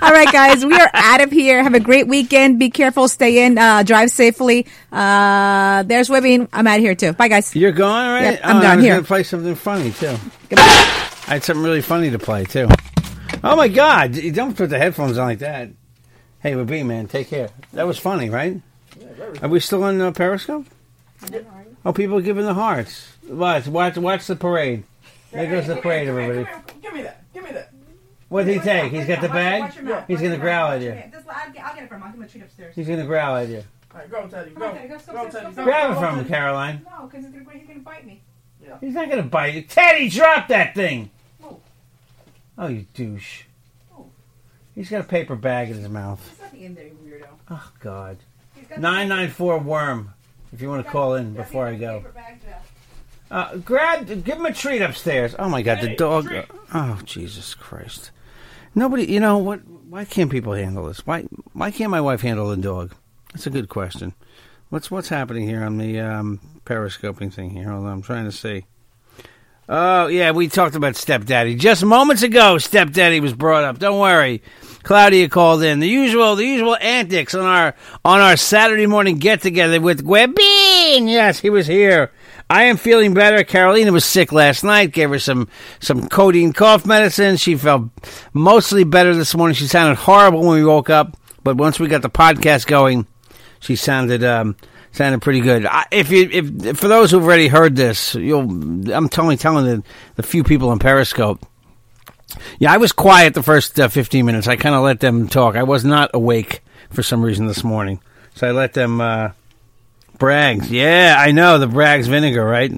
S3: All right, guys, we are out of here. Have a great weekend. Be careful. Stay in. Uh, drive safely. Uh, there's Webin. I'm out of here too. Bye, guys.
S1: You're gone, right?
S3: Yep, I'm
S1: oh, I
S3: done
S1: was
S3: here.
S1: Gonna play something funny too. I had something really funny to play too. Oh my God! You don't put the headphones on like that. Hey, Wabee, man, take care. That was funny, right? Are we still on uh, Periscope? Oh, people are giving the hearts. Watch, watch, watch the parade. There goes the parade, everybody.
S4: Give me that. Give me that.
S12: What did he take? He's got the bag. He's gonna growl at you.
S3: I'll get, I'll get it from him. I'll give him a treat upstairs.
S12: He's gonna growl at you.
S4: Alright, go, Teddy. Go. Go, Teddy.
S12: Grab it from him, Caroline.
S3: No, because he's going to bite me.
S12: He's not gonna bite you. Teddy, drop that thing. Oh, you douche. He's got a paper bag in his mouth.
S3: There's nothing in there, you weirdo.
S12: Oh God. Nine nine four worm. If you want to call in before I go. Uh, grab, give him a treat upstairs.
S1: Oh my God, the dog! Oh Jesus Christ! Nobody, you know what? Why can't people handle this? Why why can't my wife handle the dog? That's a good question. What's what's happening here on the um, periscoping thing here? Hold on, I'm trying to see. Oh yeah, we talked about stepdaddy just moments ago. Stepdaddy was brought up. Don't worry, Claudia called in. The usual, the usual antics on our on our Saturday morning get together with Gwebin. Yes, he was here. I am feeling better. Carolina was sick last night. Gave her some some codeine cough medicine. She felt mostly better this morning. She sounded horrible when we woke up, but once we got the podcast going, she sounded um, sounded pretty good. I, if you if for those who've already heard this, you'll I'm totally telling the, the few people on Periscope. Yeah, I was quiet the first uh, 15 minutes. I kind of let them talk. I was not awake for some reason this morning, so I let them uh, brags. Yeah, I know the brags vinegar, right?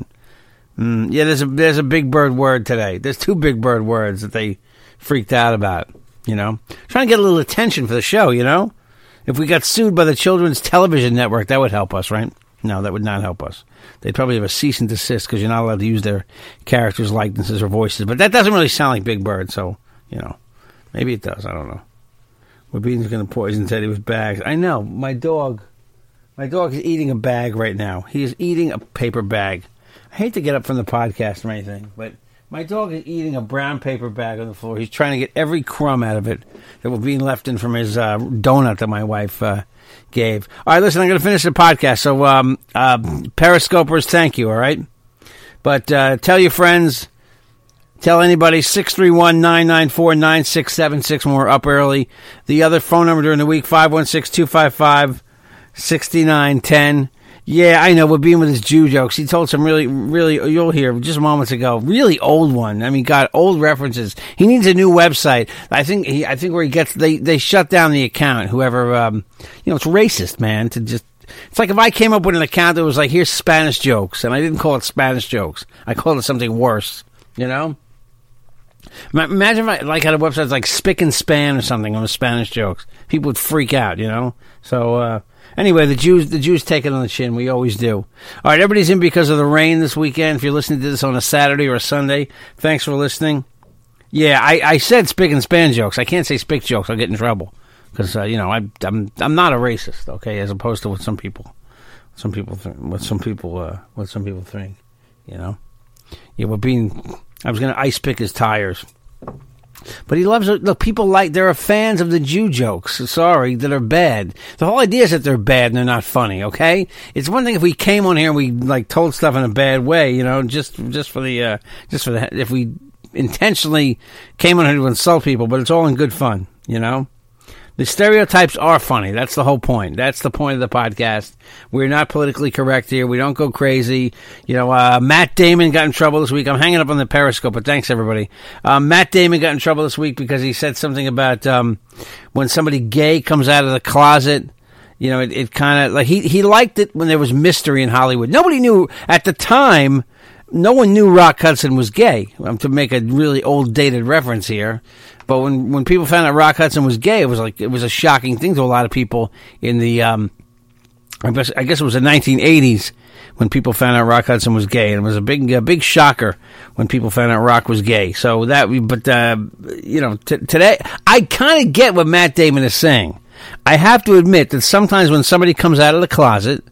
S1: Mm, yeah, there's a there's a big bird word today. There's two big bird words that they freaked out about. You know, trying to get a little attention for the show. You know, if we got sued by the Children's Television Network, that would help us, right? No, that would not help us. They'd probably have a cease and desist because you're not allowed to use their characters, likenesses, or voices. But that doesn't really sound like Big Bird, so you know, maybe it does. I don't know. Webin's going to poison Teddy with bags. I know my dog. My dog is eating a bag right now. He is eating a paper bag. I hate to get up from the podcast or anything, but my dog is eating a brown paper bag on the floor. He's trying to get every crumb out of it that was being left in from his uh, donut that my wife uh, gave. All right, listen, I'm going to finish the podcast. So, um, uh, Periscopers, thank you, all right? But uh, tell your friends. Tell anybody 631 994 9676 when we're up early. The other phone number during the week 516 255 6910. Yeah, I know. We're being with his Jew jokes. He told some really, really, you'll hear just moments ago, really old one. I mean, God, old references. He needs a new website. I think, he, I think where he gets, they, they shut down the account. Whoever, um, you know, it's racist, man, to just, it's like if I came up with an account that was like, here's Spanish jokes, and I didn't call it Spanish jokes. I called it something worse, you know? Ma- Imagine if I like had a website that's like Spick and Span or something on the Spanish jokes. People would freak out, you know. So uh, anyway, the Jews the Jews take it on the chin. We always do. All right, everybody's in because of the rain this weekend. If you're listening to this on a Saturday or a Sunday, thanks for listening. Yeah, I, I said Spick and Span jokes. I can't say Spick jokes. I'll get in trouble because uh, you know I, I'm I'm not a racist. Okay, as opposed to what some people some people think, what some people uh, what some people think. You know, yeah, we're being. I was going to ice pick his tires. But he loves look. People like there are fans of the Jew jokes. Sorry, that are bad. The whole idea is that they're bad and they're not funny. Okay, it's one thing if we came on here and we like told stuff in a bad way, you know, just just for the uh, just for the if we intentionally came on here to insult people, but it's all in good fun, you know. The stereotypes are funny. That's the whole point. That's the point of the podcast. We're not politically correct here. We don't go crazy. You know, uh, Matt Damon got in trouble this week. I'm hanging up on the Periscope, but thanks everybody. Uh, Matt Damon got in trouble this week because he said something about um, when somebody gay comes out of the closet. You know, it, it kind of like he he liked it when there was mystery in Hollywood. Nobody knew at the time. No one knew Rock Hudson was gay. Um, to make a really old dated reference here, but when when people found out Rock Hudson was gay, it was like it was a shocking thing to a lot of people in the. Um, I guess, I guess it was the 1980s when people found out Rock Hudson was gay, and it was a big, a big shocker when people found out Rock was gay. So that, we- but uh, you know, t- today I kind of get what Matt Damon is saying. I have to admit that sometimes when somebody comes out of the closet,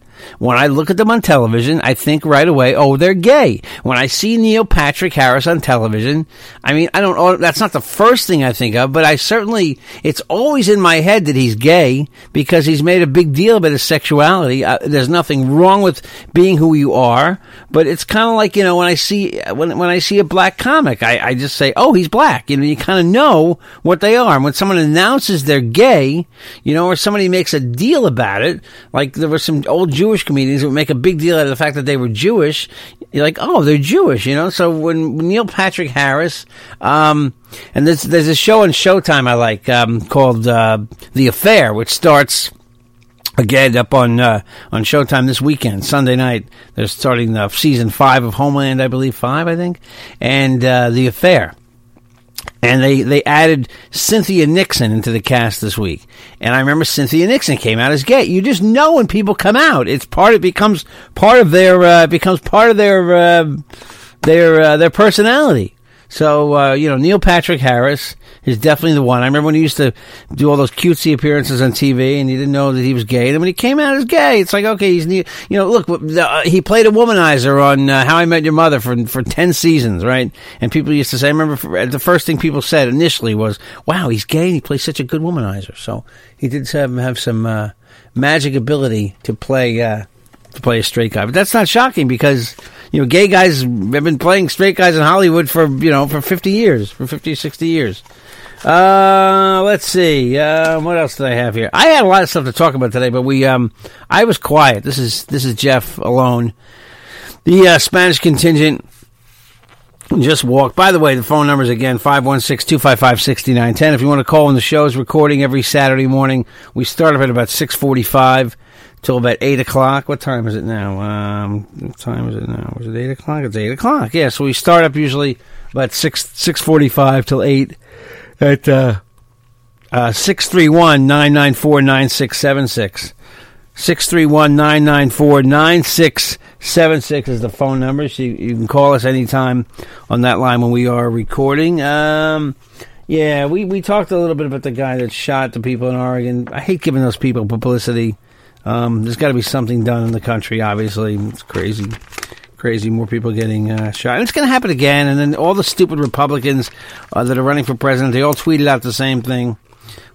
S1: when I look at them on television, I think right away, oh, they're gay. When I see Neil Patrick Harris on television, I mean, I don't, oh, that's not the first thing I think of, but I certainly, it's always in my head that he's gay because he's made a big deal about his sexuality. Uh, there's nothing wrong with being who you are, but it's kind of like, you know, when I see, when, when I see a black comic, I, I just say, oh, he's black. You know, you kind of know what they are. And when someone announces they're gay, you know, or somebody makes a deal about it, like there was some old Jew Jewish comedians would make a big deal out of the fact that they were Jewish. You're like, oh, they're Jewish, you know. So when when Neil Patrick Harris, um, and there's there's a show on Showtime I like um, called uh, The Affair, which starts again up on uh, on Showtime this weekend, Sunday night. They're starting the season five of Homeland, I believe five, I think, and uh, The Affair and they, they added Cynthia Nixon into the cast this week. And I remember Cynthia Nixon came out as gay. You just know when people come out, it's part. It becomes part of their uh, becomes part of their uh, their uh, their personality. So uh, you know Neil Patrick Harris is definitely the one. I remember when he used to do all those cutesy appearances on TV, and he didn't know that he was gay. And when he came out as gay, it's like okay, he's Neil. You know, look, uh, he played a womanizer on uh, How I Met Your Mother for for ten seasons, right? And people used to say, I remember f- uh, the first thing people said initially was, "Wow, he's gay and he plays such a good womanizer." So he did have have some uh, magic ability to play. Uh, to play a straight guy. But that's not shocking because you know gay guys have been playing straight guys in Hollywood for you know for fifty years, for 50, 60 years. Uh, let's see. Uh, what else did I have here? I had a lot of stuff to talk about today, but we um, I was quiet. This is this is Jeff alone. The uh, Spanish contingent just walked. By the way, the phone numbers again 516-255-6910 if you want to call in the show is recording every Saturday morning. We start up at about 6:45 till about 8 o'clock. What time is it now? Um, what time is it now? Is it 8 o'clock? It's 8 o'clock. Yeah, so we start up usually about 6 6:45 till 8 at uh uh, 631-994-9676. 631-994-9676 is the phone number. So you, you can call us anytime on that line when we are recording. Um, yeah, we, we talked a little bit about the guy that shot the people in Oregon. I hate giving those people publicity. Um, there's got to be something done in the country, obviously. It's crazy crazy. More people getting uh, shot. And it's going to happen again. And then all the stupid Republicans uh, that are running for president, they all tweeted out the same thing.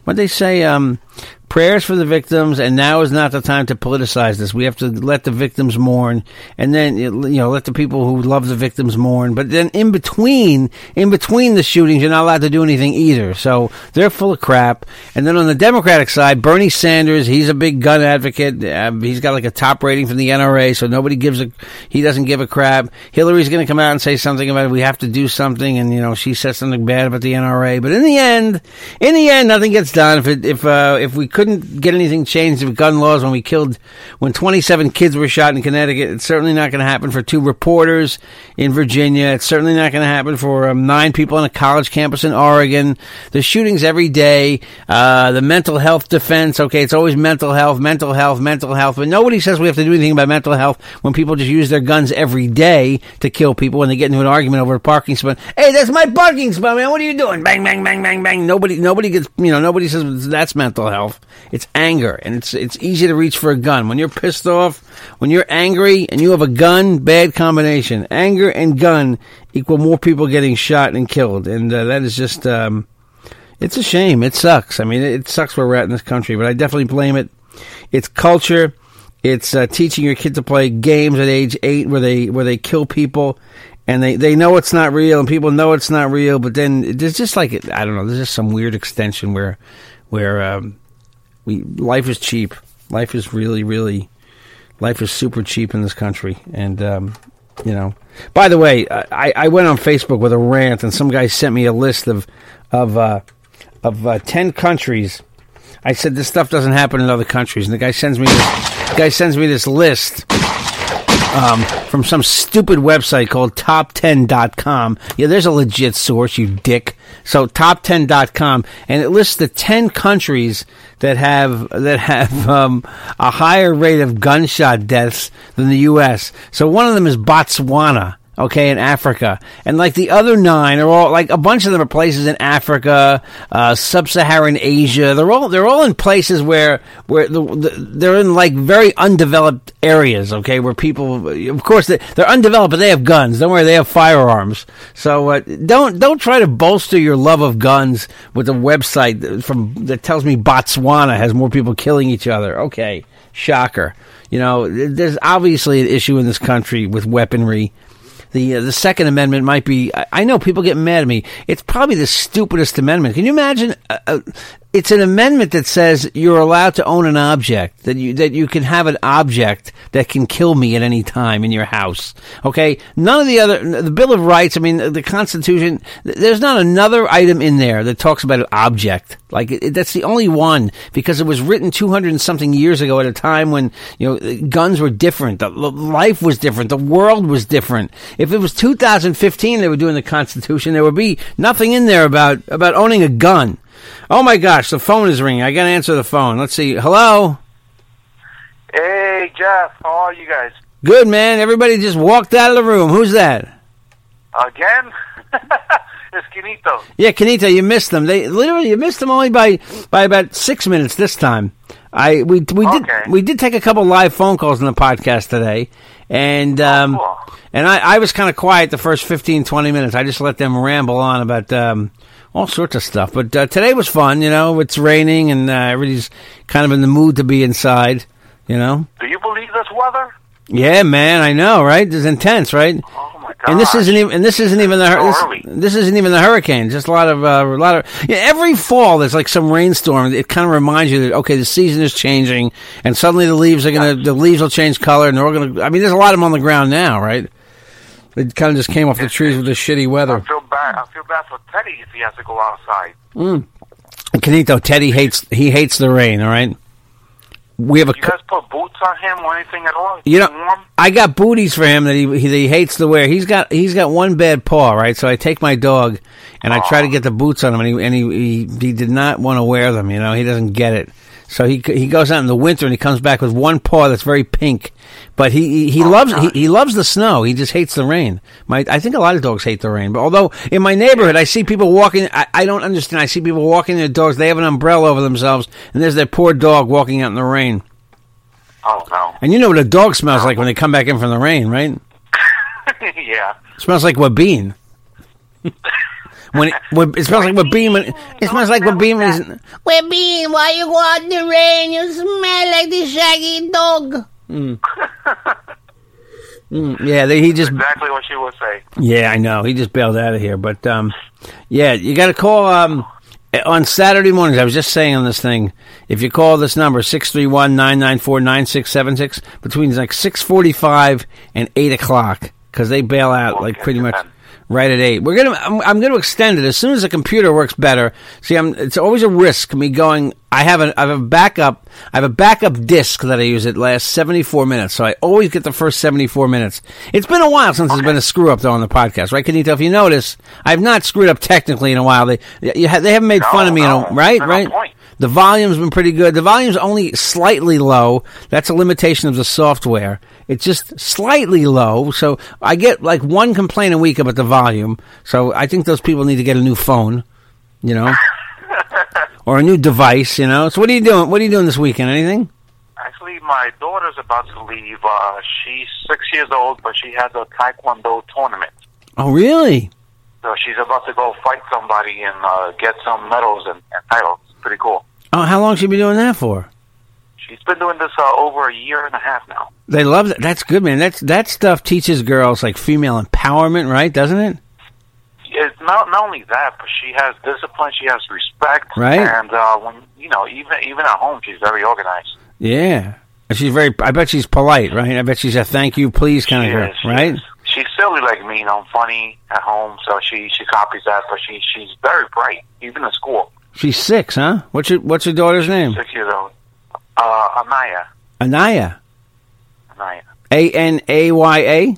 S1: What they say, um, prayers for the victims, and now is not the time to politicize this. We have to let the victims mourn, and then you know let the people who love the victims mourn. But then in between, in between the shootings, you're not allowed to do anything either. So they're full of crap. And then on the Democratic side, Bernie Sanders, he's a big gun advocate. Uh, he's got like a top rating from the NRA, so nobody gives a he doesn't give a crap. Hillary's going to come out and say something about we have to do something, and you know she says something bad about the NRA. But in the end, in the end, nothing gets done. If it, if uh, if we couldn't get anything changed with gun laws when we killed when 27 kids were shot in Connecticut, it's certainly not going to happen for two reporters in Virginia. It's certainly not going to happen for um, nine people on a college campus in Oregon. The shootings every day. Uh, the mental health defense. Okay, it's always mental health, mental health, mental health. But nobody says we have to do anything about mental health when people just use their guns every day to kill people when they get into an argument over a parking spot. Hey, that's my parking spot, man. What are you doing? Bang, bang, bang, bang, bang. Nobody, nobody gets. You know, nobody says that's mental health. It's anger, and it's it's easy to reach for a gun when you're pissed off, when you're angry, and you have a gun. Bad combination. Anger and gun equal more people getting shot and killed, and uh, that is just. Um, it's a shame. It sucks. I mean, it sucks where we're at in this country, but I definitely blame it. It's culture. It's uh, teaching your kid to play games at age eight where they where they kill people, and they, they know it's not real, and people know it's not real. But then there's just like I don't know. There's just some weird extension where where um, we life is cheap. Life is really really life is super cheap in this country, and um, you know. By the way, I, I went on Facebook with a rant, and some guy sent me a list of of uh, of uh, ten countries. I said this stuff doesn't happen in other countries, and the guy sends me this, the guy sends me this list um, from some stupid website called top10.com. Yeah, there's a legit source, you dick. So top10.com, and it lists the 10 countries that have that have um, a higher rate of gunshot deaths than the U.S. So one of them is Botswana. Okay, in Africa, and like the other nine are all like a bunch of them are places in Africa, uh, sub-Saharan Asia. They're all they're all in places where where the, the, they're in like very undeveloped areas. Okay, where people, of course, they, they're undeveloped, but they have guns. Don't worry, they have firearms. So uh, don't don't try to bolster your love of guns with a website that- from that tells me Botswana has more people killing each other. Okay, shocker. You know, th- there's obviously an issue in this country with weaponry the uh, the Second Amendment might be. I, I know people get mad at me. It's probably the stupidest amendment. Can you imagine? Uh, uh, it's an amendment that says you're allowed to own an object that you that you can have an object that can kill me at any time in your house. Okay, none of the other the Bill of Rights. I mean, the Constitution. th- There's not another item in there that talks about an object. Like it, that's the only one because it was written 200 and something years ago at a time when you know guns were different, the l- life was different, the world was different. If it was 2015, they were doing the Constitution. There would be nothing in there about about owning a gun. Oh my gosh, the phone is ringing. I got to answer the phone. Let's see. Hello.
S7: Hey, Jeff, how are you guys?
S1: Good man. Everybody just walked out of the room. Who's that?
S7: Again? Esquinito.
S1: Yeah, Kenita, you missed them. They literally you missed them only by by about six minutes this time. I we we did we did take a couple live phone calls in the podcast today, and um, and I, I was kind of quiet the first 15, 20 minutes. I just let them ramble on about um, all sorts of stuff. But uh, today was fun. You know, it's raining and uh, everybody's kind of in the mood to be inside. You know.
S7: Do you believe this weather?
S1: Yeah, man, I know, right? This is intense, right? Oh my god! And this isn't even and this isn't even the hur- this, this isn't even the hurricane. Just a lot of uh, a lot of yeah, every fall there's like some rainstorm. It kind of reminds you that okay, the season is changing, and suddenly the leaves are gonna the leaves will change color, and they're all gonna. I mean, there's a lot of them on the ground now, right? It kind of just came off the trees with the shitty
S7: I
S1: weather.
S7: feel bad. I feel bad for Teddy if he has to go outside.
S1: Mm. Canito, Teddy hates he hates the rain. All right, we have a.
S7: You guys put boots on him or anything at all?
S1: You know, I got booties for him that he, he that he hates to wear. He's got he's got one bad paw, right? So I take my dog and I try to get the boots on him, and he and he he, he did not want to wear them. You know, he doesn't get it. So he he goes out in the winter and he comes back with one paw that's very pink, but he he, he loves he, he loves the snow. He just hates the rain. My I think a lot of dogs hate the rain. But although in my neighborhood I see people walking, I, I don't understand. I see people walking their dogs. They have an umbrella over themselves, and there's their poor dog walking out in the rain.
S7: Oh no.
S1: And you know what a dog smells like when they come back in from the rain, right?
S7: yeah.
S1: smells like Wabin. when it, when- it smells like Wabin when it smells like Wabin when he's
S11: We're being why you go out in the rain, you smell like the shaggy dog.
S1: Mm. Mm, yeah, they, he just
S7: Exactly what she would say.
S1: yeah, I know he just bailed out of here, but um, yeah, you got to call um on Saturday mornings. I was just saying on this thing, if you call this number six three one nine nine four nine six seven six between like six forty five and eight o'clock because they bail out like pretty much. right at eight. We're gonna. I'm, I'm gonna extend it as soon as the computer works better. See, I'm. It's always a risk me going. I have a. I have a backup. I have a backup disk that I use. It lasts 74 minutes, so I always get the first 74 minutes. It's been a while since there's been a screw up though on the podcast, right, Kenito? If you notice, I've not screwed up technically in a while. They. You ha- they haven't made fun of me, in a, right? Right. The volume's been pretty good. The volume's only slightly low. That's a limitation of the software. It's just slightly low. So I get like one complaint a week about the volume. So I think those people need to get a new phone, you know, or a new device, you know. So what are you doing? What are you doing this weekend? Anything?
S7: Actually, my daughter's about to leave. Uh, she's six years old, but she has a taekwondo tournament.
S1: Oh, really?
S7: So she's about to go fight somebody and uh, get some medals and, and titles. It's pretty cool.
S1: Oh, how long she been doing that for?
S7: She's been doing this uh, over a year and a half now.
S1: They love that. That's good, man. That's that stuff teaches girls like female empowerment, right? Doesn't it?
S7: It's not not only that, but she has discipline. She has respect.
S1: Right.
S7: And uh, when you know, even even at home, she's very organized.
S1: Yeah. She's very. I bet she's polite, right? I bet she's a thank you, please kind of girl,
S7: is, she
S1: right?
S7: She's silly like me, you know, funny at home, so she she copies that. But she she's very bright, even in school.
S1: She's six, huh? What's your What's your daughter's name?
S7: Six years old. Uh, Anaya,
S1: Anaya.
S7: Anaya,
S1: A N A Y A.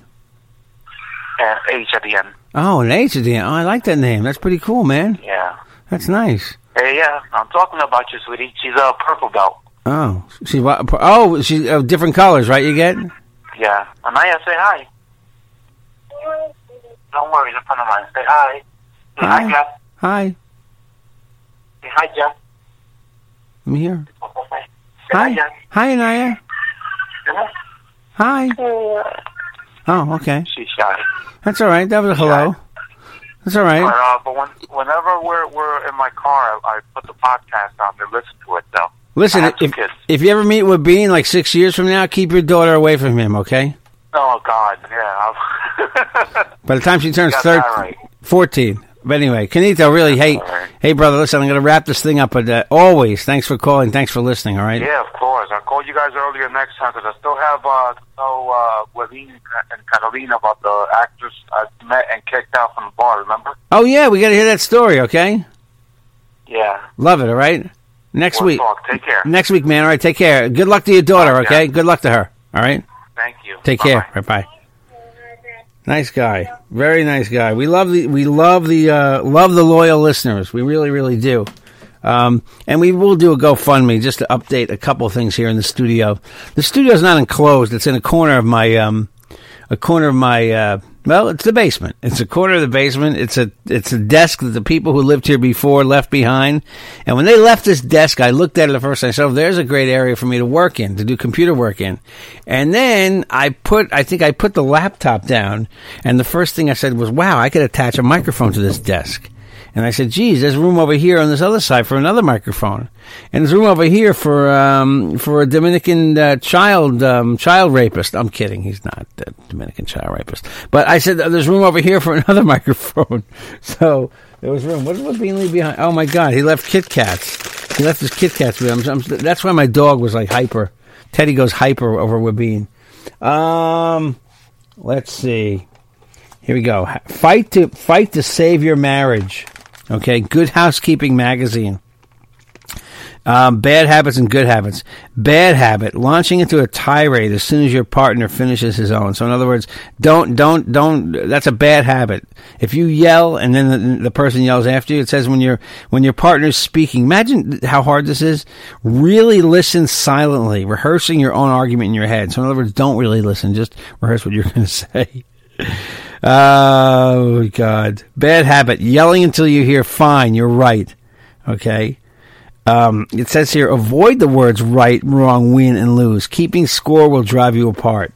S7: and H at the end.
S1: Oh, an H at the end. Oh, I like that name. That's pretty cool, man.
S7: Yeah.
S1: That's nice.
S7: Hey, yeah, I'm talking about you, sweetie. She's a purple belt.
S1: Oh, she. Oh, she. Oh, different colors, right? You get.
S7: Yeah. Anaya, say hi. Don't worry, it's a friend of mine. Say hi. Say hi, Jeff.
S1: Hi,
S7: Say hi, Jeff.
S1: I'm here.
S7: Hi,
S1: Hi, hi, Anaya. Hi. Oh, okay.
S7: She's shy.
S1: That's all right. That was a hello. That's all
S7: But,
S1: right.
S7: uh, but when, whenever we're, we're in my car, I, I put the podcast on to listen to it, though. I
S1: Listen,
S7: have two
S1: if
S7: kids.
S1: if you ever meet with Bean like six years from now, keep your daughter away from him, okay?
S7: Oh, God, yeah. I'm-
S1: By the time she turns
S7: Got
S1: 13,
S7: that right.
S1: 14, But anyway, Canito, really, hey, hey, brother, listen, I'm going to wrap this thing up. But uh, always, thanks for calling. Thanks for listening. All right.
S7: Yeah, of course. I'll call you guys earlier next time because I still have uh, to know uh, Wavine and Catalina about the actress I met and kicked out from the bar, remember?
S1: Oh yeah, we got to hear that story. Okay.
S7: Yeah.
S1: Love it. All right. Next
S7: We'll
S1: week.
S7: talk. Take care.
S1: Next week, man. All right. Take care. Good luck to your daughter. Okay. Good luck to her. All right.
S7: Thank you.
S1: Take care. Bye bye. Nice guy. Very nice guy. We love the we love the uh, love the loyal listeners. We really really do. Um, and we will do a GoFundMe just to update a couple things here in the studio. The studio's not enclosed. It's in a corner of my um, a corner of my uh, well, it's the basement. It's a corner of the basement. It's a it's a desk that the people who lived here before left behind. And when they left this desk, I looked at it at first and I said, oh, "There's a great area for me to work in, to do computer work in." And then I put I think I put the laptop down, and the first thing I said was, "Wow, I could attach a microphone to this desk." And I said, "Geez, there's room over here on this other side for another microphone, and there's room over here for um, for a Dominican uh, child um, child rapist." I'm kidding, he's not a Dominican child rapist. But I said, "There's room over here for another microphone." so there was room. What did Levine leave behind? Oh my God, he left Kit Kats. He left his Kit Kats behind. I'm- I'm- that's why my dog was like hyper. Teddy goes hyper over Wabine. Um, let's see. Here we go. Fight to fight to save your marriage. Okay, Good Housekeeping magazine. Um, bad habits and good habits. Bad habit: launching into a tirade as soon as your partner finishes his own. So, in other words, don't, don't, don't. That's a bad habit. If you yell and then the, the person yells after you, it says when your when your partner's speaking. Imagine how hard this is. Really listen silently, rehearsing your own argument in your head. So, in other words, don't really listen. Just rehearse what you're going to say. Oh God! Bad habit: yelling until you hear "fine." You're right. Okay. Um, it says here: avoid the words "right," "wrong," "win," and "lose." Keeping score will drive you apart.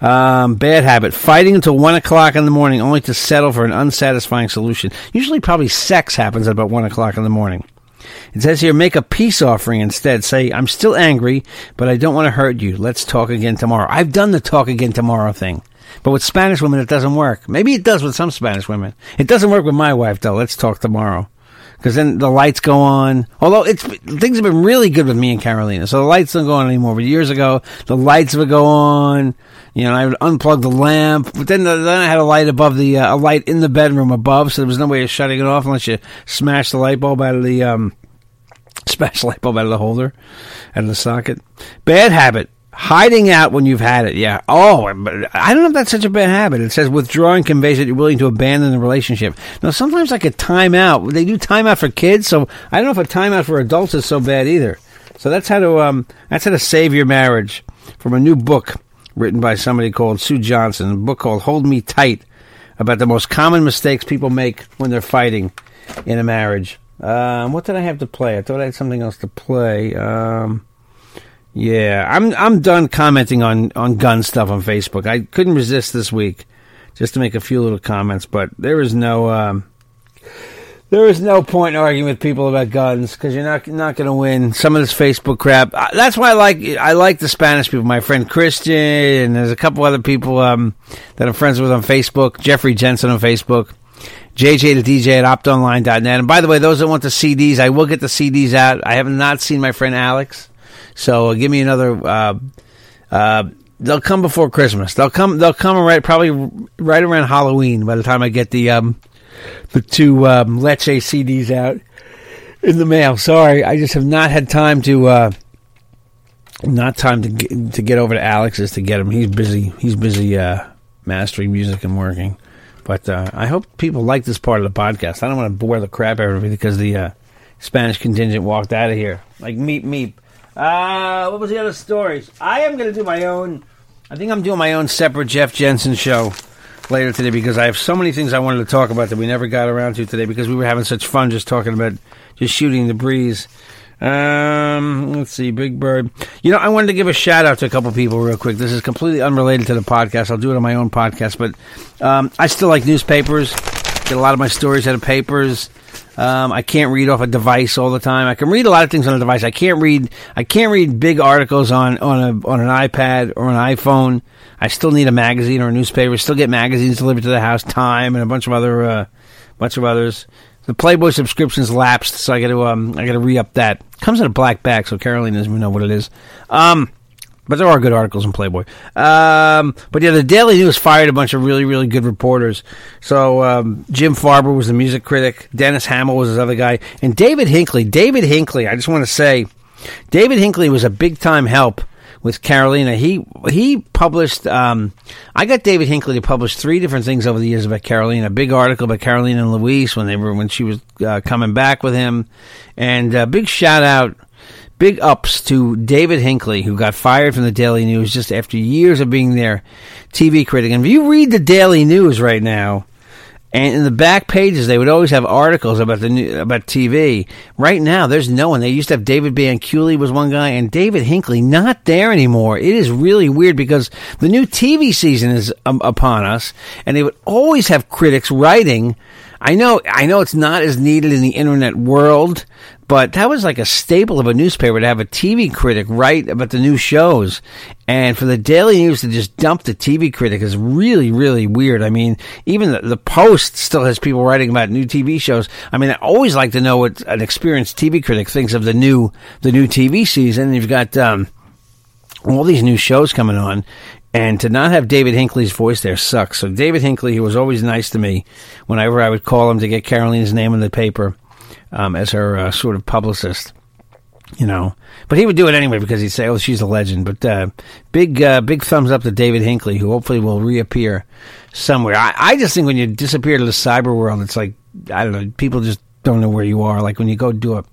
S1: Um, bad habit: fighting until one o'clock in the morning, only to settle for an unsatisfying solution. Usually, probably sex happens at about one o'clock in the morning. It says here, make a peace offering instead. Say, I'm still angry, but I don't want to hurt you. Let's talk again tomorrow. I've done the talk again tomorrow thing. But with Spanish women, it doesn't work. Maybe it does with some Spanish women. It doesn't work with my wife, though. Let's talk tomorrow. Because then the lights go on. Although it's things have been really good with me and Carolina, so the lights don't go on anymore. But years ago, the lights would go on. You know, I would unplug the lamp, but then the, then I had a light above the uh, a light in the bedroom above, so there was no way of shutting it off unless you smash the light bulb out of the um, smash light bulb out of the holder, out of the socket. Bad habit. Hiding out when you've had it, yeah. Oh, but I don't know if that's such a bad habit. It says withdrawing conveys that you're willing to abandon the relationship. Now, sometimes like a timeout, they do timeout for kids, so I don't know if a timeout for adults is so bad either. So that's how to um, that's how to save your marriage from a new book written by somebody called Sue Johnson, a book called "Hold Me Tight" about the most common mistakes people make when they're fighting in a marriage. Um, what did I have to play? I thought I had something else to play. Um, yeah, I'm I'm done commenting on on gun stuff on Facebook. I couldn't resist this week just to make a few little comments, but there is no um, there is no point in arguing with people about guns because you're not not going to win. Some of this Facebook crap. I, that's why I like I like the Spanish people. My friend Christian and there's a couple other people um, that I'm friends with on Facebook. Jeffrey Jensen on Facebook. JJ the DJ at optonline.net. And by the way, those that want the CDs, I will get the CDs out. I have not seen my friend Alex, so uh, give me another. Uh, uh, they'll come before Christmas. They'll come. They'll come right probably right around Halloween. By the time I get the um, the two um, Leche CDs out in the mail. Sorry, I just have not had time to. Uh, not time to get, to get over to Alex's to get him. He's busy. He's busy uh, mastering music and working. But uh, I hope people like this part of the podcast. I don't want to bore the crap out of everybody because the uh, Spanish contingent walked out of here. Like meep meep. Uh, what was the other stories? I am going to do my own. I think I'm doing my own separate Jeff Jensen show later today because I have so many things I wanted to talk about that we never got around to today because we were having such fun just talking about just shooting the breeze. Um, let's see, Big Bird. You know, I wanted to give a shout out to a couple people real quick. This is completely unrelated to the podcast. I'll do it on my own podcast, but um, I still like newspapers. Get a lot of my stories out of papers. Um, I can't read off a device all the time. I can read a lot of things on a device. I can't read. I can't read big articles on on a on an iPad or an iPhone. I still need a magazine or a newspaper. Still get magazines delivered to the house. Time and a bunch of other uh, bunch of others. The Playboy subscription's lapsed, so I got to um, I got to re up that. Comes in a black bag, so Caroline doesn't even know what it is. Um, but there are good articles in Playboy. Um, but yeah, the Daily News fired a bunch of really really good reporters. So um, Jim Farber was the music critic. Dennis Hamill was his other guy, and David Hinkley. David Hinkley, I just want to say, David Hinkley was a big time help with Carolina. He he published. Um, I got David Hinkley to publish three different things over the years about Carolina. A big article about Carolina and Luis when they were when she was uh, coming back with him, and uh, big shout out. Big ups to David Hinkley, who got fired from the Daily News just after years of being their TV critic. And if you read the Daily News right now, and in the back pages, they would always have articles about the new, about TV. Right now, there's no one. They used to have David Banculey was one guy, and David Hinkley not there anymore. It is really weird because the new TV season is um, upon us, and they would always have critics writing. I know, I know, it's not as needed in the internet world, but that was like a staple of a newspaper to have a TV critic write about the new shows. And for the Daily News to just dump the TV critic is really, really weird. I mean, even the, the Post still has people writing about new TV shows. I mean, I always like to know what an experienced TV critic thinks of the new, the new TV season. You've got, um, all these new shows coming on. And to not have David Hinkley's voice there sucks. So David Hinkley, who was always nice to me, whenever I would call him to get Carolina's name in the paper um, as her uh, sort of publicist, you know. But he would do it anyway because he'd say, "Oh, she's a legend." But uh, big, uh, big thumbs up to David Hinkley, who hopefully will reappear somewhere. I, I just think when you disappear to the cyber world, it's like I don't know, people just don't know where you are. Like when you go do a,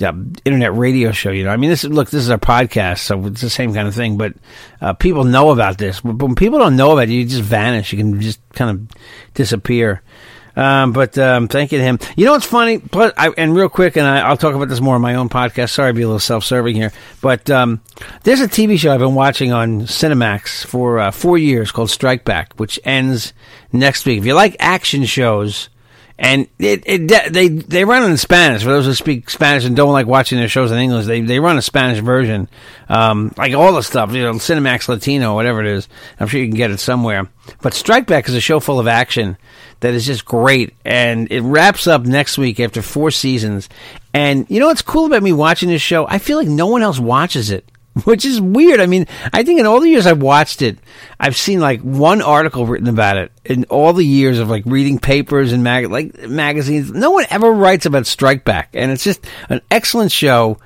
S1: a internet radio show, you know. I mean, this is, look, this is a podcast, so it's the same kind of thing. But uh, people know about this. But when people don't know about you, you just vanish. You can just kind of disappear. Um, but um, thanking him, you know what's funny? Plus, I, and real quick, and I, I'll talk about this more on my own podcast. Sorry to be a little self-serving here, but um, there's a TV show I've been watching on Cinemax for uh, four years called Strike Back, which ends next week. If you like action shows, and it, it de- they they run in Spanish for those who speak Spanish and don't like watching their shows in English. They they run a Spanish version, um, like all the stuff, you know, Cinemax Latino, whatever it is. I'm sure you can get it somewhere. But Strike Back is a show full of action that is just great, and it wraps up next week after four seasons. And you know what's cool about me watching this show? I feel like no one else watches it which is weird. I mean, I think in all the years I've watched it, I've seen like one article written about it in all the years of like reading papers and mag- like magazines. No one ever writes about Strike Back, and it's just an excellent show.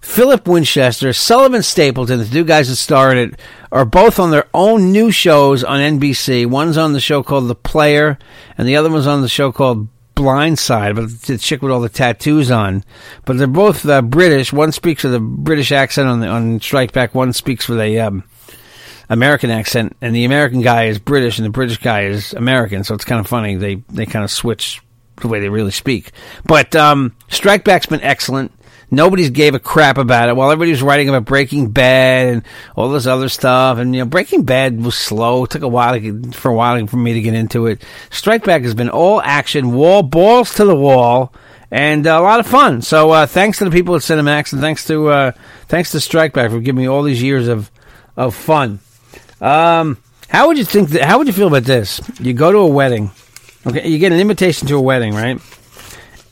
S1: Philip Winchester, Sullivan Stapleton, the two guys that starred it, are both on their own new shows on NBC. One's on the show called The Player, and the other one's on the show called Blindside, but the chick with all the tattoos on. But they're both uh, British. One speaks with a British accent on the, on Strike Back. One speaks with a um, American accent, and the American guy is British, and the British guy is American. So it's kind of funny. They they kind of switch the way they really speak. But um, Strike Back's been excellent. Nobody's gave a crap about it. While everybody was writing about Breaking Bad and all this other stuff, and you know, Breaking Bad was slow. It took a while to get, for a while for me to get into it. Strike Back has been all action, wall balls to the wall, and uh, a lot of fun. So uh, thanks to the people at Cinemax, and thanks to uh, thanks to Strike Back for giving me all these years of of fun. Um, how would you think? That, how would you feel about this? You go to a wedding, okay? You get an invitation to a wedding, right?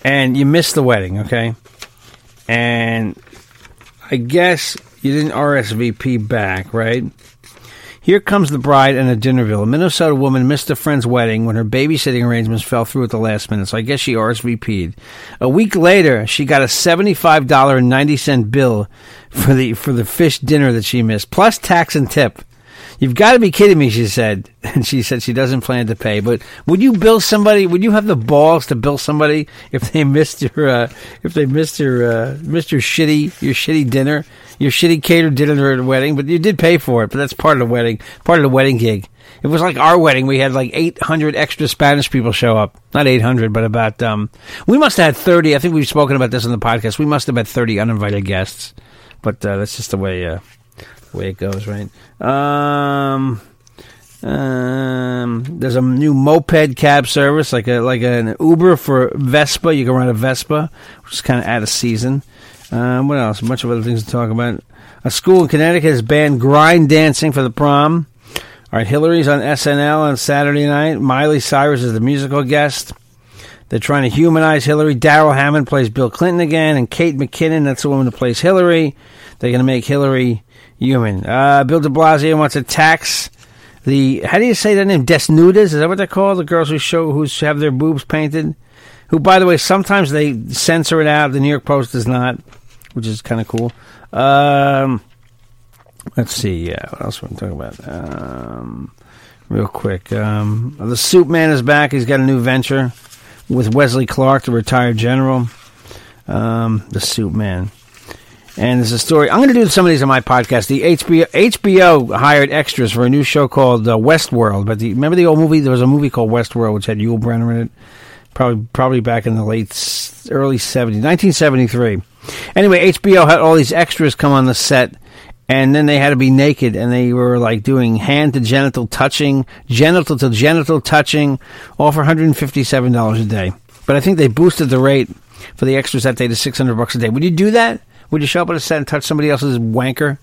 S1: And you miss the wedding, okay? and I guess you didn't RSVP back, right? Here comes the bride and a dinner bill. A Minnesota woman missed a friend's wedding when her babysitting arrangements fell through at the last minute, so I guess she RSVP'd. A week later, she got a seventy-five dollar and ninety cent bill for the for the fish dinner that she missed, plus tax and tip. You've got to be kidding me, she said. And she said she doesn't plan to pay. But would you bill somebody? Would you have the balls to bill somebody if they missed your uh, if they missed your uh, missed your shitty your shitty dinner, your shitty catered dinner at a wedding? But you did pay for it. But that's part of the wedding, part of the wedding gig. It was like our wedding. We had like 800 extra Spanish people show up. Not 800, but about um, we must have had 30. I think we've spoken about this on the podcast. We must have had 30 uninvited guests. But uh, that's just the way. Uh, way it goes, right? Um, um, there's a new moped cab service, like a like an Uber for Vespa. You can ride a Vespa, which is kind of out of season. Um, what else? A bunch of other things to talk about. A school in Connecticut has banned grind dancing for the prom. All right, Hillary's on SNL on Saturday night. Miley Cyrus is the musical guest. They're trying to humanize Hillary. Daryl Hammond plays Bill Clinton again, and Kate McKinnon, that's the woman who plays Hillary. They're going to make Hillary human. Uh, Bill de Blasio wants to tax the, how do you say that name? Desnudas? Is that what they're called? The girls who show, who have their boobs painted? Who, by the way, sometimes they censor it out. The New York Post does not, which is kind of cool. Um, let's see. Uh, what else we talking about? Um, real quick. Um, the Soup Man is back. He's got a new venture with Wesley Clark, the retired general. Um, the Soup Man. And there's a story. I'm going to do some of these on my podcast. The HBO HBO hired extras for a new show called uh, Westworld. But the, remember the old movie? There was a movie called Westworld, which had Yul Brynner in it. Probably probably back in the late s- early 70s, 1973. Anyway, HBO had all these extras come on the set, and then they had to be naked, and they were like doing hand to genital touching, genital to genital touching, all for 157 dollars a day. But I think they boosted the rate for the extras that day to 600 bucks a day. Would you do that? Would you show up at a set and touch somebody else's wanker?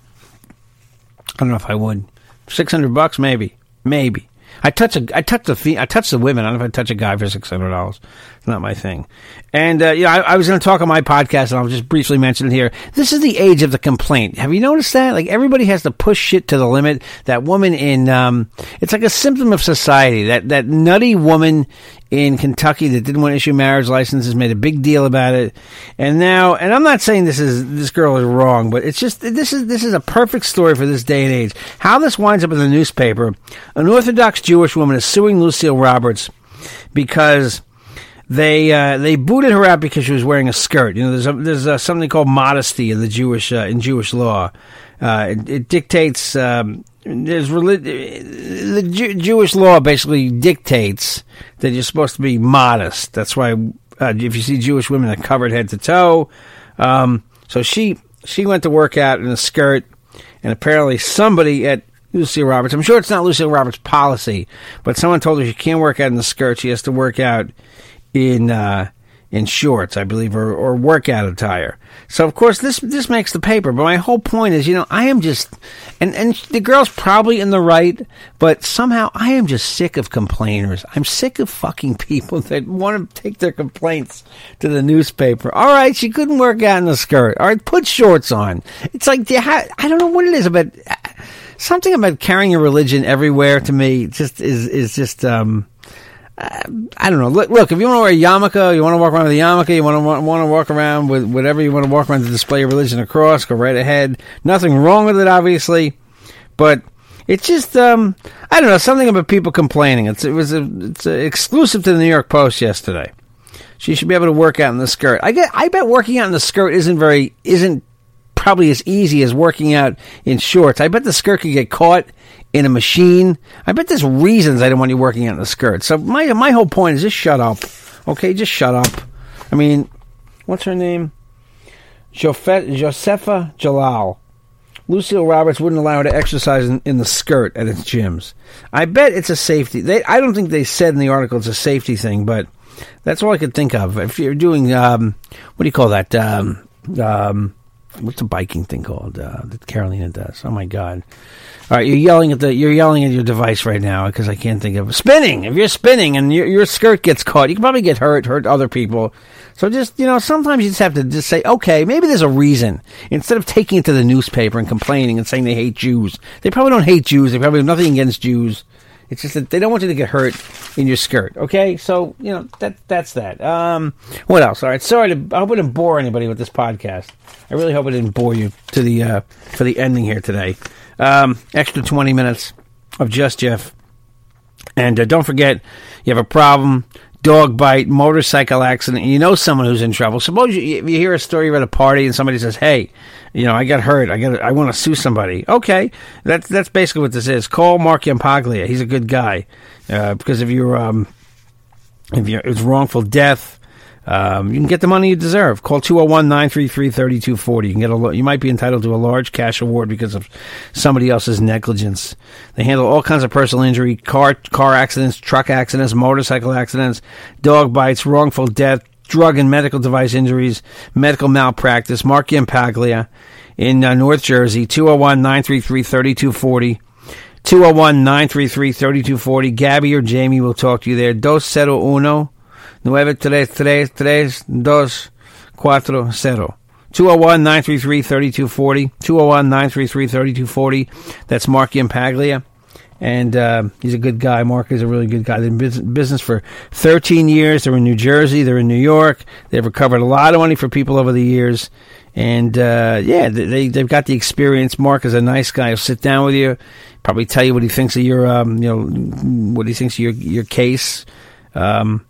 S1: I don't know if I would. Six hundred bucks, maybe, maybe. I touch a, I touch the, fe- I touch the women. I don't know if I touch a guy for six hundred dollars. It's not my thing. And uh, you know, I, I was going to talk on my podcast, and I'll just briefly mention it here. This is the age of the complaint. Have you noticed that? Like everybody has to push shit to the limit. That woman in, um, it's like a symptom of society. That that nutty woman in Kentucky that didn't want to issue marriage licenses made a big deal about it. And now, and I'm not saying this is this girl is wrong, but it's just this is this is a perfect story for this day and age. How this winds up in the newspaper, an Orthodox Jewish woman is suing Lucille Roberts because they uh, they booted her out because she was wearing a skirt. You know, there's a, there's uh something called modesty in the Jewish uh, in Jewish law. Uh, it, it dictates um, there's relig- the Jew- Jewish law basically dictates that you're supposed to be modest. That's why uh, if you see Jewish women, they're covered head to toe. Um, so she she went to work out in a skirt, and apparently somebody at Lucille Roberts. I'm sure it's not Lucille Roberts' policy, but someone told her she can't work out in the skirt. She has to work out in uh, in shorts, I believe, or, or workout attire. So of course this this makes the paper. But my whole point is, you know, I am just and and the girl's probably in the right, but somehow I am just sick of complainers. I'm sick of fucking people that want to take their complaints to the newspaper. All right, she couldn't work out in the skirt. All right, put shorts on. It's like you ha- I don't know what it is about something about carrying your religion everywhere to me just is is just um uh, I don't know. Look, look. If you want to wear a yarmulke, you want to walk around with a yarmulke. You want to want, want to walk around with whatever you want to walk around to display your religion across. Go right ahead. Nothing wrong with it, obviously, but it's just um, I don't know something about people complaining. It's it was a, it's a exclusive to the New York Post yesterday. She should be able to work out in the skirt. I get. I bet working out in the skirt isn't very isn't probably as easy as working out in shorts. I bet the skirt could get caught in a machine. I bet there's reasons I don't want you working out in the skirt. So my my whole point is just shut up. Okay, just shut up. I mean, what's her name? Jofe- Josefa Jalal. Lucille Roberts wouldn't allow her to exercise in, in the skirt at its gyms. I bet it's a safety. They, I don't think they said in the article it's a safety thing, but that's all I could think of. If you're doing, um, what do you call that? Um, um, what's a biking thing called uh, that Carolina does? Oh my god! All right, you're yelling at the you're yelling at your device right now because I can't think of spinning. If you're spinning and your your skirt gets caught, you can probably get hurt, hurt other people. So just you know, sometimes you just have to just say, okay, maybe there's a reason instead of taking it to the newspaper and complaining and saying they hate Jews. They probably don't hate Jews. They probably have nothing against Jews. It's just that they don't want you to get hurt in your skirt. Okay, so you know that that's that. Um, what else? All right, sorry. To, I hope I didn't bore anybody with this podcast. I really hope I didn't bore you to the uh, for the ending here today. Um, extra twenty minutes of just Jeff, and uh, don't forget you have a problem. Dog bite, motorcycle accident. You know someone who's in trouble. Suppose you, you hear a story at a party and somebody says, "Hey, you know, I got hurt. I got. I want to sue somebody." Okay, that's that's basically what this is. Call Mark Yampaglia. He's a good guy uh, because if you're um, if you it's wrongful death, um, you can get the money you deserve. Call 201-933-3240. You can get a lo- you might be entitled to a large cash award because of somebody else's negligence. They handle all kinds of personal injury, car car accidents, truck accidents, motorcycle accidents, dog bites, wrongful death, drug and medical device injuries, medical malpractice. Mark Impaglia in uh, North Jersey 201-933-3240. 201 933 3240. Gabby or Jamie will talk to you there. Dos cero uno nueve tres tres tres dos cuatro oh cero. 201-933-3240, 201-933-3240. oh. That's Marky and Paglia. And uh, he's a good guy. Mark is a really good guy. They're in bus- business for 13 years. They're in New Jersey. They're in New York. They've recovered a lot of money for people over the years. And uh, yeah, they, they, they've got the experience. Mark is a nice guy. He'll sit down with you, probably tell you what he thinks of your, um, you know, what he thinks of your, your case. Um,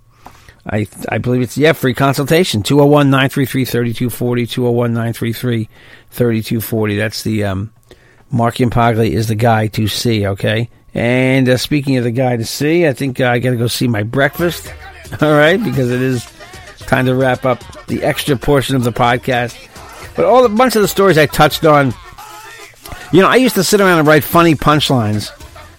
S1: I I believe it's yeah, free consultation. 201-933-3240, 201-933-3240. That's the um Mark Impagli is the guy to see, okay? And uh, speaking of the guy to see, I think uh, I got to go see my breakfast. All right, because it is time to wrap up the extra portion of the podcast. But all a bunch of the stories I touched on you know, I used to sit around and write funny punchlines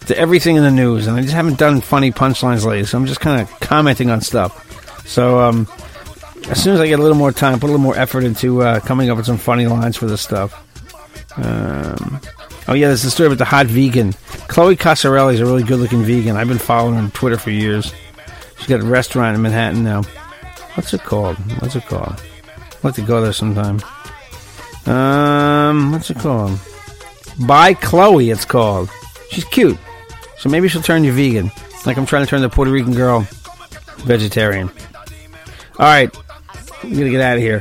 S1: to everything in the news, and I just haven't done funny punchlines lately, so I'm just kind of commenting on stuff. So, um, as soon as I get a little more time, put a little more effort into uh, coming up with some funny lines for this stuff. Um, oh, yeah, there's the story about the hot vegan. Chloe Casarelli is a really good looking vegan. I've been following her on Twitter for years. She's got a restaurant in Manhattan now. What's it called? What's it called? I'll have to go there sometime. Um, what's it called? By Chloe, it's called. She's cute. So maybe she'll turn you vegan. Like I'm trying to turn the Puerto Rican girl vegetarian. All right. I'm going to get out of here.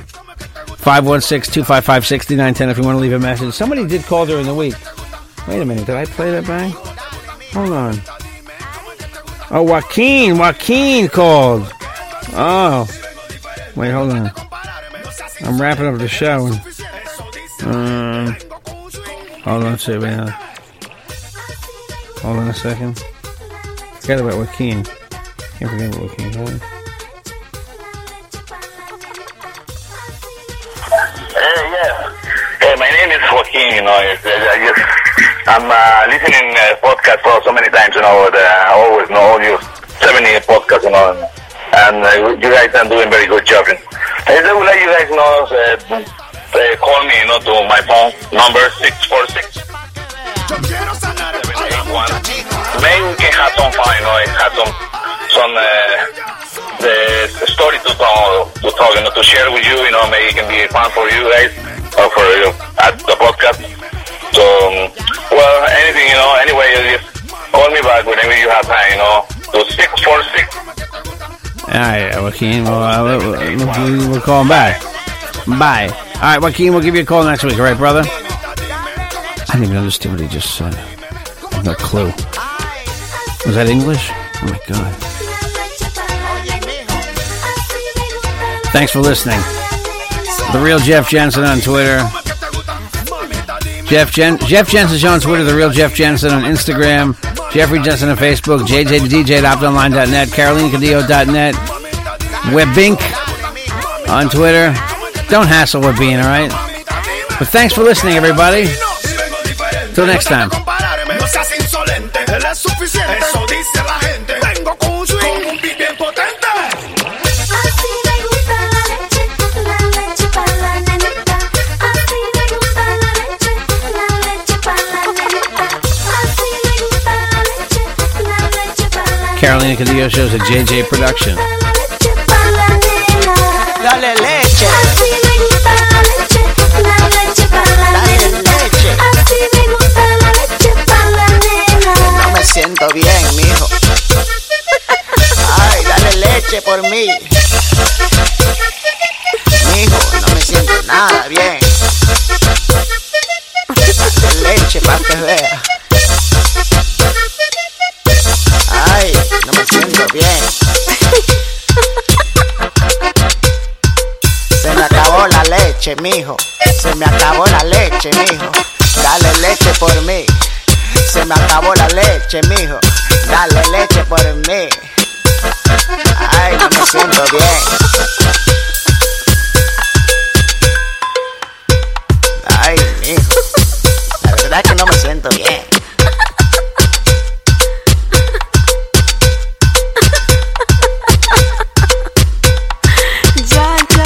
S1: 516 255 6910 if you want to leave a message. Somebody did call during the week. Wait a minute. Did I play that bang? Hold on. Oh, Joaquin. Joaquin called. Oh. Wait, hold on. I'm wrapping up the show. Um, hold on a second. man. Hold on a second. Forgot about Joaquin. Can't forget about Joaquin. Hold on.
S13: Hey, my name is Joaquin. You know, I, I just I'm uh, listening uh, podcast for so many times. You know, the, I always know all your seventy podcasts. You know, and, and uh, you guys are doing very good job. And I just would like you guys know. Uh, uh, call me, you know, to my phone number six four six. Maybe we can have some fun, you know, and have some some uh, the story to tell, to talk, you know, to share with you. You know, maybe it can be fun for you guys or for you at the podcast. So, um, well, anything, you know. Anyway, you just call me back whenever you have time, you know. So six four six.
S1: All right, Ah, Joaquin. Well, uh, we'll, we'll, we'll call him back. Bye. All right, Joaquin. We'll give you a call next week. All right, brother. I didn't even understand what he just said. I have no clue. Was that English? Oh my god. Thanks for listening. The real Jeff Jensen on Twitter. Jeff Jen- Jeff Jensen's on Twitter. The real Jeff Jensen on Instagram. Jeffrey Jensen on Facebook. JJ to DJ at optonline.net. CarolinaCadillo.net. Webbink on Twitter. Don't hassle with being all right. But thanks for listening, everybody. Till next time.
S2: No seas insolente, él es suficiente. Eso dice la gente. Vengo con un swing, con un beat bien potente. Así me gusta la leche, la leche para la nenita. Así me gusta la leche, la leche para la nenita. Así me gusta la leche, la leche para la
S1: Carolina Cadillo shows a JJ production.
S2: Dale leche. Así me gusta la leche, la leche para la nena. Así me gusta la leche para la nena.
S14: No me siento bien, mijo. Ay, dale leche por mí. Mijo, no me siento nada bien. Dale leche para que vea. Ay, no me siento bien. Se me acabó la leche, mijo. Se me acabó la leche, mijo. Dale leche por mí. Se me acabó la leche, mijo. Dale leche por mí. Ay, no me siento bien. Ay, mijo. La verdad es que no me siento bien.
S2: Ya, ya.